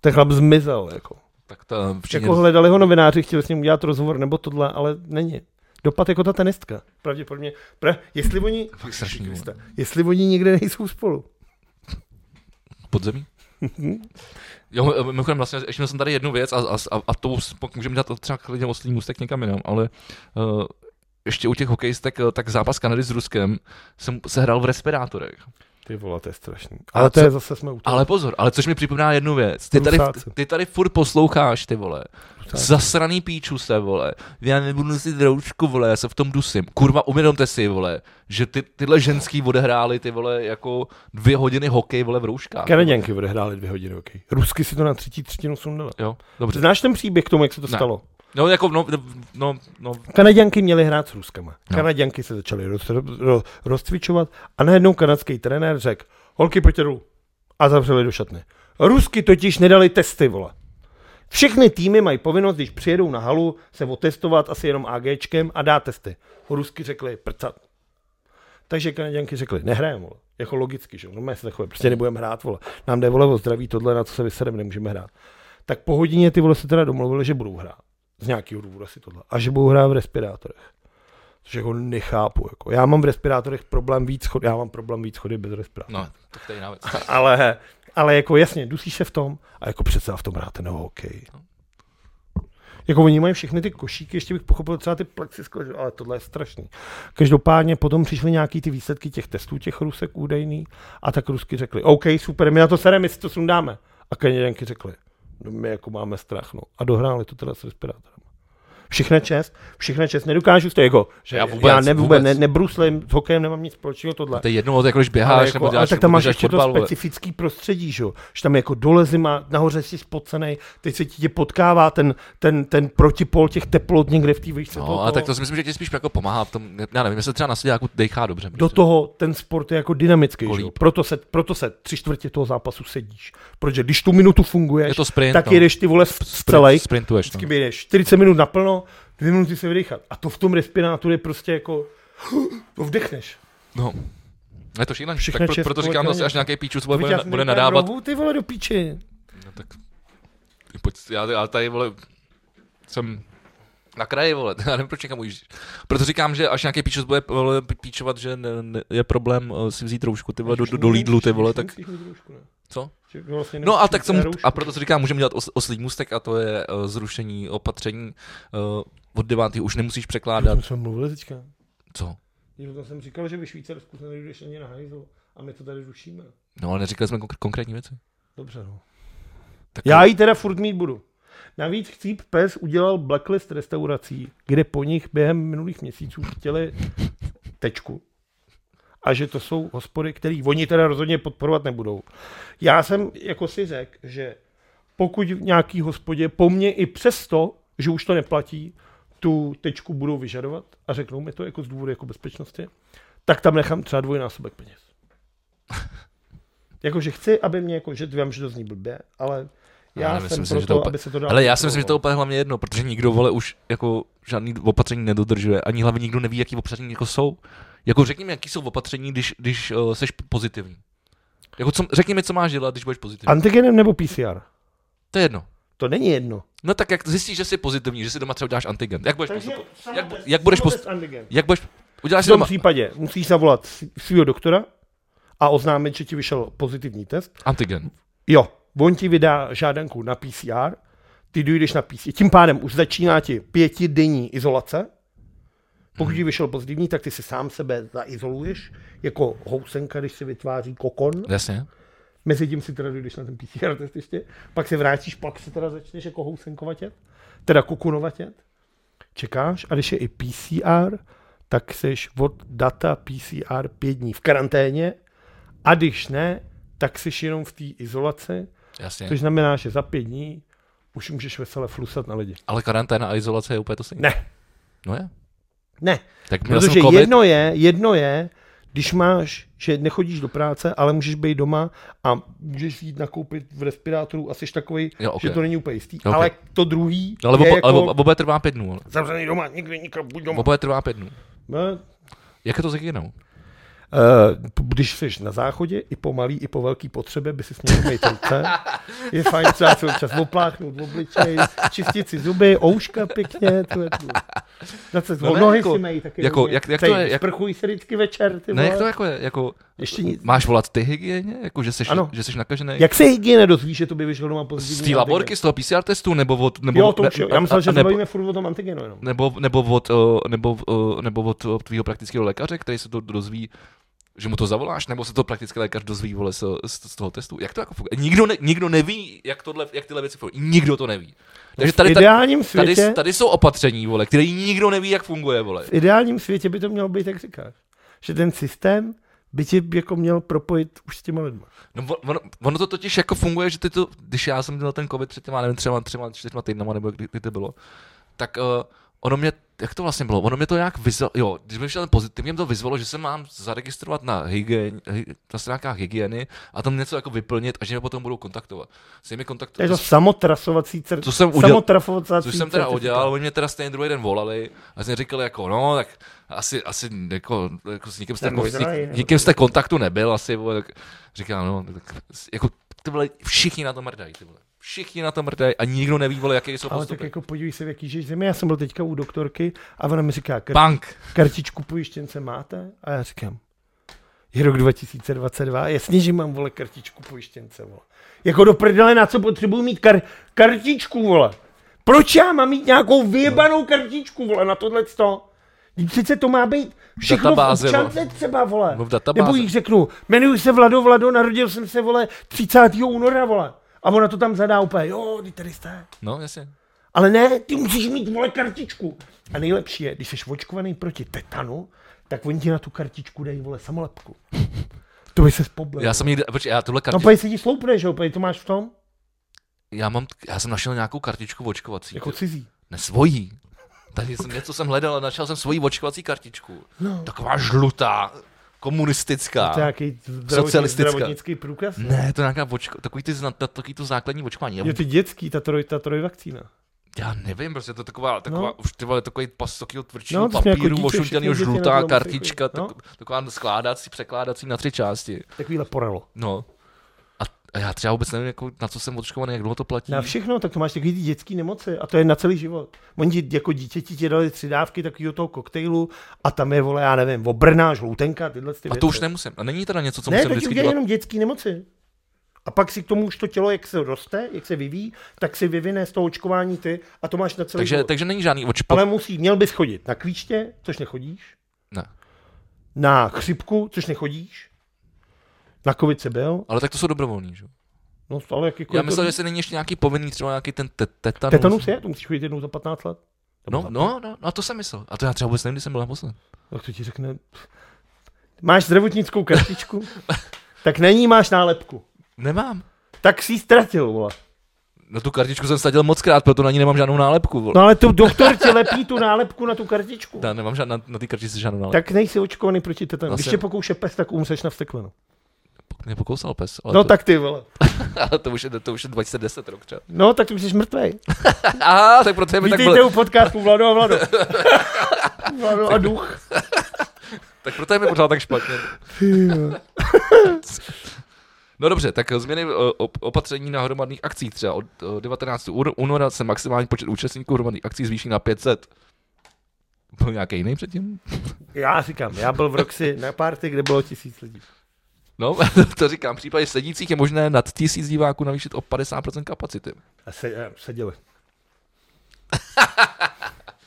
Ten chlap zmizel, jako. Tak to Číně, Jako hledali ho novináři, chtěli s ním udělat rozhovor nebo tohle, ale není. Dopad jako ta tenistka. Pravděpodobně. Pra, jestli oni, fakt strašný, vole. Krista, jestli oni někde nejsou spolu. Podzemí? jo, mimochodem vlastně, ještě měl jsem tady jednu věc a, a, a, a to už pak můžeme dát třeba klidně oslý můstek někam jinam, ale uh, ještě u těch hokejistek, eh, tak zápas Kanady s Ruskem jsem se hrál v respirátorech. Ty vole, to je strašný. Ale Ale, to co- je zase jsme u toho. Ale pozor, ale což mi připomíná jednu věc. Ty tady, Rusáci. ty tady furt posloucháš, ty vole. Rusáci. Zasraný píču se, vole. Já nebudu nosit roušku, vole, já se v tom dusím. Kurva, uvědomte si, vole, že ty, tyhle ženský odehráli, ty vole, jako dvě hodiny hokej, vole, v rouškách. Kanaděnky odehráli dvě hodiny hokej. Rusky si to na třetí třetinu sundali. Jo, dobře. Znáš ten příběh k tomu, jak se to Ne. stalo? No, jako, no, no, no, Kanaděnky měly hrát s Ruskama. No. No. Kanaděnky se začaly roz, roz, rozcvičovat a najednou kanadský trenér řekl, holky pojďte dolů a zavřeli do šatny. Rusky totiž nedali testy, vole. Všechny týmy mají povinnost, když přijedou na halu, se otestovat asi jenom AGčkem a dát testy. Rusky řekli prcat. Takže Kanaděnky řekli, nehrajeme, vole. Jako logicky, že jo, no, se takové, prostě nebudeme hrát, vole. Nám jde, vole, o zdraví, tohle, na co se vysedeme, nemůžeme hrát. Tak po hodině ty vole se teda domluvili, že budou hrát z nějakého důvodu asi tohle. A že budou hrát v respirátorech. Což jako nechápu. Jako. Já mám v respirátorech problém víc chody, já mám problém víc chody bez respirátoru. no, tak to je jiná věc. Ale, ale jako jasně, dusíš se v tom a jako přece v tom hráte na hokej. Jako oni mají všechny ty košíky, ještě bych pochopil třeba ty plexisko, že- ale tohle je strašný. Každopádně potom přišly nějaký ty výsledky těch testů, těch rusek údajný a tak rusky řekli, OK, super, my na to sereme, my si to sundáme. A Kanaděnky řekli, no my jako máme strach, no. A dohráli to teda s respirátorem. Všechna čest, všechna čest, nedokážu to jako, že Já já, vůbec, vůbec, já ne, vůbec, vůbec. Ne, nebruslím, s hokejem nemám nic společného tohle. To je jedno, jako když Ale, běháš, jako, nebo ale děláš, tak tam máš děláš ještě fotbal, to vole. specifický prostředí, že? jo? že tam jako dole zima, nahoře jsi spocenej, teď se ti tě potkává ten, ten, ten protipol těch teplot někde v té výšce. toho- No, ale tak toho- to si myslím, že ti spíš jako pomáhá v tom, já nevím, jestli třeba na svědáku dejchá dobře. do toho ten sport je jako dynamický, že? jo? Kolíb. Proto, se, proto se tři čtvrtě toho zápasu sedíš. Protože když tu minutu funguješ, Je to sprint, tak no. jedeš ty vole v celej, Sprint, sprintuješ, no. vždycky jedeš 40 minut naplno, dvě minuty se vydechat. A to v tom respirátoru je prostě jako, to vdechneš. no. Je to šílený, Všechna tak pro, čest, proto vole, říkám zase, Kanaděnky. až nějaký píču vole, bude, Vyťaz bude mi tam nadávat. rohu, ty vole do píči. No, tak, ty pojď, já, já tady, vole, jsem na kraji, vole, já nevím, proč někam ujíždíš. Proto říkám, že až nějaký píčus bude vole, píčovat, že ne, ne, je problém eh, si vzít roušku, ty vole, do, do, do Lidlu, ty vole, tak co? vlastně No a tak tomu, a proto si říkám, můžeme dělat os, oslý můstek a to je eh, zrušení opatření. eh, Od devátý už nemusíš překládat, O jsem mluvil teďka. co? Jo, tam jsem říkal, že ve Švýcarsku se nejdeš ani na hajzl a my to tady rušíme. No ale neříkali jsme konk- konkrétní věci. Dobře, no. Tak Já ji teda furt mít budu. Navíc chcíp pes udělal blacklist restaurací, kde po nich během minulých měsíců chtěli tečku. A že to jsou hospody, které oni teda rozhodně podporovat nebudou. Já jsem jako si řekl, že pokud v nějaký hospodě po mně i přesto, že už to neplatí, tu tečku budou vyžadovat a řeknou mi to jako z důvodu jako bezpečnosti, tak tam nechám třeba dvojnásobek peněz. Jakože chci, aby mě, jako, že vím, že to zní blbě, ale já Ale jsem myslím si, pro že to, to úplně- aby se to dalo. Ale já si myslím, že to je kontrolovat. úplně hlavně jedno, protože nikdo vole už jako žádný opatření nedodržuje, ani hlavně nikdo neví, jaký opatření jako jsou. Jako řekni mi, jaký jsou opatření, když, když uh, seš pozitivní. Jako co, řekni mi, co máš dělat, když budeš pozitivní. An... Antigenem nebo PCR? To je jedno. To není jedno. No tak jak zjistíš, že jsi pozitivní, že si doma třeba uděláš antigen. Jak budeš, Takže postupu- samo jak, test, jak budeš, samo post... test antigen. jak budeš, uděláš V si tom doma případě musíš zavolat svého doktora a oznámit, že ti vyšel pozitivní test. antigen. Jo, on ti vydá žádanku na PCR, ty dojdeš na PCR. Tím pádem už začíná ti pětidenní izolace. Pokud ti vyšel pozitivní, tak ty si sám sebe zaizoluješ, jako housenka, když si vytváří kokon. Jasně. Mezitím si teda dojdeš na ten PCR test ještě, pak se vrátíš, pak se teda začneš jako housenkovatět, teda kukunovatět. Čekáš a když je i PCR, tak seš od data PCR pět dní v karanténě a když ne, tak seš jenom v té izolaci, Jasně. což znamená, že za pět dní už můžeš vesele flusat na lidi. Ale karanténa a izolace je úplně to stejné. Ne, No je. ne, Tak měl Protože jsem COVID, jedno... jedno je, jedno je, když máš, že nechodíš do práce, ale můžeš být doma a můžeš jít nakoupit v respirátoru a jsi takový, Jo, jo, ok. okay. že to není úplně jistý. Ok. Okay. Ale to druhý no, ale, je obo, jako No. ale obo- oboje trvá pět dnů. ale. zavřený doma, nikdy nikam, buď doma. Oboje trvá pět dnů. Ne. Jak je to s hygienou? Eh, když jsi na záchodě, i po malý, i po velký potřebě, by si měl umýt ruce. Je fajn třeba si občas opláchnout v obličej, čistit si zuby, ouška pěkně, to je tu. Dát se No no ne, nohy jako- si mají taky. jako, rovně. jak- jak to je, jak- Sprchuj se vždycky večer, ty Ne, vole. jak to jako je? Jako, Ještě nic. máš volat ty hygieně? Jako, že jsi, Ano. že jsi nakažený? Jak se hygiena dozví, že to by vyšlo doma pozitivní? Z té laborky, z toho PCR testu? Nebo od... antigen? Nebo, Jo, to už jo. Já myslel, že se nebo, No, bavíme furt o tom antigenu jenom. nebo, nebo, od, eh, nebo, eh, nebo od eh, tvýho praktického lékaře, který se to dozví, že mu to zavoláš, nebo se to praktický lékař dozví vole, z, z, z toho testu. Jak to jako funguje? Nikdo, ne, nikdo neví, jak, tohle, jak tyhle věci fungují. Nikdo to neví. Takže V tady, tady, ideálním tady, světě, tady, tady jsou opatření, vole, které nikdo neví, jak funguje, vole. v ideálním světě by to mělo být, jak říkáš. Že ten systém by tě jako měl propojit už s těma lidma. No, on- ono, ono, to totiž jako funguje, že ty to, když já jsem měl ten covid před těma, nevím, třema, třema, čtyřma týdnama, nebo kdy, kdy to bylo, tak uh, ono mě, jak to vlastně bylo, ono mě to nějak vyzvalo, jo, když mi šel ten pozitiv, mě to vyzvalo, že se mám zaregistrovat na, hygien, hy, na stránkách hygieny a tam něco jako vyplnit a že mě potom budou kontaktovat. Se mi To je to kontaktovat. samotrasovací cer... Co jsem udělal- samotrafovací Což jsem teda certifikát. udělal, oni mě teda stejně druhý den volali a jsem říkal jako, no, tak asi, asi jako, jako s nikým jste, Ten jako, s možná je, nik, nebo nikým jste kontaktu nebyl asi, vole, tak říkám, no, tak, jako, ty vole, všichni na to mrdají, ty vole. Všichni na to mrdají a nikdo neví, vole, jaké jsou Ale tak postupy. jako podívej se, v jaký žiješ zemi. Já jsem byl teďka u doktorky a ona mi říká, kar... Bank. kartičku pojištěnce máte? A já říkám, je rok 2022, jasně, že mám, vole, kartičku pojištěnce, vole. Jako do prdele, na co potřebuji mít kar- kartičku, vole. Proč já mám mít nějakou No. vyjebanou kartičku, vole, na tohle to? Přece to má být všechno Databáze, v občance vole. třeba, vole. No v databázi. Nebo jich řeknu, jmenuji se Vlado Vlado, narodil jsem se, vole, 30. února, vole. A ona to tam zadá úplně, jo, ty tady jste. No, jasně. Ale ne, ty musíš mít, vole, kartičku. A nejlepší je, když jsi očkovaný proti tetanu, tak oni ti na tu kartičku dají, vole, samolepku. To by se spoblil. Já jsem někde, počkej, já tuhle No, kartičku, pej se ti sloupne, že jo, pej, to máš v tom? já mám, já jsem našel nějakou kartičku očkovací. Jako cizí. Ne svojí. Tady jsem něco jsem hledal a našel jsem svoji očkovací kartičku. No. Taková žlutá, komunistická. To je nějaký zdravotní, Socialistická. zdravotnický průkaz? Ne. Ne, to je nějaká očko, takový, ty, zna- ta- takový to základní očkování. Já, Jo, ty dětský, ta, troj, ta trojvakcína. já nevím, prostě to je taková, taková No. už ty vole, takový pas takového tvrdšího No, no, to jsme jako papíru, dítě, ošuntěného všechny děti na žlutá tom kartička, cykli, no. tak, taková skládací, překládací na tři části. Takovýhle porelo. No. A, a já třeba vůbec nevím, jako, na co jsem očkovaný, jak dlouho to platí. Na všechno, tak to máš takový ty dětský nemoci a to je na celý život. Oni ti jako dítěti ti dali tři dávky takového toho koktejlu a tam je, vole, já nevím, obrná, žloutenka, tyhle ty a to už nemusím. A není teda něco, co Ne, musím to ti vždycky udělají dělat. jenom dětský nemoci. A pak si k tomu už to tělo, jak se roste, jak se vyvíjí, tak si vyvine z toho očkování ty a to máš na celý Takže, život. takže není žádný očpo. Ale musí, měl bys chodit na kvíčtě, což nechodíš, Ne. na chřipku, což nechodíš, na covid se byl, Ale tak to jsou dobrovolní, že? jo? no ale jakýkoliv... Já myslel, že se není ještě nějaký povinný, třeba nějaký ten te- tetanus. Tetanus je, to musíš chodit jednou za 15 let. Nebo No, za- no, no, no, a to jsem myslel. A to já třeba vůbec nevím, kdy jsem byl naposled. Tak to ti řekne, máš zdravotnickou kartičku, tak na ní máš nálepku. Nemám. Tak si ji ztratil, vole. No tu kartičku jsem sadil moc krát, proto na ní nemám žádnou nálepku. Vole. No ale tu doktor ti lepí tu nálepku na tu kartičku. Já nemám žádná, na té kartičce žádnou nálepku. Tak nejsi očkovaný proti tetanu. No Když jsem- tě pokouše pes, tak umřeš na vsteklinu. Tak mě pokousal pes. Ale No to, tak ty vole. Ale to, už je, to už je 2010 rok třeba. No tak ty jsi mrtvej. Aha, tak proto je mi tak, Vítejte bl- u podcastu Vlado a Vlado. Vlado a duch. tak proto je mi pořád tak špatně. Ty jo. No dobře, tak změny eh, op- opatření na hromadných akcích. Třeba od eh, 19. úr- února se maximální počet účastníků hromadných akcí zvýší na 500. Byl nějaký jiný předtím? Já říkám, já byl v Roxy na party, kde bylo tisíc lidí. No, to říkám, v případě sedících je možné nad tisíc diváků navýšit o 50% kapacity. A se, a seděli.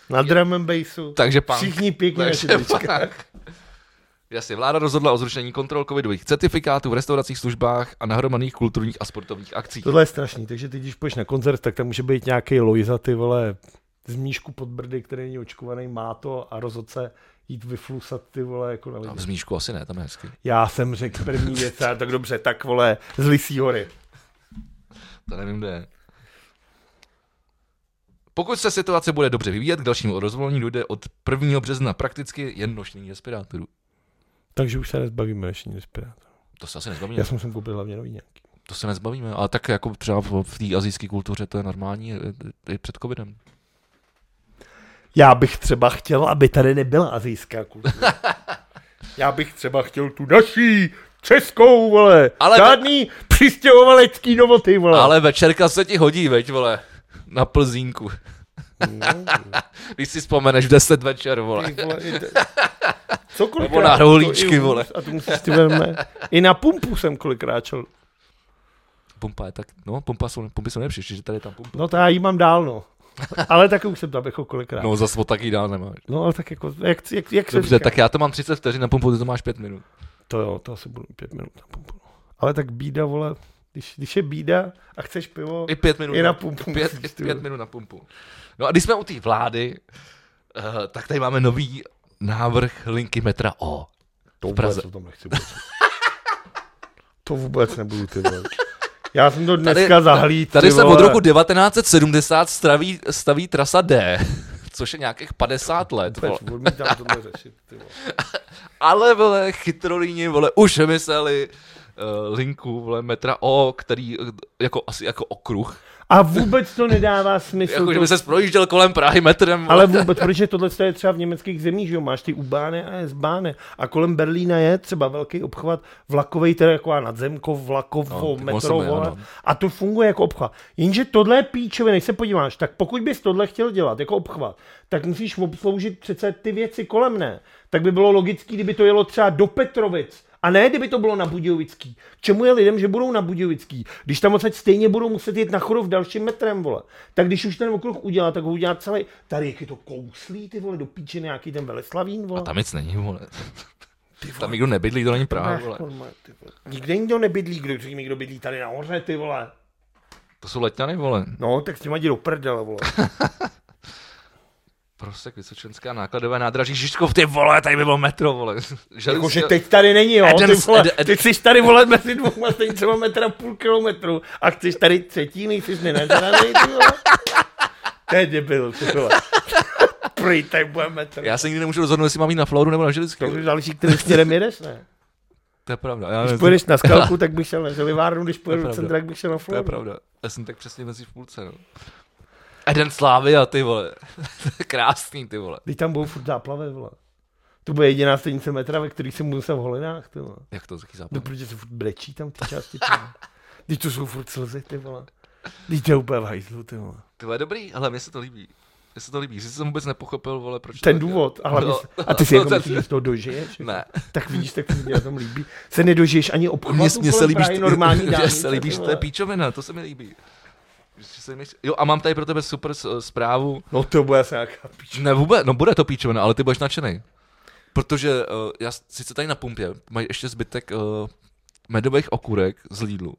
Na drum and bassu. Takže punk. Všichni pěkně na Takže židličkách. punk. Jasně, vláda rozhodla o zrušení kontrol covidových certifikátů v restauracích, službách a nahromadných kulturních a sportovních akcích. Tohle je strašný, takže teď, když půjdeš na koncert, tak tam může být nějaký Lojza, ty vole, z míšku pod brdy, který není očkovaný, má to a rozhodl se jít vyflusat ty vole jako na A lidi. v Zmíšku asi ne, tam je hezky. Já jsem řekl první věc, a tak dobře, tak vole, z Lisí hory. To nevím, kde je. Pokud se situace bude dobře vyvíjet, k dalšímu rozvolnění dojde od 1. března prakticky jen nošení respirátorů. Takže už se nezbavíme dnešní respirátor. To se asi nezbavíme. Já jsem sem koupil hlavně nový nějaký. To se nezbavíme. Ale tak jako třeba v, v té azijské kultuře to je normální e, e, i před covidem. Já bych třeba chtěl, aby tady nebyla azijská kultura. Já bych třeba chtěl tu naší českou, vole. Ale- Ale Žádný přistěhovalecký novoty, vole. Ale večerka se ti hodí, veď vole. Na Plzínku. No. Když si vzpomeneš v 10 večer, vole. Ty vole, i te- Cokoliv. Nebo na krát, rohlíčky, to i u- vole. A to musíš ty velmi. I na pumpu jsem kolikrát šel. Pumpa je tak, no, pumpa jsou, pumpy jsou nejlepší, že tady je tam pumpa. No to já jí mám dál, no. Ale taky už jsem tam jako kolikrát. No, No, zas o taky dál nemáš. no ale tak jako, jak, jak, jak se Dobře, říká? tak já to mám 30 vteřin na pumpu, ty to máš 5 minut. To jo, to asi budu mít pět minut na pumpu. Ale tak bída, vole, když, když je bída a chceš pivo, I pět minut. I na pumpu Pět, musíš, i ty pět vole. minut na pumpu. No a když jsme u té vlády, uh, tak tady máme nový návrh linky metra O. to Praze. vůbec to tam nechci vůbec. To vůbec nebudu, ty vole. Já jsem to dneska Tady- tady, zahlíd, Tady ty se vole. od roku 1970 staví, staví trasa D, což je nějakých 50 let. Vole. Vůbec odmítám tohle řešit, ty vole. Ale vole, chytrolíni, vole, už vymysleli uh, linku, vole, metra O, který eh, jako asi jako okruh. A vůbec to nedává smysl. Jako, že to by se projížděl kolem Prahy metrem. Ale vůbec, protože tohle je třeba v německých zemích, že jo, máš ty Ubáne a Esbáne a kolem Berlína je třeba velký obchvat vlakovej, teda jako a nadzemkov, vlakovo, No, ty no, metro, osoby, vole, ano. a to funguje jako obchvat. Jenže tohle je píčově, než se podíváš, tak pokud bys tohle chtěl dělat jako obchvat, tak musíš obsloužit přece ty věci kolem ne. Tak by bylo logický, kdyby to jelo třeba do Petrovic, a ne, kdyby to bylo na Budějovický. K čemu je lidem, že budou na Budějovický? Když tam odsaď stejně budou muset jít na chodov dalším metrem, vole. Tak když už ten okruh udělá, tak ho udělá celý. Tady jak je to kouslí, ty vole, do píče nějaký ten Veleslavín, vole. No, Tam nic není, vole. Tam nikdo nebydlí, to není Praha, Ach, vole. normál, ty vole. Nikde nikdo nebydlí, kdo, řekni mi, kdo bydlí tady nahoře, ty vole. To jsou letňany, vole. No, tak s těma jdi do prdele, vole. Prosek, Prostě Vysočenská nákladové nádraží, Žižkov, ty vole, tady by bylo metro, vole. Jakože Jako, teď tady není, jo, ty Adams- vole, Ad- Ad- ty chceš tady, vole, mezi dvouma stejnicema metra půl kilometru a chceš tady třetí, nejsi nenažranej, ty vole. To je debil, ty vole. Prý, tady bude metr. Já se nikdy nemůžu rozhodnout, jestli mám jít na Floru nebo na Žiliskou. Tak už záleží, kterým směrem jedeš, ne? To je pravda. Já Když nevím, půjdeš na skalku, tak bych šel na želivárnu, když To je půjdeš do pravda. centra, tak bych šel na to je Floridu. pravda. Já jsem tak přesně mezi v půlce, no. Eden Slávy a ty vole. Krásný ty vole. Když tam budou furt záplavy, vole. To bude jediná stanice metra, ve který jsem musel v holinách, ty vole. Jak to taky No, západ? protože se furt brečí tam ty části, ty vole. Když to jsou furt slzy, ty vole. Když to je úplně v hajzlu, ty vole. Ty vole, dobrý, ale mně se to líbí. Mně se to líbí, že jsem vůbec nepochopil, vole, proč to Ten tak je. důvod. A, hlavně, No, a ty si jako no, myslíš, že z toho dožiješ? Ne. Tak vidíš, tak se mi na tom líbí. Se nedožiješ ani obchvatu Mně mně se kolem líbí, Prahy, normální mně dálnice, se líbí, ty že to vole. je píčovina, to se mi líbí. Že se mi- Jo, a mám tady pro tebe super s- zprávu. No to bude se nějaká píč. Ne, vůbec, no bude to píčovina, ale ty budeš nadšený. Protože uh, já s- sice tady na pumpě mají ještě zbytek uh, medových okurek z Lidlu.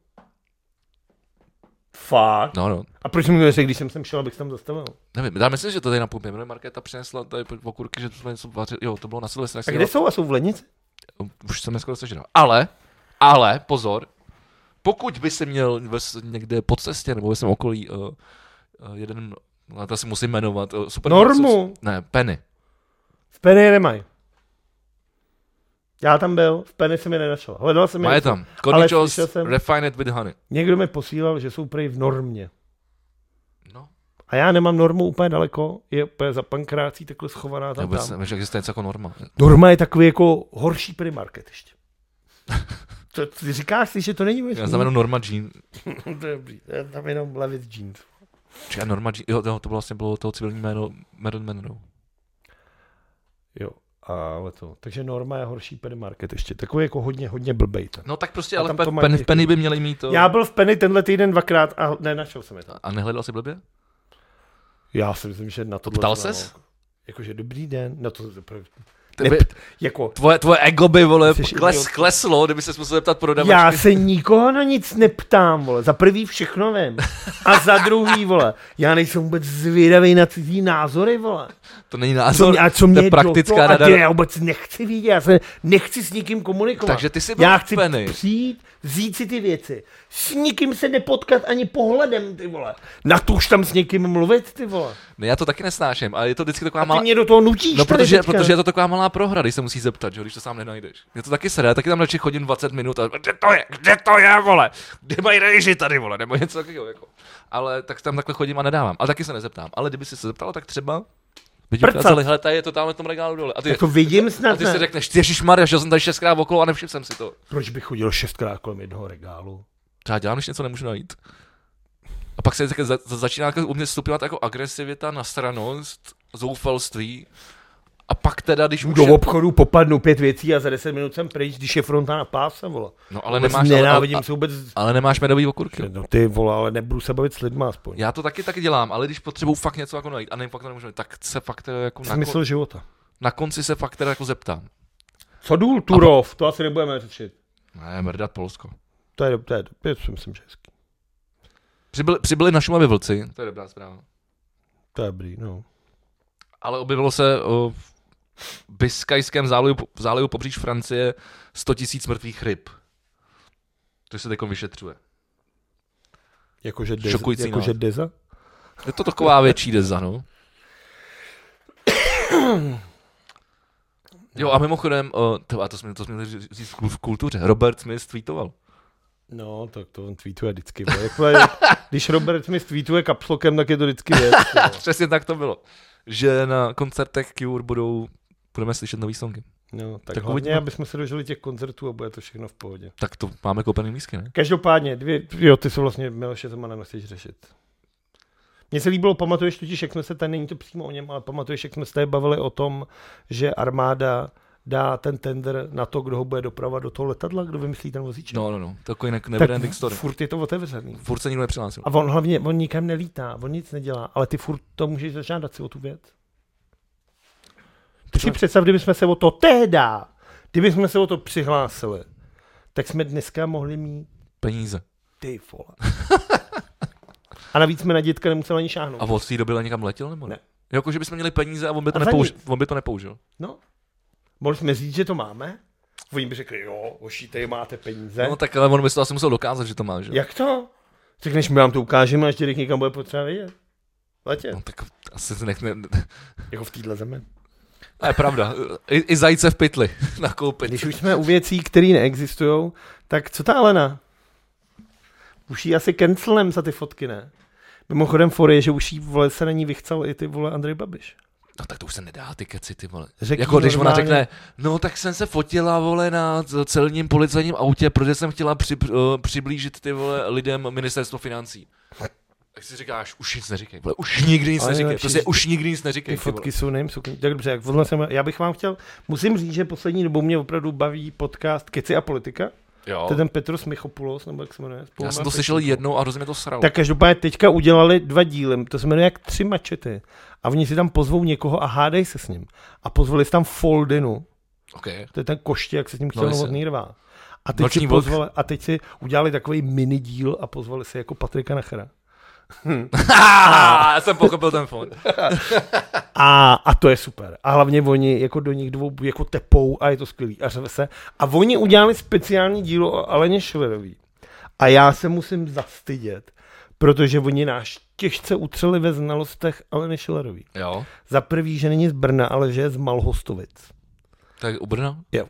Fakt. No, no. A proč mi to neřekl, když jsem sem šel, abych se tam zastavil? Nevím, já myslím, že to tady na pumpě. Minulý Markéta přinesla tady p- okurky, že jsme něco vařili. Jo, to bylo na Silvestra. jak A jsem kde dělal- jsou? A jsou v Lenici? Už jsem je skoro sežral. Ale, ale, pozor, pokud by si měl ve, s- někde po cestě nebo ve svém okolí uh, uh, jeden, no, to si musím jmenovat, uh, super. Normu. Ne, Penny. V Penny nemají. Já tam byl, v Penny jsem je nenašel. Hledal jsem je. Má je tam. Ale Koničos, slyšel jsem- Refined with Honey. Někdo mi posílal, že jsou prej v normě. No, A já nemám normu úplně daleko, je úplně za pankrácí takhle schovaná já tam. vůbec tam. nevím, že existuje něco jako norma. Norma je takový jako horší primarket ještě. To, ty říkáš si, že to není možný? Já znamenám Norma Jean. To je Dobrý, já tam jenom levit jeans. Čekaj, Norma Jean, jo, jo, to bylo vlastně bylo to civilní jméno Marilyn Monroe. Jo, ale to. Takže Norma je horší perimarket ještě. Takový jako hodně, hodně blbej ten. No tak prostě, A ale tam pe, to mají pen, ty- Penny by měly mít to. Já byl v Penny tenhle týden dvakrát a nenašel jsem je tam. A nehledal si blbě? Já si myslím, že na to... Ptal ses? Jakože dobrý den, na to Tebe, Nep, jako, tvoje, tvoje ego by, vole, Jsi kles, idiot. kleslo, kdyby se musel zeptat prodavačky. já se nikoho na nic neptám, vole. Za prvý všechno vím. A za druhý, vole. Já nejsem vůbec zvědavý na cizí názory, vole. To není Co, názor, mě- a co to mě je praktická do toho, rada. a ty, já vůbec nechci vidět, já se nechci s nikým komunikovat. Takže ty jsi byl Já chci lupený. přijít, vzít si ty věci. S nikým se nepotkat ani pohledem, ty vole. Na to už tam s někým mluvit, ty vole. Ne, já to taky nesnáším, ale je to vždycky taková A ty malá... mě do toho nutíš No, tady protože, teďka. protože je to taková malá prohra, když se musí zeptat, že, jo, když to sám nenajdeš. Mě to taky sere, já taky tam radši chodím 20 minut a kde to je, kde to je, vole, kde mají rejži tady, vole, nebo něco takového, jako. Ale tak tam takhle chodím a nedávám, ale taky se nezeptám. Ale kdyby jsi se zeptal, tak třeba by ti Prcat. Jako ukázali, hele, tady je to tamhle v tom regálu dole. A ty, Já to vidím snad, a ty si ne? řekneš, Ježíš Maria, šel jsem tady šestkrát okolo a nevšiml jsem si to. Proč bych chodil šestkrát kolem jednoho regálu? Třeba dělám, když něco nemůžu najít. A pak se tak za, za, začíná jako u mě stupňovat jako agresivita, nastranost, zoufalství. A pak teda, když už Do je- obchodu popadnu pět věcí a za deset minut jsem pryč, když je fronta na páse, vole. No ale Vůbec nemáš, ale, nenávidím ale, se vůbec... ale nemáš medový okurky. No ty vole, ale nebudu se bavit s lidma aspoň. Já to taky taky dělám, ale když potřebuju fakt něco jako najít a nevím, fakt to nemůžu najít, tak se fakt teda jako na, kon, Smysl života. na, konci se fakt teda jako zeptám. Co důl Turov, to asi nebudeme řešit. Ne, mrdat Polsko. To je, to je, to je, to myslím, že hezký. Přibyli, přibyli na Šumavě vlci, to je dobrá zpráva. To je dobrý, no. Ale objevilo se o, v Biskajském zálivu, v zálivu pobříž Francie 100 tisíc mrtvých ryb. To se teď vyšetřuje. Jakože dez- Šokující jakože jakože Deza? Je to taková větší deza, no. Jo a mimochodem, o, to, a to jsme, to jsme měli ří- říct v kul- v kultuře, Robert Smith tweetoval. No, tak to on tweetuje vždycky. vole. Jakmile, Jako když Robert Smith tweetuje kapslokem, tak je to vždycky věc. vole. Přesně tak to bylo. Že na koncertech Cure budou, budeme slyšet nový songy. No, tak, Tak tak hlavně, uvidíme. aby jsme se dožili těch koncertů a bude to všechno v pohodě. Tak to máme koupený lístky, ne? Každopádně, dvě, jo, ty se vlastně Miloše Zemana nechceš řešit. Mně se líbilo, pamatuješ totiž, jak jsme se tady, není to přímo o něm, ale pamatuješ, jak jsme se tady bavili o tom, že armáda dá ten tender na to, kdo ho bude dopravovat do toho letadla, kdo vymyslí ten vozíček. No, no, no. Takový ne- tak never ending story. furt je to otevřený. Furt se nikdo nepřihlásil. A on hlavně, on nikam nelítá, on nic nedělá, ale ty furt to můžeš zažádat si o tu věc. Ty si představ, kdybychom se o to tehda, kdybychom se o to přihlásili, tak jsme dneska mohli mít Peníze. ty vole. A navíc jsme na dětka nemuseli ani A šáhnout. od té doby někam letěl nebo ne? Ne. Jako, že bychom měli peníze a on by to, A za nepoužil, on by to nepoužil. No, mohli jsme říct, že to máme. Oni by řekli, jo, hoši, tady máte peníze. No tak ale on by to asi musel dokázat, že to má, že? Jak to? Řekneš, my vám to ukážeme, až dědek někam bude potřeba vidět. Letě, No tak asi se nech, ne, jako v téhle zemi. to je pravda. I, I, zajíce v pytli nakoupit. Když už jsme u věcí, které neexistují, tak co ta Alena? Už jí asi cancelem za ty fotky, ne? Mimochodem for je, že už jí vole se na ní vychcel i ty vole Andrej Babiš. No tak to už se nedá, ty keci, ty vole. Řekni jako když ona normálně. řekne, no tak jsem se fotila, vole, na c- celním policejním autě, protože jsem chtěla při, uh, přiblížit, ty vole, lidem ministerstvo financí. Tak si říkáš, už nic neříkej, vole, už nikdy nic Ale neříkej, nejlepší, prostě že- už nikdy nic neříkej, Ty ty vole. fotky jsou nevím, jsou tak dobře, jak tohle jsem, já bych vám chtěl, musím říct, že poslední dobou mě opravdu baví podcast Keci a politika, Jo. to je ten Petros Michopoulos, nebo jak se jmenuje. Já jsem Spoluhráč to slyšel Michopoulos. jednou a hrozně mě to sralo. Tak každopádně teďka udělali dva díly, to se jmenuje jak tři mačety. A oni si tam pozvou někoho a hádej se s ním. A pozvali si tam Foldinu, Okay. To je ten koště, jak se s ním chtěl No, no, jasně. novotný rvá. A teď, Noční si vlk. pozvali, a teď si udělali takový mini díl a pozvali si jako Patrika Nachera. já jsem pochopil ten fond. A, a to je super. A hlavně oni jako do nich dvou jako tepou a je to skvělý. A řve se. A oni udělali speciální dílo o Aleně Schillerový. A já se musím zastydět, protože oni náš těžce utřeli ve znalostech Aleny Schillerový. Jo. Za prvý, že není z Brna, ale že je z Malhostovic. Tak u Brna? Jo.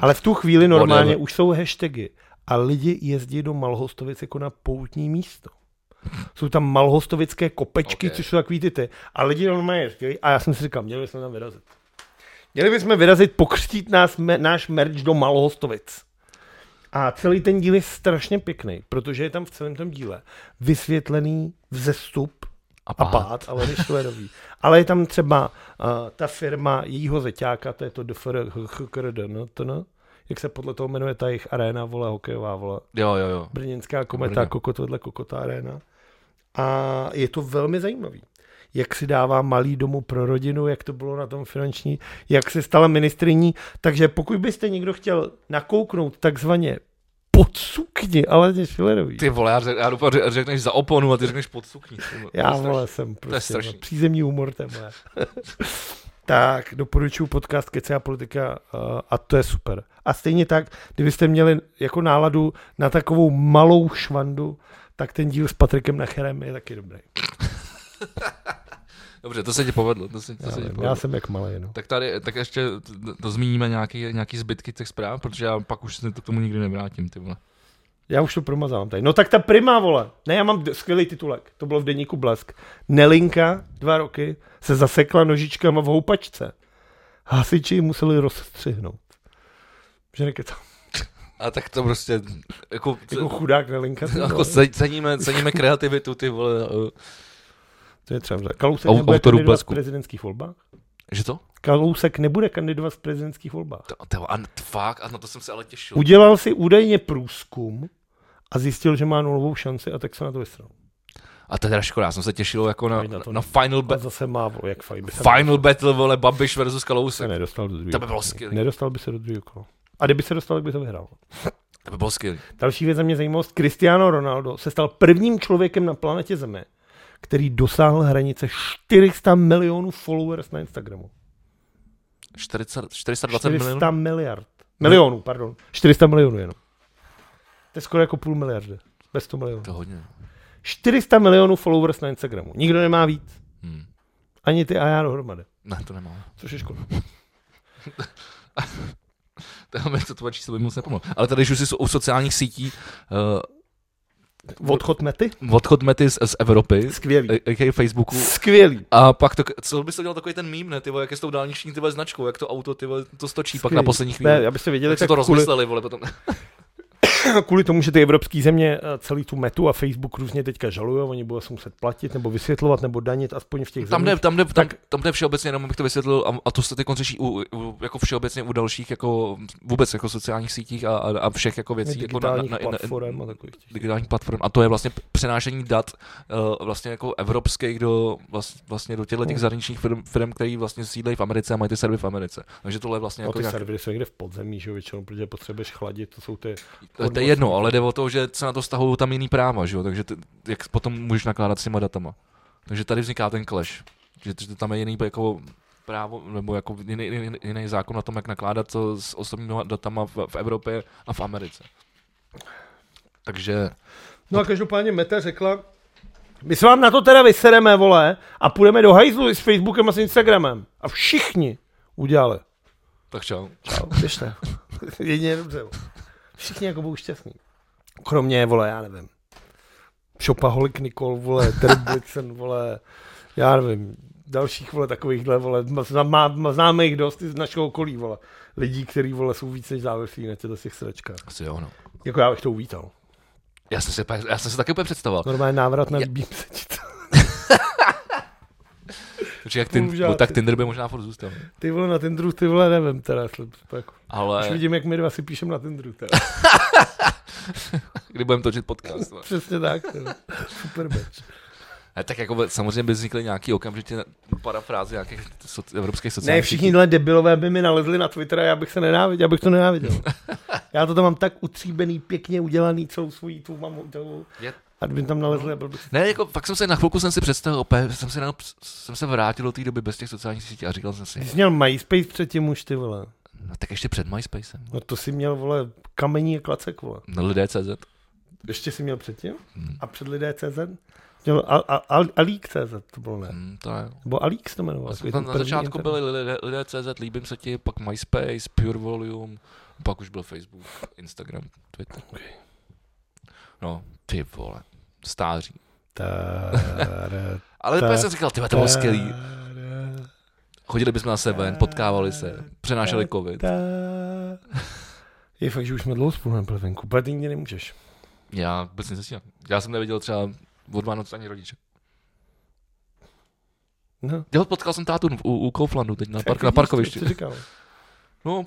Ale v tu chvíli Hm. Whatever. normálně už jsou hashtagy a lidi jezdí do Malhostovic jako na poutní místo. Jsou tam malhostovické kopečky, Ok. okay. což jsou takový ty ty. A lidi normálně jezdí a já jsem si říkal, měli bychom tam vyrazit. Měli bychom vyrazit, pokřtít nás, me, náš merch do Malhostovic. A celý ten díl je strašně pěkný, protože je tam v celém tom díle vysvětlený vzestup A a pát. pát, ale Rischlerový. ale je tam třeba uh, ta firma jejího zeťáka, to je to DFR, HKRD, no to no. Jak se podle toho jmenuje ta jejich arena, vole, hokejová, vole. Jo, jo, jo. Brněnská kometa, Brně. Brně. kokot vedle kokota arena. A je to velmi zajímavý. jak si dává malý domů pro rodinu, jak to bylo na tom finanční, jak se stala ministriní. Takže pokud byste někdo chtěl nakouknout takzvaně pod sukni, ale je Schillerový. Ty vole, já, řek, já doufám, že řekneš za oponu a ty řekneš pod sukni. Ty vole, Já to je vole strašný. jsem prostě strašný. no, přízemní humor tenhle. tak, doporučuji podcast Kece a politika eh, a to je super. A stejně tak, kdybyste měli jako náladu na takovou malou švandu, tak ten díl s Patrikem Nacherem je taky dobrý. Dobře, to se ti povedlo. To se, to Já, se ti vím, povedlo. já jsem jak malý, no. Tak tady, tak ještě t- to zmíníme nějaký, nějaký zbytky těch zpráv, protože já pak už se to k tomu nikdy nevrátím, ty vole. Já už to promazávám tady. No tak ta prima, vole. Ne, já mám d- skvělý titulek. To bylo v deníku Blesk. Nelinka, dva roky, se zasekla nožičkama v houpačce. Hasiči ji museli rozstřihnout. Že nekecám. A tak to prostě, jako, Jako chudák Nelinka. ty jako vole. ce- ceníme, ceníme kreativitu, ty vole. eh, To je třeba. Kalousek Au- nebude autorů kandidovat v Blesku. prezidentských volbách? Že to? jako no. jako Hm. eh, No, eh, jako jako vlastně eh, jako vlastně vlastně No, jako jako No jako jako "No, Hmm. Mm, No, No, jako Jako No. No.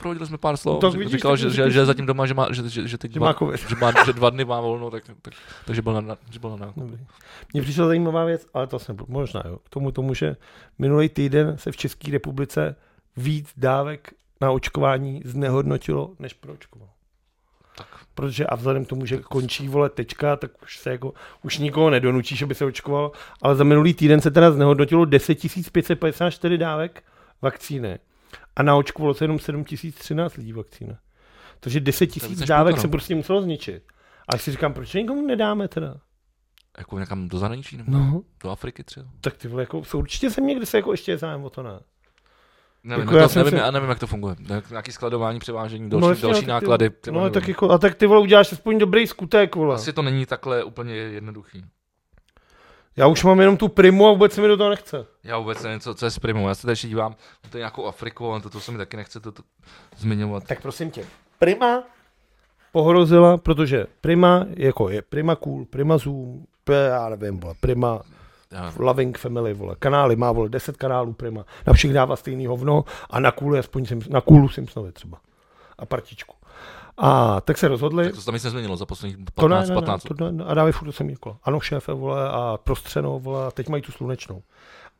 prohodili jsme pár slov. Tak Řek- vidíš, říkal, tak že, vidíš, že, vidíš. že, je zatím doma, že má, že, že, že teď Že dva, má covid. že, má, že dva dny má volno, tak, tak, takže byl na- na, že byl na nákup. Dobrý. Mně přišla zajímavá věc, ale to jsem možná, jo, k tomu tomu, že minulý týden se v České republice víc dávek na očkování znehodnotilo, než proočkovalo. Tak. Protože a vzhledem k tomu, že končí vole tečka, tak už se jako, už nikoho nedonučíš, aby se očkoval, ale za minulý týden se teda znehodnotilo 10 554 dávek vakcíny a naočkovalo se jenom 7 013 lidí vakcíny. Takže 10 To je 000 víc než dávek půlka, se no. prostě muselo zničit. A já si říkám, proč to nikomu nedáme teda? Jako někam do zahraničí nebo No, do Afriky třeba. tak ty vole, jako, jsou určitě země, kde se jako ještě je zájem o to ne. Nevím, Jako jako já jak to, jsem nevím, se- já nevím, jak to funguje. Jak- Nějaký skladování, převážení, další, jasně, další tak No, ty- náklady. ty No, nevím. tak jako, a tak ty vole uděláš aspoň dobrý skutek, vole. Asi... Asi to není takhle úplně jednoduchý. Já už mám jenom tu primu a vůbec se mi do toho nechce. Já vůbec nevím, co, co je s primou. Já se tady ještě dívám na to nějakou Afriku, ale to, to se mi taky nechce to, to zmiňovat. Tak prosím tě, prima pohrozila, protože prima jako je prima cool, prima zoom, p- já nevím, vole, prima Já, loving family, vole, kanály má, vole, 10 kanálů prima, na všech dává stejný hovno a na kůlu, aspoň Sims, na kůlu Simpsonovi třeba a partičku. A tak se rozhodli, tak to se tam nic nezměnilo za posledních 15, To ne, ne, 15 ne, to ne, a dávají furt to samý kolo. Ano, šéfe, vole, a prostřeno, vole, a teď mají tu slunečnou.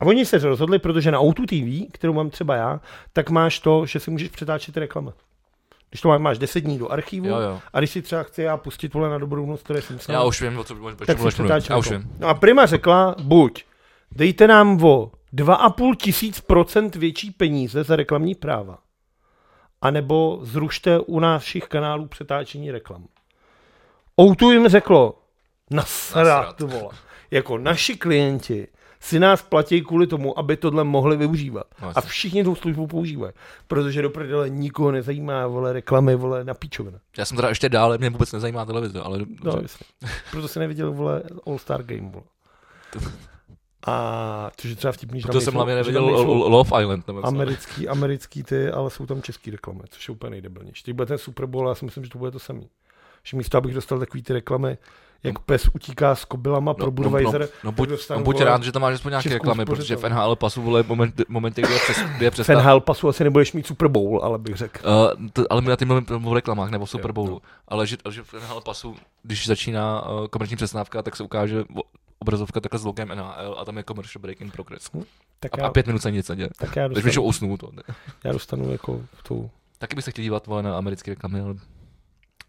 A oni se rozhodli, protože na Outu TV, kterou mám třeba já, tak máš to, že si můžeš přetáčet reklamy. Když to má- máš 10 dní do archivu, Jo, jo. a když si třeba chci já pustit vole na dobrou noc, které jsem sám, Já už vím, o co o čem tak si budeš mluvit. přetáčím Já už to. vím. No a Prima řekla, buď, dejte nám o 2,5 tisíc procent větší peníze za reklamní práva, anebo zrušte u našich kanálů přetáčení reklam. Outu jim řeklo, nasrat, Nasrat. ty vole. Jako naši klienti si nás platí kvůli tomu, aby tohle mohli využívat. No, a jasně. všichni tu službu používají. Protože do prdele nikoho nezajímá, vole, reklamy, vole, na píčovina. Já jsem teda ještě dále, mě vůbec nezajímá televize, ale No, dobře. jasně. Proto jsem neviděl, vole, All Star Game, vole. A což je třeba vtipný, že tam Proto jsem nejsou- hlavně že tam neviděl nejsou Lo- Love Island. Nebo jak se jmenuje. americký, americký ty, ale jsou tam český reklamy, což je úplně nejdebilnější. Teď bude ten Super Bowl, já si myslím, že to bude to samý. Že místo, abych dostal takový ty reklamy, jak pes utíká s kobylama pro Budweiser, no, no, buď, tak dostanu, no, buď vole, rád, že tam máš aspoň nějaké českou reklamy, protože v spořitelnu. NHL pasu vole moment, momenty, kdy je přes, kdy je Ten přestávka. hal pasu asi nebudeš mít Super Bowl, ale bych řekl. Uh, to, ale my na tím mluvím o reklamách nebo o Super Jo, Bowlu. Ale že, že v NHL pasu, když začíná uh, komerční přestávka, tak se ukáže o- obrazovka takhle s logem NHL a tam je commercial break in progress. Tak A, a já, pět minut se nic neděje. tak já Takže většinou dostanu, usnu to. já dostanu jako tu... Taky bych se chtěl dívat vole, na americké reklamy, ale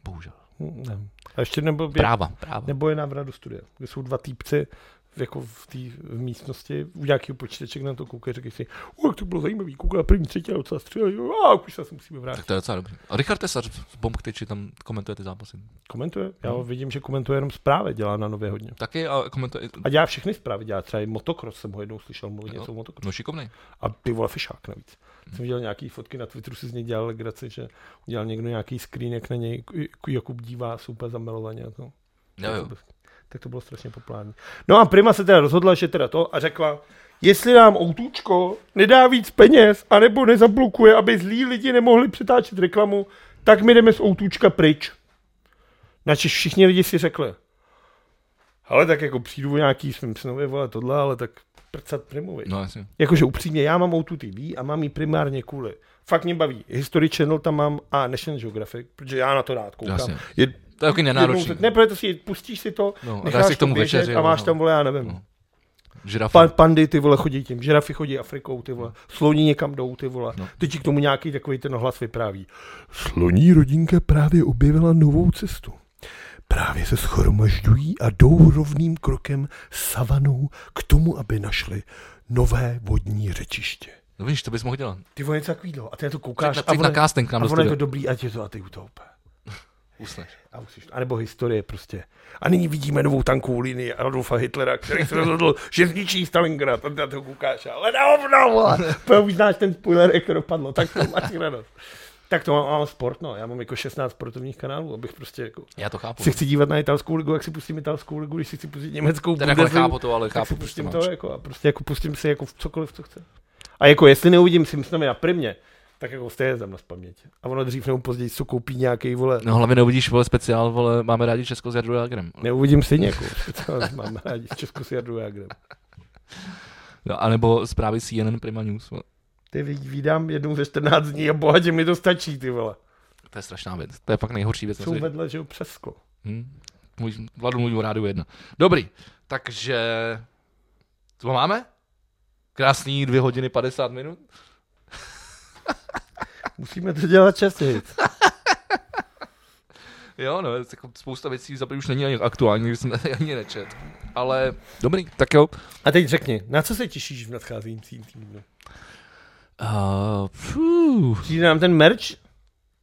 bohužel. hm, Ne. A ještě nebo bě- Práva, práva. No. Nebo je návrat do studia, kde jsou dva týpci v- jako v té v místnosti, u nějakého počítaček na to koukají, říkají si, "O, jak to bylo zajímavý, kouká první třetí a docela stříleli, a už se asi musíme vrátit. Tak to je docela dobrý. A Richard Tesař z Bomb Tyči tam komentuje ty zápasy. Komentuje, já ho vidím, že komentuje jenom zprávy, dělá na nově hodně. Taky a komentuje. i- A dělá všechny zprávy, dělá třeba i motokros, jsem ho jednou slyšel mluvit Jo. něco o motokros. No šikovnej. A ty vole fešák navíc. Jsem viděl nějaký fotky na Twitteru, si z něj dělal legraci, že udělal někdo nějaký screen, jak na něj Jakub dívá, jsou úplně zamilovaně a to. Jo, jo. Tak to bylo strašně populární. No a Prima se teda rozhodla, že teda to a řekla, jestli nám Outučko nedá víc peněz, anebo nezablokuje, aby zlí lidi nemohli přetáčet reklamu, tak my jdeme z Outučka pryč. Načež všichni lidi si řekli, ale tak jako přijdu o nějaký svým synovi, vole tohle, ale tak prcat Primovi. No jasně. Jakože upřímně, já mám Outu TV a mám ji primárně kvůli. Fakt mě baví. History Channel tam mám a National Geographic, protože já na to rád koukám. Jasně. Je, To je taky jednou, nenáročný. za- ne, protože to si pustíš si to, No, a dáš no, necháš si k tomu to běžet večeři, a jo, máš no. tam, vole, já nevím. No. Žirafa. Pan, pandy ty vole chodí tím, žirafy chodí Afrikou ty vole, sloní někam jdou ty vole. No. No. Teď ti k tomu nějaký takový ten hlas vypráví. Sloní rodinka právě objevila novou cestu. Právě se schromažďují a jdou rovným krokem savanou k tomu, aby našli nové vodní řečiště. No víš, to bys mohl dělat. Ty vole něco takovýho. A ty na to Přijď koukáš na, a, přijď na ono, casting k a nám do ono je to studia. dobrý a tě to a ty utoupe. Usneš. A musíš, anebo historie prostě. A nyní vidíme novou tankovou linii Adolfa Hitlera, který se rozhodl, že zničí Stalingrad. A ty na to koukáš a leda hovno, vole. Protože už znáš ten spoiler, jak to dopadlo, tak to máš radost. Tak to mám, mám sport, no. Já mám jako 16 sportovních kanálů, abych prostě jako... Já to chápu. Se chci dívat na italskou ligu, jak si pustím italskou ligu, když si chci pustit německou Teda jako Bundesligu, nechápu to, ale tak si chápu, proč to pustím máš. to jako, a prostě jako pustím si jako v cokoliv, co chce. A jako jestli neuvidím Simpsonovi na primě, tak jako stejně tam na spaměť. A ono dřív nebo později co koupí nějaký vole No hlavně neuvidíš, vole, speciál, vole, máme rádi Česko s Jardu Jagrem. Neuvidím stejně jako. To Mám rádi v Česku si Jardu Jagrem. No, anebo zprávy CNN Prima News. vole. Ty ví- vídám jednou ze 14 dní a bohatě mi to stačí, ty vole. To je strašná věc. To je fakt nejhorší věc. na Jsou světě. vedle, že jo, přesklo. Hm? Můj, Vladu mluví o rádiu jedna. Dobrý, takže... Co máme? Krásný dvě hodiny 50 minut? Musíme to dělat častěji. Jo, no, jako spousta věcí za prvé už není ani aktuální, když jsem ani nečet. Ale dobrý, tak jo. A teď řekni, na co se těšíš v nadcházejícím týdnu? Uh, fů, Přijde nám ten merch?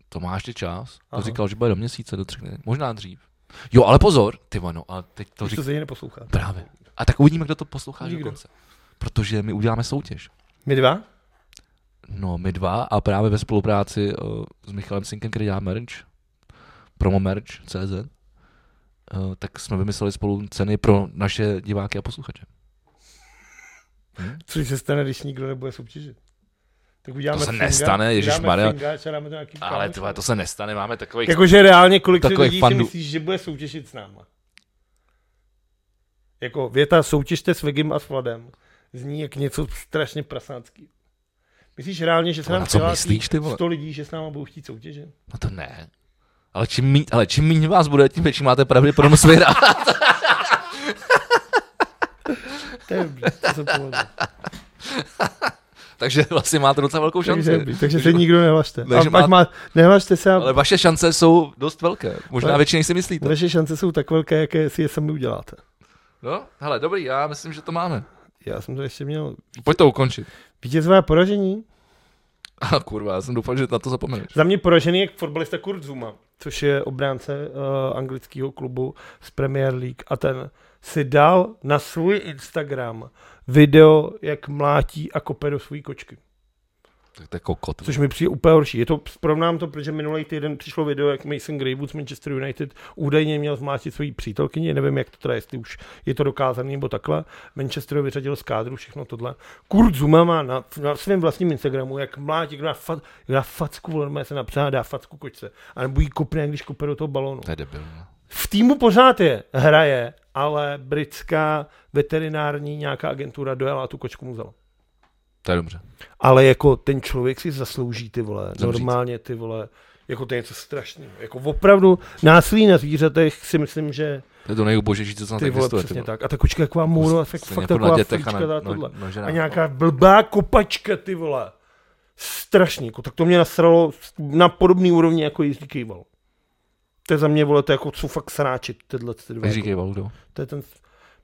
to máš ty čas. To Aha. říkal, že bude do měsíce, do tři dny. Možná dřív. Jo, ale pozor, ty vano, a teď to To říkám. se stejně neposlouchá. Právě. A tak uvidíme, kdo to poslouchá do Nikdo. konce. Protože my uděláme soutěž. My dva? No, my dva a právě ve spolupráci uh, s Michalem Sinkem, který dělá merch, promo merch CZ, uh, tak jsme vymysleli spolu ceny pro naše diváky a posluchače. Což se stane, když nikdo nebude soutěžit. Tak uděláme To se finga- nestane, uděláme ježišmarja. finga a šádáme to nějakým Ale kámošům. tvoje, to se nestane, máme takových... Jakože reálně kolik si Takových lidí si fandů. myslíš, že bude soutěžit s náma? Jako věta soutěžte s Vegim a s Vladem zní jak něco strašně prasácký. Myslíš reálně, že se To nám na co přihlásí myslíš, ty vole? 100 lidí, že s náma budou chtít soutěžit? No to ne. Ale čím míň, ale čím míň vás bude, tím větší máte pravděpodobnost vyhrát. To je dobrý, to se povedlo. Takže vlastně máte docela velkou takže, šanci. dobrý, takže se nikdo nehlašte. A Takže pak má- má, nehlašte se a Ale vaše šance jsou dost velké. Možná Ale- větší, než si myslíte. vaše šance jsou tak velké, jaké si je sami uděláte. No, hele, dobrý, já myslím, že to máme. Já jsem to ještě měl. Pojď to ukončit. Vítězové poražení? A kurva, já jsem doufal, že na to zapomeneš. Za mě poražený jak fotbalista Kurt Zuma, což je obránce uh, anglického klubu z Premier League. A ten si dal na svůj Instagram video, jak mlátí a kope do svý kočky. Tak to je kokot. Což mi přijde úplně horší. Je to, srovnám to, protože minulý týden přišlo video, jak Mason Greenwood z Manchester United údajně měl zmlátit svoji přítelkyni. Nevím, jak to teda, jestli už je to dokázané nebo takhle. Manchester ho vyřadil z kádru, všechno tohle. Kurt Zuma má na, na svém vlastním Instagramu, jak mlátí, kdo na, fa, kdo na facku, normálně se napřádá, dá facku kočce. A nebo jí kopne, když kope do toho balonu. To je debil. no. V týmu pořád je, hraje, ale britská veterinární nějaká agentura dojela a tu kočku mu vzala. To je dobře. Ale jako ten člověk si zaslouží ty vole, Zemřít. normálně ty vole, jako to je něco strašného. Jako opravdu násilí na zvířatech si myslím, že To je to nejubožejší, co snad ty vole, No, existuje. přesně tak. A ta kočka jako můro, fakt, Stejně fakt jako na taková dětech a frička, na- na, no- tohle. na ženách, a nějaká blbá kopačka, ty vole. Strašný, jako, tak to mě nasralo na podobný úrovni jako jízdní kejval. To je za mě, vole, to je jako co fakt sráčit, tyhle ty dva. jako. Jak říkej, Valudo. To je ten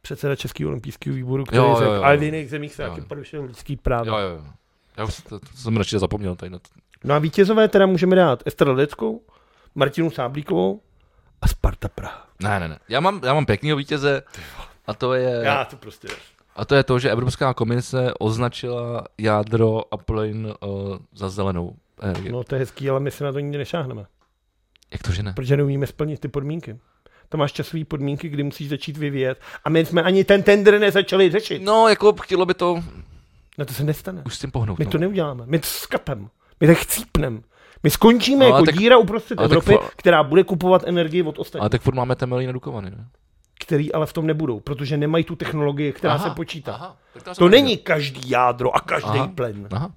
předseda Českého olympijského výboru, který Jo, jo, jo, jo, ale v jo. jiných zemích se Jo, taky jo. porušuje lidský práva. Jo, jo, jo. Já už to, to jsem radši zapomněl tady na to. No a vítězové teda můžeme dát Ester Ledeckou, Martinu Sáblíkovou a Sparta Praha. Ne, ne, ne. Já mám, já mám pěknýho vítěze a to je, to prostě. a to je to, že Evropská komise označila jádro a plyn uh, za zelenou energii. No to je hezký, ale my se na to nikdy nešáhneme, Jak to, že ne? protože neumíme splnit ty podmínky. Tam máš časové podmínky, kdy musíš začít vyvíjet. A my jsme ani ten tender nezačali řešit. No, No, jako chtělo by to no to se nestane. už s tím pohnout. My no. to neuděláme. My to skapem. My tak chcípneme. My skončíme No, no, ale jako tak- tak, díra uprostřed ale tak Evropy, fa- která bude kupovat energii od ostatních. Ale tak furt máme temelí nadukovany, ne? který ale v tom nebudou, protože nemají tu technologii, která Aha, se počítá. Aha, tak já jsem To nevěděl. není každý jádro a každý Aha. plen. Aha.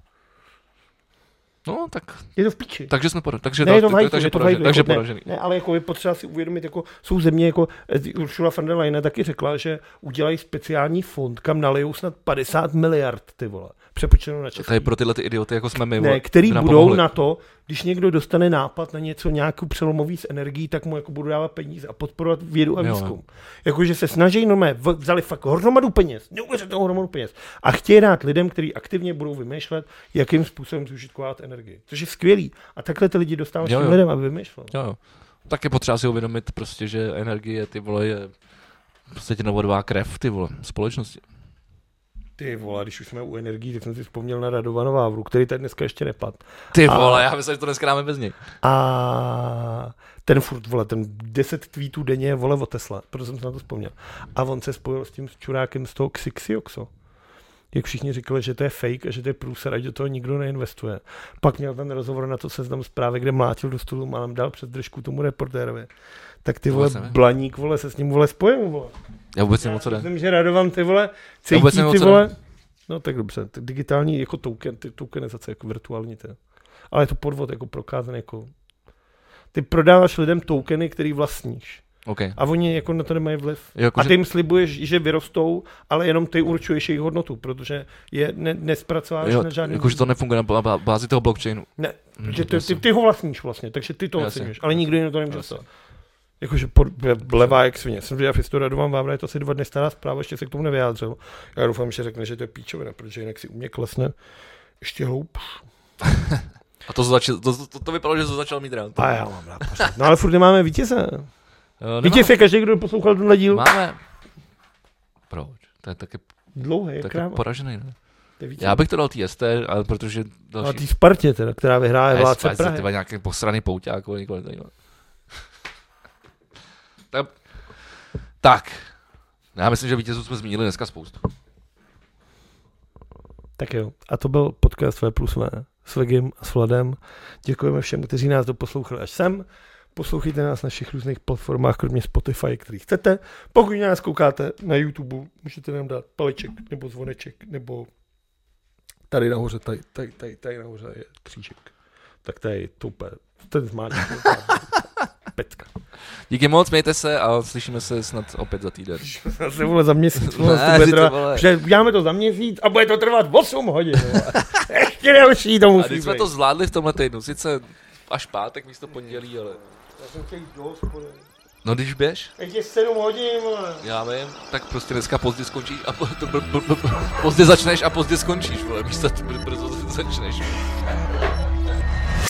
No, tak, Je to v piči. takže jsme poraženi. Takže, ne, je to v tak- hajku, takže, je to v poraženi- hajku, takže jako, poražený. Ne, ne, ale jako je potřeba si uvědomit, jako jsou země, jako eh, Ursula von der Leyen taky řekla, že udělají speciální fond, kam nalijou snad 50 miliard, ty vole, přepočteno na To český. je pro tyhle ty idioty, jako jsme my. vole, Ne, který by nám budou pomohli. na to, když někdo dostane nápad na něco nějakou přelomový s energií, tak mu jako budou dávat peníze a podporovat vědu a Jo, jo. výzkum. Jakože se snaží, no mé, vzali fakt hromadu peněz, neuvěřitelnou hromadu peněz a chtějí dát lidem, kteří aktivně budou vymýšlet, jakým způsobem zúžitkovat energii. Což je skvělý. A takhle ty lidi dostáváš Jo, těm jo. lidem, aby vymýšleli. Jo, jo. Tak je potřeba si uvědomit prostě, že energie, ty vole, je v podstatě novodová krev, ty vole, společnosti. Ty vole, když už jsme u energií, tak jsem si vzpomněl na Radovanu Vávru, který tady dneska ještě nepad. Ty A- vole, já myslím, že to dneska dáme bez něj. A ten furt, vole, ten 10 tweetů denně je, vole o Tesla, proto jsem se na to vzpomněl. A on se spojil s tím čurákem z toho Xixioxo. Jak všichni říkali, že to je fake a že to je průser a že do toho nikdo neinvestuje. Pak měl ten rozhovor na to seznam zprávy, kde mlátil do stolu, málem dal před držku tomu reportérovi. Tak ty To vole, vůbec nevím. blaník, vole, se s ním, vole, spojil, vole. Já vůbec nevím, o co Já jde. myslím, že Radovan, ty vole, Já vůbec cítí, nevím, o ty co jde. vole, No tak dobře, tak digitální jako token, ty tokenizace, jako virtuální to. je. Ale je to podvod jako prokázaný jako... Ty prodáváš lidem tokeny, který vlastníš. OK. A oni jako na to nemají vliv. Jako, A že- ty jim slibuješ, že vyrostou, ale jenom ty určuješ jejich hodnotu, protože je ne, nespracováš Jo, na žádný... jakože to nefunguje na ba- ba- bázi toho blockchainu. Ne, Hm, že ty, ty, jasně. ty ho vlastníš vlastně, takže ty to Jasně. oceníš, ale nikdo jiný to nemůže Jasně. dostat. Jakože pod, levá jak svině. Jsem v historii Radovan Vávra, je to asi dva dny stará zpráva, ještě se k tomu nevyjádřil. Já doufám, že řekne, že to je píčovina, protože jinak si u mě klesne ještě hloub. A to, začal, to, to, to vypadalo, že to začal mít rád. A já mám rád. pořád. No ale furt nemáme vítěze. Eh, nemám- Vítěz je každý, kdo poslouchal tenhle díl. Máme. Proč? To je taky, Dlouhý, taky kráva. poražený, ne? To je vítěz. No, Já bych to dal té ST, ale protože A další... tý Spartě teda, která vyhráje Ale vládce Spartě, Prahy. tyba, nějaký posraný pouťák, nebo někoho takového. tak, tak. Já myslím, že vítězů jsme zmínili dneska spoustu. Tak jo, a to byl podcast V plus V s Vegim a s Vladem. Děkujeme všem, kteří nás doposlouchali až sem. Poslouchejte nás na našich různých platformách, kromě Spotify, který chcete. Pokud nás koukáte na YouTube, můžete nám dát paleček nebo zvoneček, nebo tady nahoře, tady, tady, tady, tady nahoře je křížek. Tak to je to úplně, ten zmáček. Pecka. Díky moc, mějte se a slyšíme se snad opět za týden. Zase vole za měsíc. Ne, vole, to bude že to trvat, vole. že uděláme to za měsíc a bude to trvat 8 hodin. vole. Ještě další to A musí když jsme být. to zvládli v tomhle týdnu, sice až pátek místo pondělí, ale... Já jsem chtěl jít do hospody. No když běž, Ještě 7 hodin, vole. já vím, tak prostě dneska pozdě skončíš a po, to br, br, br, pozdě začneš a pozdě skončíš, vole, místo br, brzo začneš.